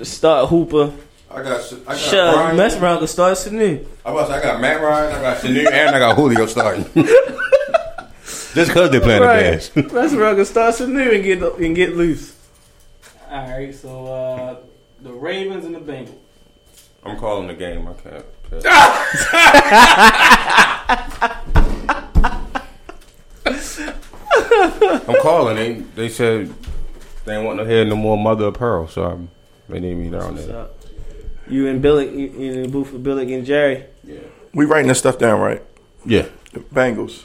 E: uh, Start Hooper.
M: I got, I got
E: Shut
M: Brian.
E: you mess around. Go start Sanu.
M: I, was, I got Matt Ryan. I got Sanu.
B: And I got Julio starting. Just because they're playing
E: Right.
B: the
E: mess around. Go start Sanu and get and get loose.
A: All right, so uh, the Ravens and the Bengals.
B: I'm calling the game. I can't. I'm calling. They they said they ain't want to hear no more mother of pearl, so I'm, they need me down
E: What's
B: there.
E: up? You and Billick, you you in the booth with Billick and Jerry.
C: We writing this stuff down, right?
B: Yeah.
C: The Bengals.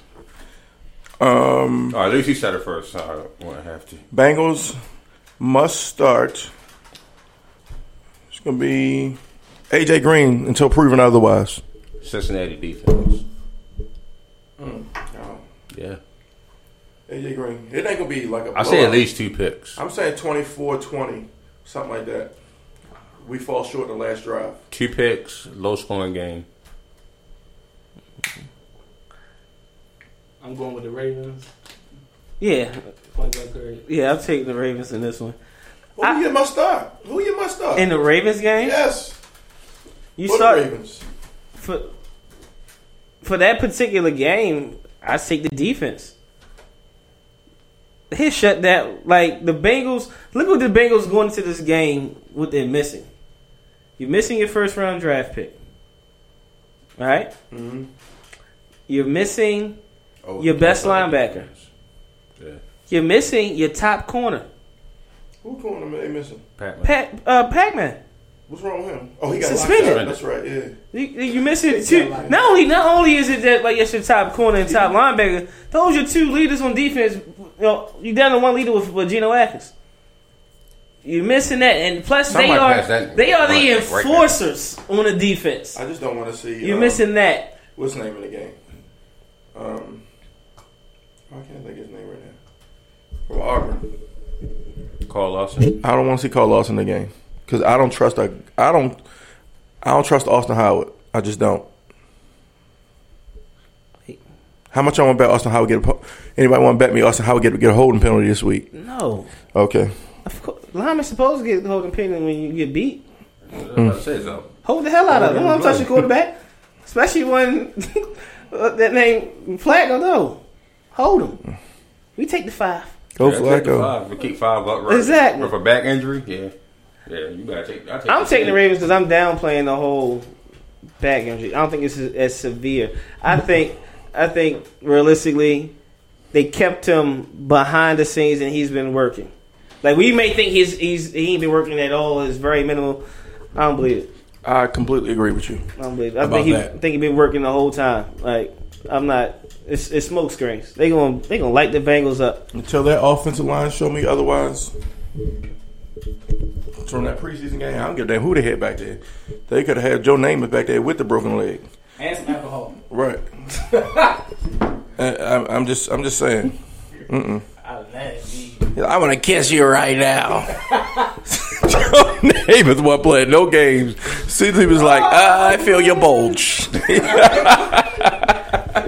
C: Um,
B: All right, at least you said it first, so I don't want to have to.
C: Bengals must start. It's gonna be AJ Green until proven otherwise.
B: Cincinnati defense. Mm. Oh. Yeah.
C: AJ Green. It ain't gonna be like a.
B: I say at least two picks.
C: I'm saying 24-20, something like that. We fall short the last drive.
B: Two picks, low scoring game.
A: I'm going with the Ravens.
E: Yeah,
A: Point blank period.
E: yeah, I'm taking the Ravens in this one.
C: Who you must start? Who you must start?
E: In the Ravens game,
C: yes.
E: you
C: for the
E: start
C: Ravens.
E: for for that particular game. I take the defense. His shut that like the Bengals. Look what the Bengals going into this game what they're missing. You're missing your first round draft pick. All right?
C: Mm-hmm.
E: You're missing
B: Oh,
E: Your best
B: that's
E: linebacker.
B: defense. Yeah.
E: You're missing your top corner,
C: Who corner am they missing?
B: Pat.
E: Pac uh, Pac-Man.
C: What's wrong with him? Oh, he got
E: Suspended.
C: Locked up. That's right. Yeah.
E: You, you miss it too. Not only not only is it that like that's your top corner and top linebacker, those are your two leaders on defense. You know, you down to one leader with, with Geno Atkins. You're missing that, and plus they
B: Somebody
E: are
B: pass that
E: they are the
B: right- right
E: enforcers on the defense.
C: I just don't want to see.
E: You're
C: um,
E: missing that.
C: What's the name of the game? Um, why can't I think of his name right now? From Auburn.
B: Carl Lawson.
C: I don't want to see Carl Lawson in the game because I don't trust. I I don't. I don't trust Austin Howard. I just don't. How much I want to bet Austin Howard get? A, po- anybody want to bet me Austin Howard get get a holding penalty this week?
E: No,
C: Okay.
E: of course, lineman's supposed to get holding penalty when you get beat.
B: I say so.
E: Hold the hell out
C: Oh,
E: of him. Don't touch the quarterback, especially when that name Flacco. No, hold him. We take the five.
C: Go
B: Yeah, take the
C: Flacco.
B: five. We keep five upright.
E: Exactly.
B: With a back injury, yeah, yeah, you gotta take. I take
E: I'm taking the Ravens because I'm downplaying the whole back injury. I don't think it's as severe. I think, I think realistically, they kept him behind the scenes and he's been working. Like we may think he's he's he ain't been working at all. It's very minimal. I don't believe it.
C: I completely agree with you.
E: I don't believe it. I
C: About
E: think he
C: that.
E: I think he been working the whole time. Like I'm not. It's, it's smoke screens. They gonna they gonna light the Bengals up.
C: Until that offensive line show me otherwise. From that preseason game, I don't give a damn who they had back there. They could have had Joe Namath back there with the broken leg.
A: And some alcohol.
C: Right. I, I'm, I'm just, I'm just saying.
A: I love you.
C: I want to kiss you right now. Joe Namath wasn't playing no games. CZ was like, "Ah, I feel your bulge.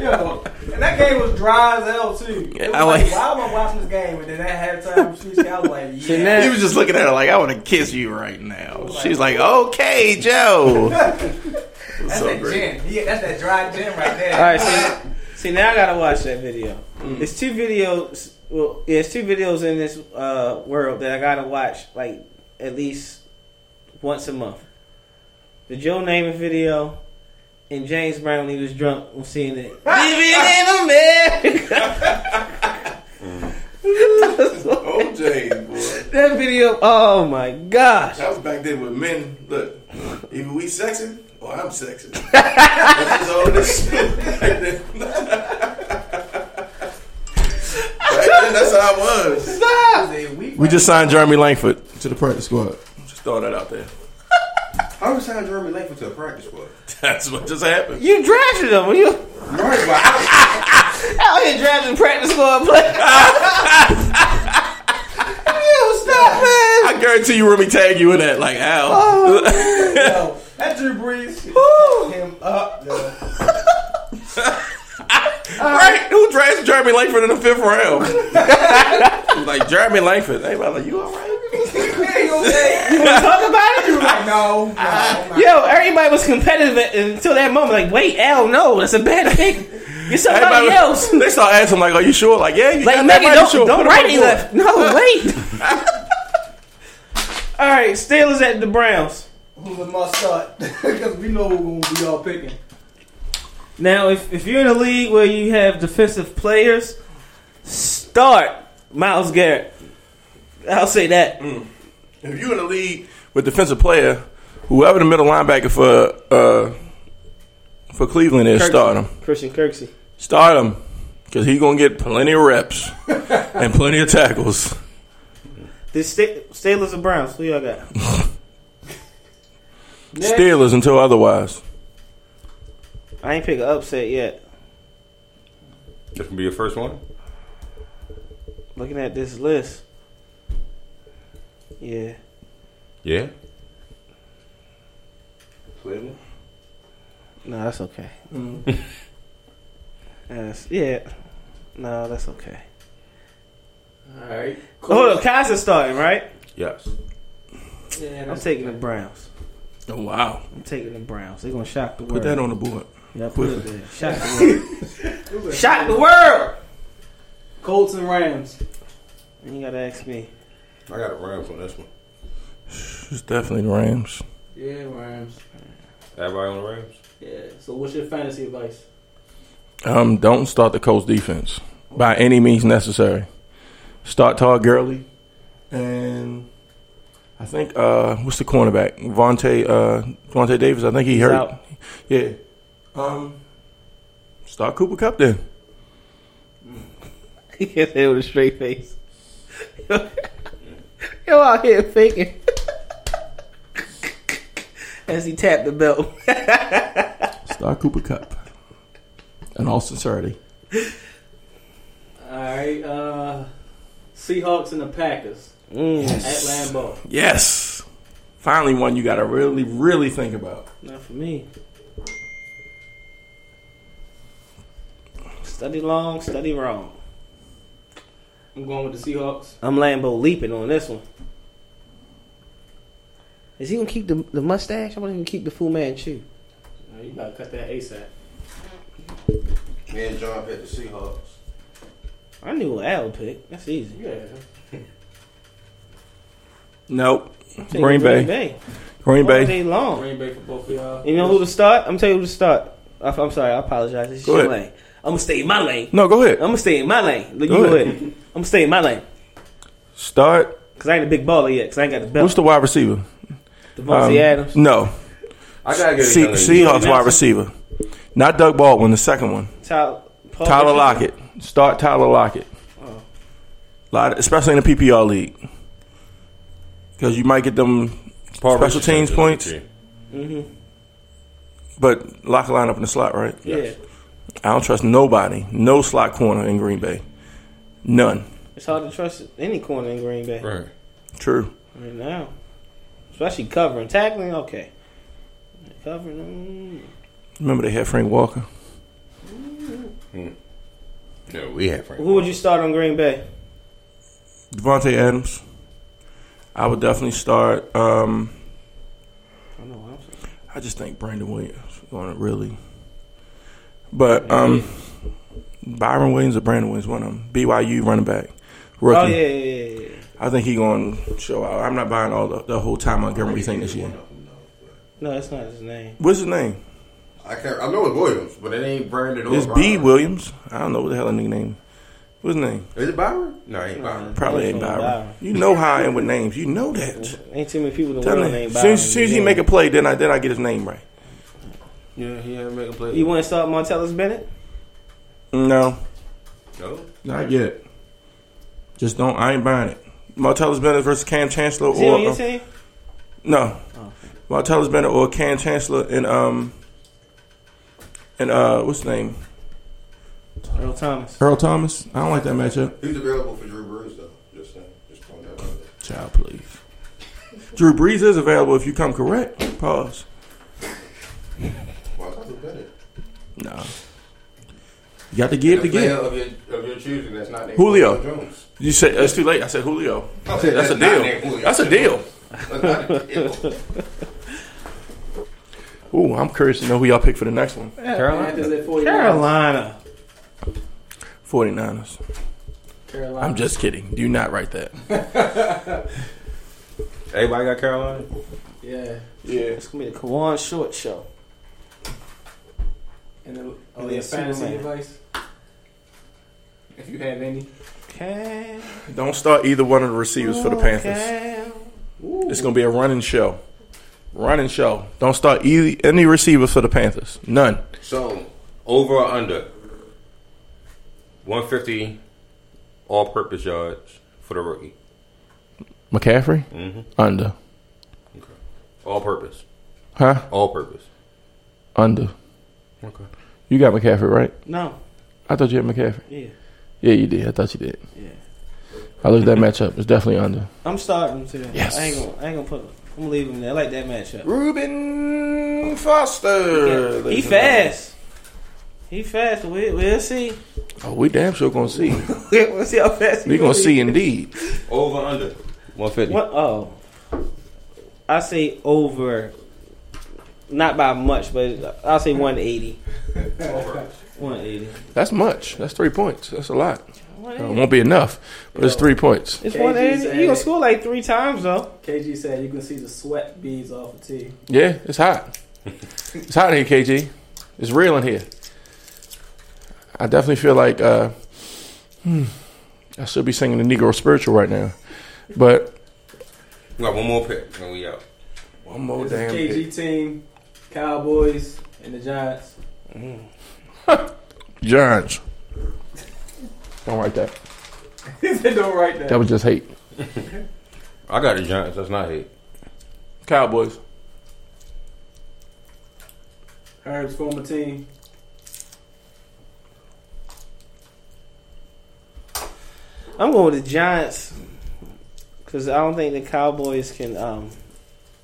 H: Yo, and that game was dry as hell too. It was
C: I
H: like,
C: was-
H: why am I watching this game? And then at halftime, Sneaky, I was like, yeah.
C: He was just looking at her like, I want to kiss you right now. She's like, okay, Joe. It was
H: that's
C: so
H: that
C: great.
H: gin. Yeah, that's that dry gin right there.
E: All right, see, see now I gotta watch that video. It's two videos. Well, yeah, it's two videos in this uh, world that I gotta watch like at least once a month. The Joe Namath video and James Brown when he was drunk on CNN. Living in America.
C: OJ, boy.
E: that video. Oh my gosh.
C: That was back then with men. Look, either we sexing or I'm sexing. That's all this shit back then. Back then, that's how I was. We just signed Jeremy Langford to the practice squad. Just throwing that out there.
M: How was sign Jeremy Langford to a practice squad?
C: That's what just happened.
E: You drafted him. Were you
M: Right, but I-
E: out here drafting practice squad players? you stop, man.
C: I guarantee you, Remy tag you in that. Like, ow.
H: Oh, Yo, that Drew Brees
E: Woo.
H: him up. Yo.
C: right? Who drafts Jeremy Langford in the fifth round? like, Jeremy Langford. Hey, brother, you all right?
H: Hey, you okay?
E: Talk about it.
H: You like no, no, I'm not.
E: Yo, everybody was competitive at- until that moment. Like, wait, L, no, that's a bad thing. You're somebody
C: Everybody-
E: else.
C: They start asking, like, are you sure? Like, yeah, you
E: Like,
C: got that
E: Megan,
C: right,
E: don't,
C: you sure.
E: don't
C: Put him
E: right
C: on the
E: any
C: floor.
E: left. No, wait. All right, Steelers at the Browns.
H: who must start because we know who we all picking.
E: Now, if, if you're in a league where you have defensive players, start Miles Garrett. I'll say that.
C: If you're in a league with defensive player, whoever the middle linebacker for uh, for Cleveland is, start him.
E: Christian Kirksey.
C: Start him because he's gonna get plenty of reps and plenty of tackles.
E: The Sta- Steelers and Browns. Who y'all got? Next.
C: Steelers until otherwise.
E: I ain't pick an upset yet.
O: This can be your first one.
E: Looking at this list. Yeah.
O: Yeah.
B: Cleveland.
E: No, that's okay. Mm-hmm. That's- yeah. No, that's okay.
A: All right.
E: Hold up. Kai's starting, right?
O: Yes.
A: Yeah,
E: I'm taking the Browns.
C: Oh wow!
E: I'm taking the Browns. They're going to shock the world.
C: Put that on the board.
E: Yeah, put it
C: Quickly.
E: there. Shock the world. shock the world!
A: Colts and Rams.
E: You got to ask me.
O: I got a Rams on this one.
C: It's definitely the Rams.
A: Yeah, Rams.
O: Everybody on the Rams.
A: Yeah. So, what's your fantasy advice?
C: Um, don't start the Colts defense by any means necessary. Start Todd Gurley, and I think uh, what's the cornerback? Vontae uh, Vontae Davis. I think he
E: He's
C: hurt.
E: out.
C: Yeah. Um, start Cooper Cup then.
P: He gets hit with a straight face. Yo, out here faking. As he tapped the belt.
C: Start Cooper Cup. In all sincerity,
A: All right. Uh, Seahawks and the Packers
E: Mm,
A: at Lambeau.
C: yes. Finally, one you got to really, really think about.
E: not for me. Study long, study wrong.
A: I'm going with the Seahawks.
E: I'm Lambo leaping on this one.
P: Is he gonna keep the, the mustache? I want him to keep the Fu Manchu.
A: Now, you gotta cut that ASAP.
B: Me and John picked the Seahawks.
E: I knew what Al would pick. That's easy.
A: Yeah.
C: Nope.
E: I'm taking
C: Green Bay. Green
E: All
C: Bay.
E: day long.
A: Green Bay for both of y'all.
E: You know who to start? I'm telling you who to start. I- I'm sorry. I apologize. It's
C: Go
E: your
C: ahead.
E: lane. I'm gonna stay in my lane.
C: No, go
E: I'm
C: ahead.
E: gonna stay in my lane. Look, you
C: Go
E: go
C: ahead.
E: ahead. I'm gonna stay in my lane
C: Start.
E: because I ain't a big baller yet. Because I ain't got the belt.
C: What's the wide receiver?
E: Devontae
C: Um,
E: Adams.
C: No.
O: I gotta get
C: Se- Seahawks wide receiver. Not Doug Baldwin, the second one.
E: Tyler, Paul
C: Tyler
E: Richardson.
C: Lockett. Start Tyler Lockett. Lot, especially in the PPR league. Because you might get them special teams points, but lock a line up in the slot, right?
O: Yes.
E: Yeah,
C: I don't trust nobody. No slot corner in Green Bay. None.
E: it's hard to trust any corner in Green Bay right,
O: Right.
C: True.
E: now, especially covering, tackling. Okay, covering. um,
C: Remember they had Frank Walker.
O: Yeah, we have
E: mm.
O: Frank.
E: Who would you start on Green Bay?
C: Devontae Adams. I would definitely start. Um,
E: I know. I'm sorry.
C: I just think Brandon Williams is going to really. But um, Byron Williams or Brandon Williams, one of them. BYU running back, rookie.
E: Oh yeah, yeah, yeah, yeah.
C: I think he going to show out. I'm not buying all the, the whole time Montgomery thing this year.
E: No, that's not his name.
C: What's his name?
B: I can't. I know it's Williams, but it ain't Brandon. or
C: It's B
B: Byron.
C: Williams. I don't know what the hell a nigga name. What's his name?
B: Is it Byron? No, it ain't Byron.
C: Probably ain't
E: Definitely
C: Byron.
E: Byron.
C: You know how I am with names. You know that.
E: Ain't too many people in the
C: Tell
E: world
C: me.
E: named
C: As
E: Byron.
C: soon as soon as he make a play, then I then I get his name right.
O: Yeah, he ain't making plays.
E: you want to start Montellus Bennett?
C: No,
O: No.
C: not yet. Just don't. I ain't buying it. Martellus Bennett versus Cam Chancellor
E: Is he
C: or
E: on your
C: uh,
E: team?
C: No.
E: Oh.
C: Martellus Bennett or Cam Chancellor and um and uh what's his name?
E: Earl Thomas.
C: Earl Thomas. I don't like that matchup.
B: He's available for Drew Brees though. Just saying. Just throwing that out there.
C: Child, please. Drew Brees is available if you come correct. Pause.
B: Why is that better?
C: No. You got to give to
B: The player
C: give.
B: of your of your choosing that's not named
C: Julio.
B: Julio Jones.
C: You said it's too late. I said Julio.
B: I said,
C: That's a
B: not named
C: deal.
B: Julio.
C: That's a deal.
B: That's not a deal.
C: Ooh, I'm curious to know who y'all pick for the next one.
A: Panthers at 49ers.
E: Carolina.
C: 49ers.
A: Carolina.
C: I'm just kidding. Do not write that.
O: Everybody got Carolina.
A: Yeah. Yeah.
E: It's gonna be the Kawan Short Show.
A: And the,
E: Oh,
A: and
E: yeah,
A: the fantasy
E: Superman.
A: advice? If you have any.
E: Cam.
C: Don't start either one of the receivers for the Panthers.
E: Cam.
C: It's going to be a running show. Running show. Don't start either, any receivers for the Panthers. None.
B: So over or under one fifty all purpose yards for the rookie.
C: McCaffrey?
B: Mhm.
C: Under.
B: All purpose.
C: Huh?
B: All purpose.
C: Under.
B: Okay.
C: You got McCaffrey, right?
E: No.
C: I thought you had McCaffrey.
E: Yeah.
C: Yeah, you did. I thought you did.
E: Yeah.
C: I looked at that matchup. It's definitely under.
E: I'm starting to.
C: Yes.
E: I ain't gonna. I ain't gonna put. I'm gonna leave him there. I like that matchup.
C: Ruben Foster.
E: He fast. He fast. We, we'll see.
C: Oh, we damn sure going to see.
E: we'll see how fast.
C: we going to see indeed.
B: Over under one fifty.
E: What? Oh, I say over. Not by much, but I'll say 180. 180.
C: That's much. That's three points. That's a lot. Uh, it won't be enough, but it's three points.
E: It's
A: KG
E: 180. You
A: said-
E: gonna score like three times though.
A: KG said you can see the sweat beads off the tee.
C: Yeah, it's hot. It's hot in here, KG. It's real in here. I definitely feel like uh, hmm, I should be singing the Negro spiritual right now, but
B: We got one more pick and we out.
C: one more
A: This
C: Oh, damn.
A: is KG
C: pick.
A: team, Cowboys, and the Giants.
C: Johns. Don't write that.
A: he said don't write that.
C: That was just hate.
B: I got the Giants, that's not hate.
C: Cowboys.
A: Herb's former team.
E: I'm going with the Giants because I don't think the Cowboys can um,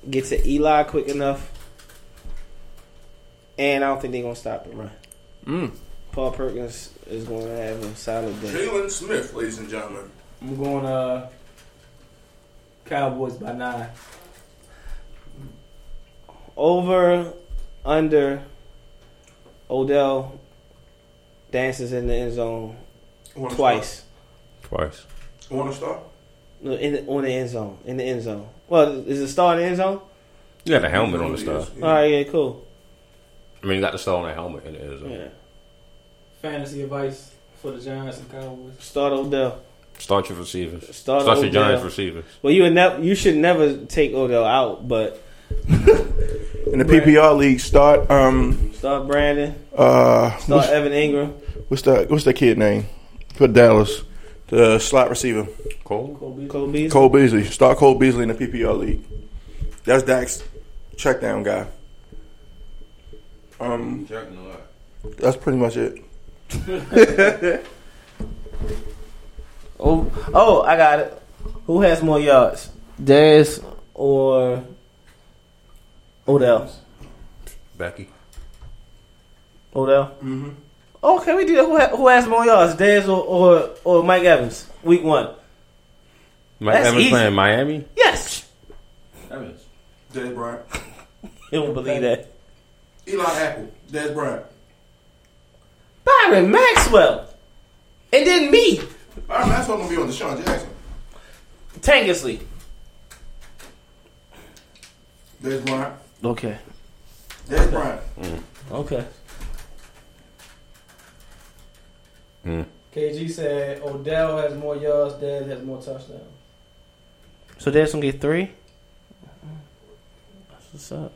E: get to Eli quick enough, and I don't think they're gonna stop the run.
C: Mm.
E: Paul Perkins is going to have a solid day.
C: Jalen Smith, ladies and gentlemen.
A: I'm going uh Cowboys by nine.
E: Over, under. Odell dances in the end zone twice.
B: Twice.
C: Want to start?
E: No, in the, on the end zone. In the end zone. Well, is it star in the end zone?
B: You got a helmet on the star.
E: All right, yeah, cool.
B: I mean you got the star on the helmet and it is uh,
E: Yeah.
A: Fantasy advice for the Giants and Cowboys.
E: Start Odell.
B: start your receivers.
E: Start,
B: Start
E: Odell.
B: your Giants receivers.
E: Well, you would nev- you should never take Odell out, but
C: In the PPR league, start. Um,
E: start Brandon,
C: uh,
E: start
C: what's,
E: Evan Ingram.
C: what's the what's that kid name? For Dallas, the slot receiver.
B: Cole?
E: Cole Beasley.
C: Cole Beasley. Start Cole Beasley in the PPR league. That's Dak's check down guy. Um, that's pretty much it.
E: Oh, oh, I got it. Who has more yards, Darius or Odell?
B: Becky.
E: Odell.
C: Mm-hmm.
E: Oh, can we do that? Who, ha- who has more yards, Dez or, or or Mike Evans? Week one.
B: Mike
E: That's
B: Evans
E: easy.
B: playing Miami?
E: Yes.
B: Evans.
C: Dez Bryant.
E: You don't believe that.
C: Eli Apple. Dez Bryant.
E: Byron Maxwell, and then me,
C: All right, that's what I'm gonna be on Deshaun Jackson.
E: Tankersley.
C: Dez Bryant.
E: Okay.
C: Dez Bryant.
E: Okay.
B: Hmm.
A: KG said Odell has more yards, Dad has more touchdowns.
E: So Dez gonna get three. That's What's up?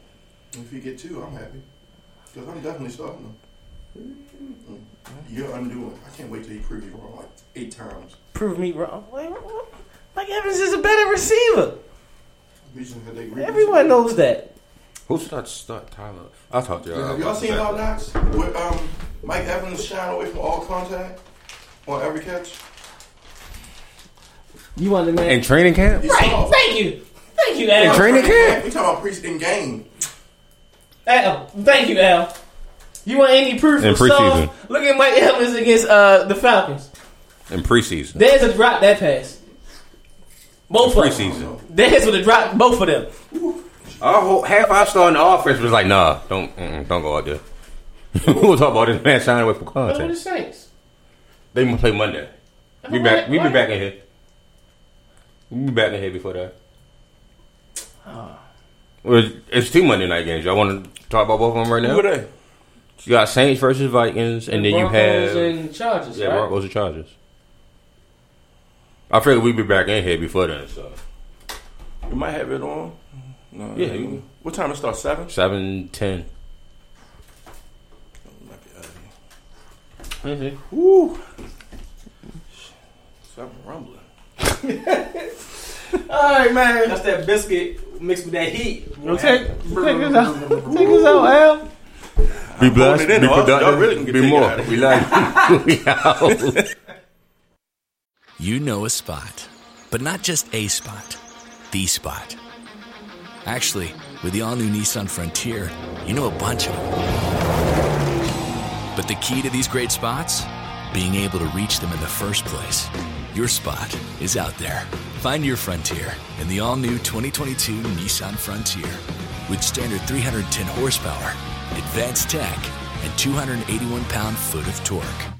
C: If you get two, I'm happy because I'm definitely starting him. Mm-hmm. You're undoing. I can't wait till you prove you wrong like eight times.
E: Prove me wrong. Wait, what- what? Mike Evans is a better receiver. Everyone knows that.
B: Who starts start Tyler? I talked to y'all.
C: Have
B: about
C: y'all seen
B: that.
C: Hard Knocks? With um, Mike Evans shying away from all contact on every catch?
E: You want to
B: In training camp?
C: You
E: Right.
C: saw.
E: Thank you. Thank you,
B: In
E: Al.
B: training camp?
C: We talking about priest in game.
E: Al. Thank you, Al. You want any proof?
B: In
E: of stuff?
B: preseason.
E: Look at Mike Evans against uh, the Falcons.
B: In preseason.
E: There's a drop that pass. Both of them.
B: preseason.
E: There's would have dropped both of them.
B: Our whole half our star in the offense was like, nah, don't mm-mm, don't go out there. we'll talk about this man signing away for
E: But with the
B: content.
E: Saints.
B: They gonna play Monday. We back we be back in here. We be back in here before that. Well, it's two Monday night games. Y'all want to talk about both of them right now?
C: Who are they?
B: You got Saints versus Vikings, and then you
A: Broncos
B: have
A: and Chargers,
B: Yeah,
A: right?
B: Broncos and Chargers. I figured we'd be back in here before then. So
C: You might have it on. No,
B: Yeah, you-
C: What time it start? Seven.
B: seven ten.
C: Woo. So I'm rumbling.
A: All right, man. That's that biscuit mixed with that heat.
N: Take, take us out. Take us out, Al.
B: Be
C: blessed, be productive, be more.
B: We like. we out.
Q: You know a spot, but not just a spot, the spot. Actually, with the all new Nissan Frontier, you know a bunch of them. But the key to these great spots? Being able to reach them in the first place. Your spot is out there. Find your frontier in the all new 2022 Nissan Frontier with standard 310 horsepower, advanced tech, and 281 pound foot of torque.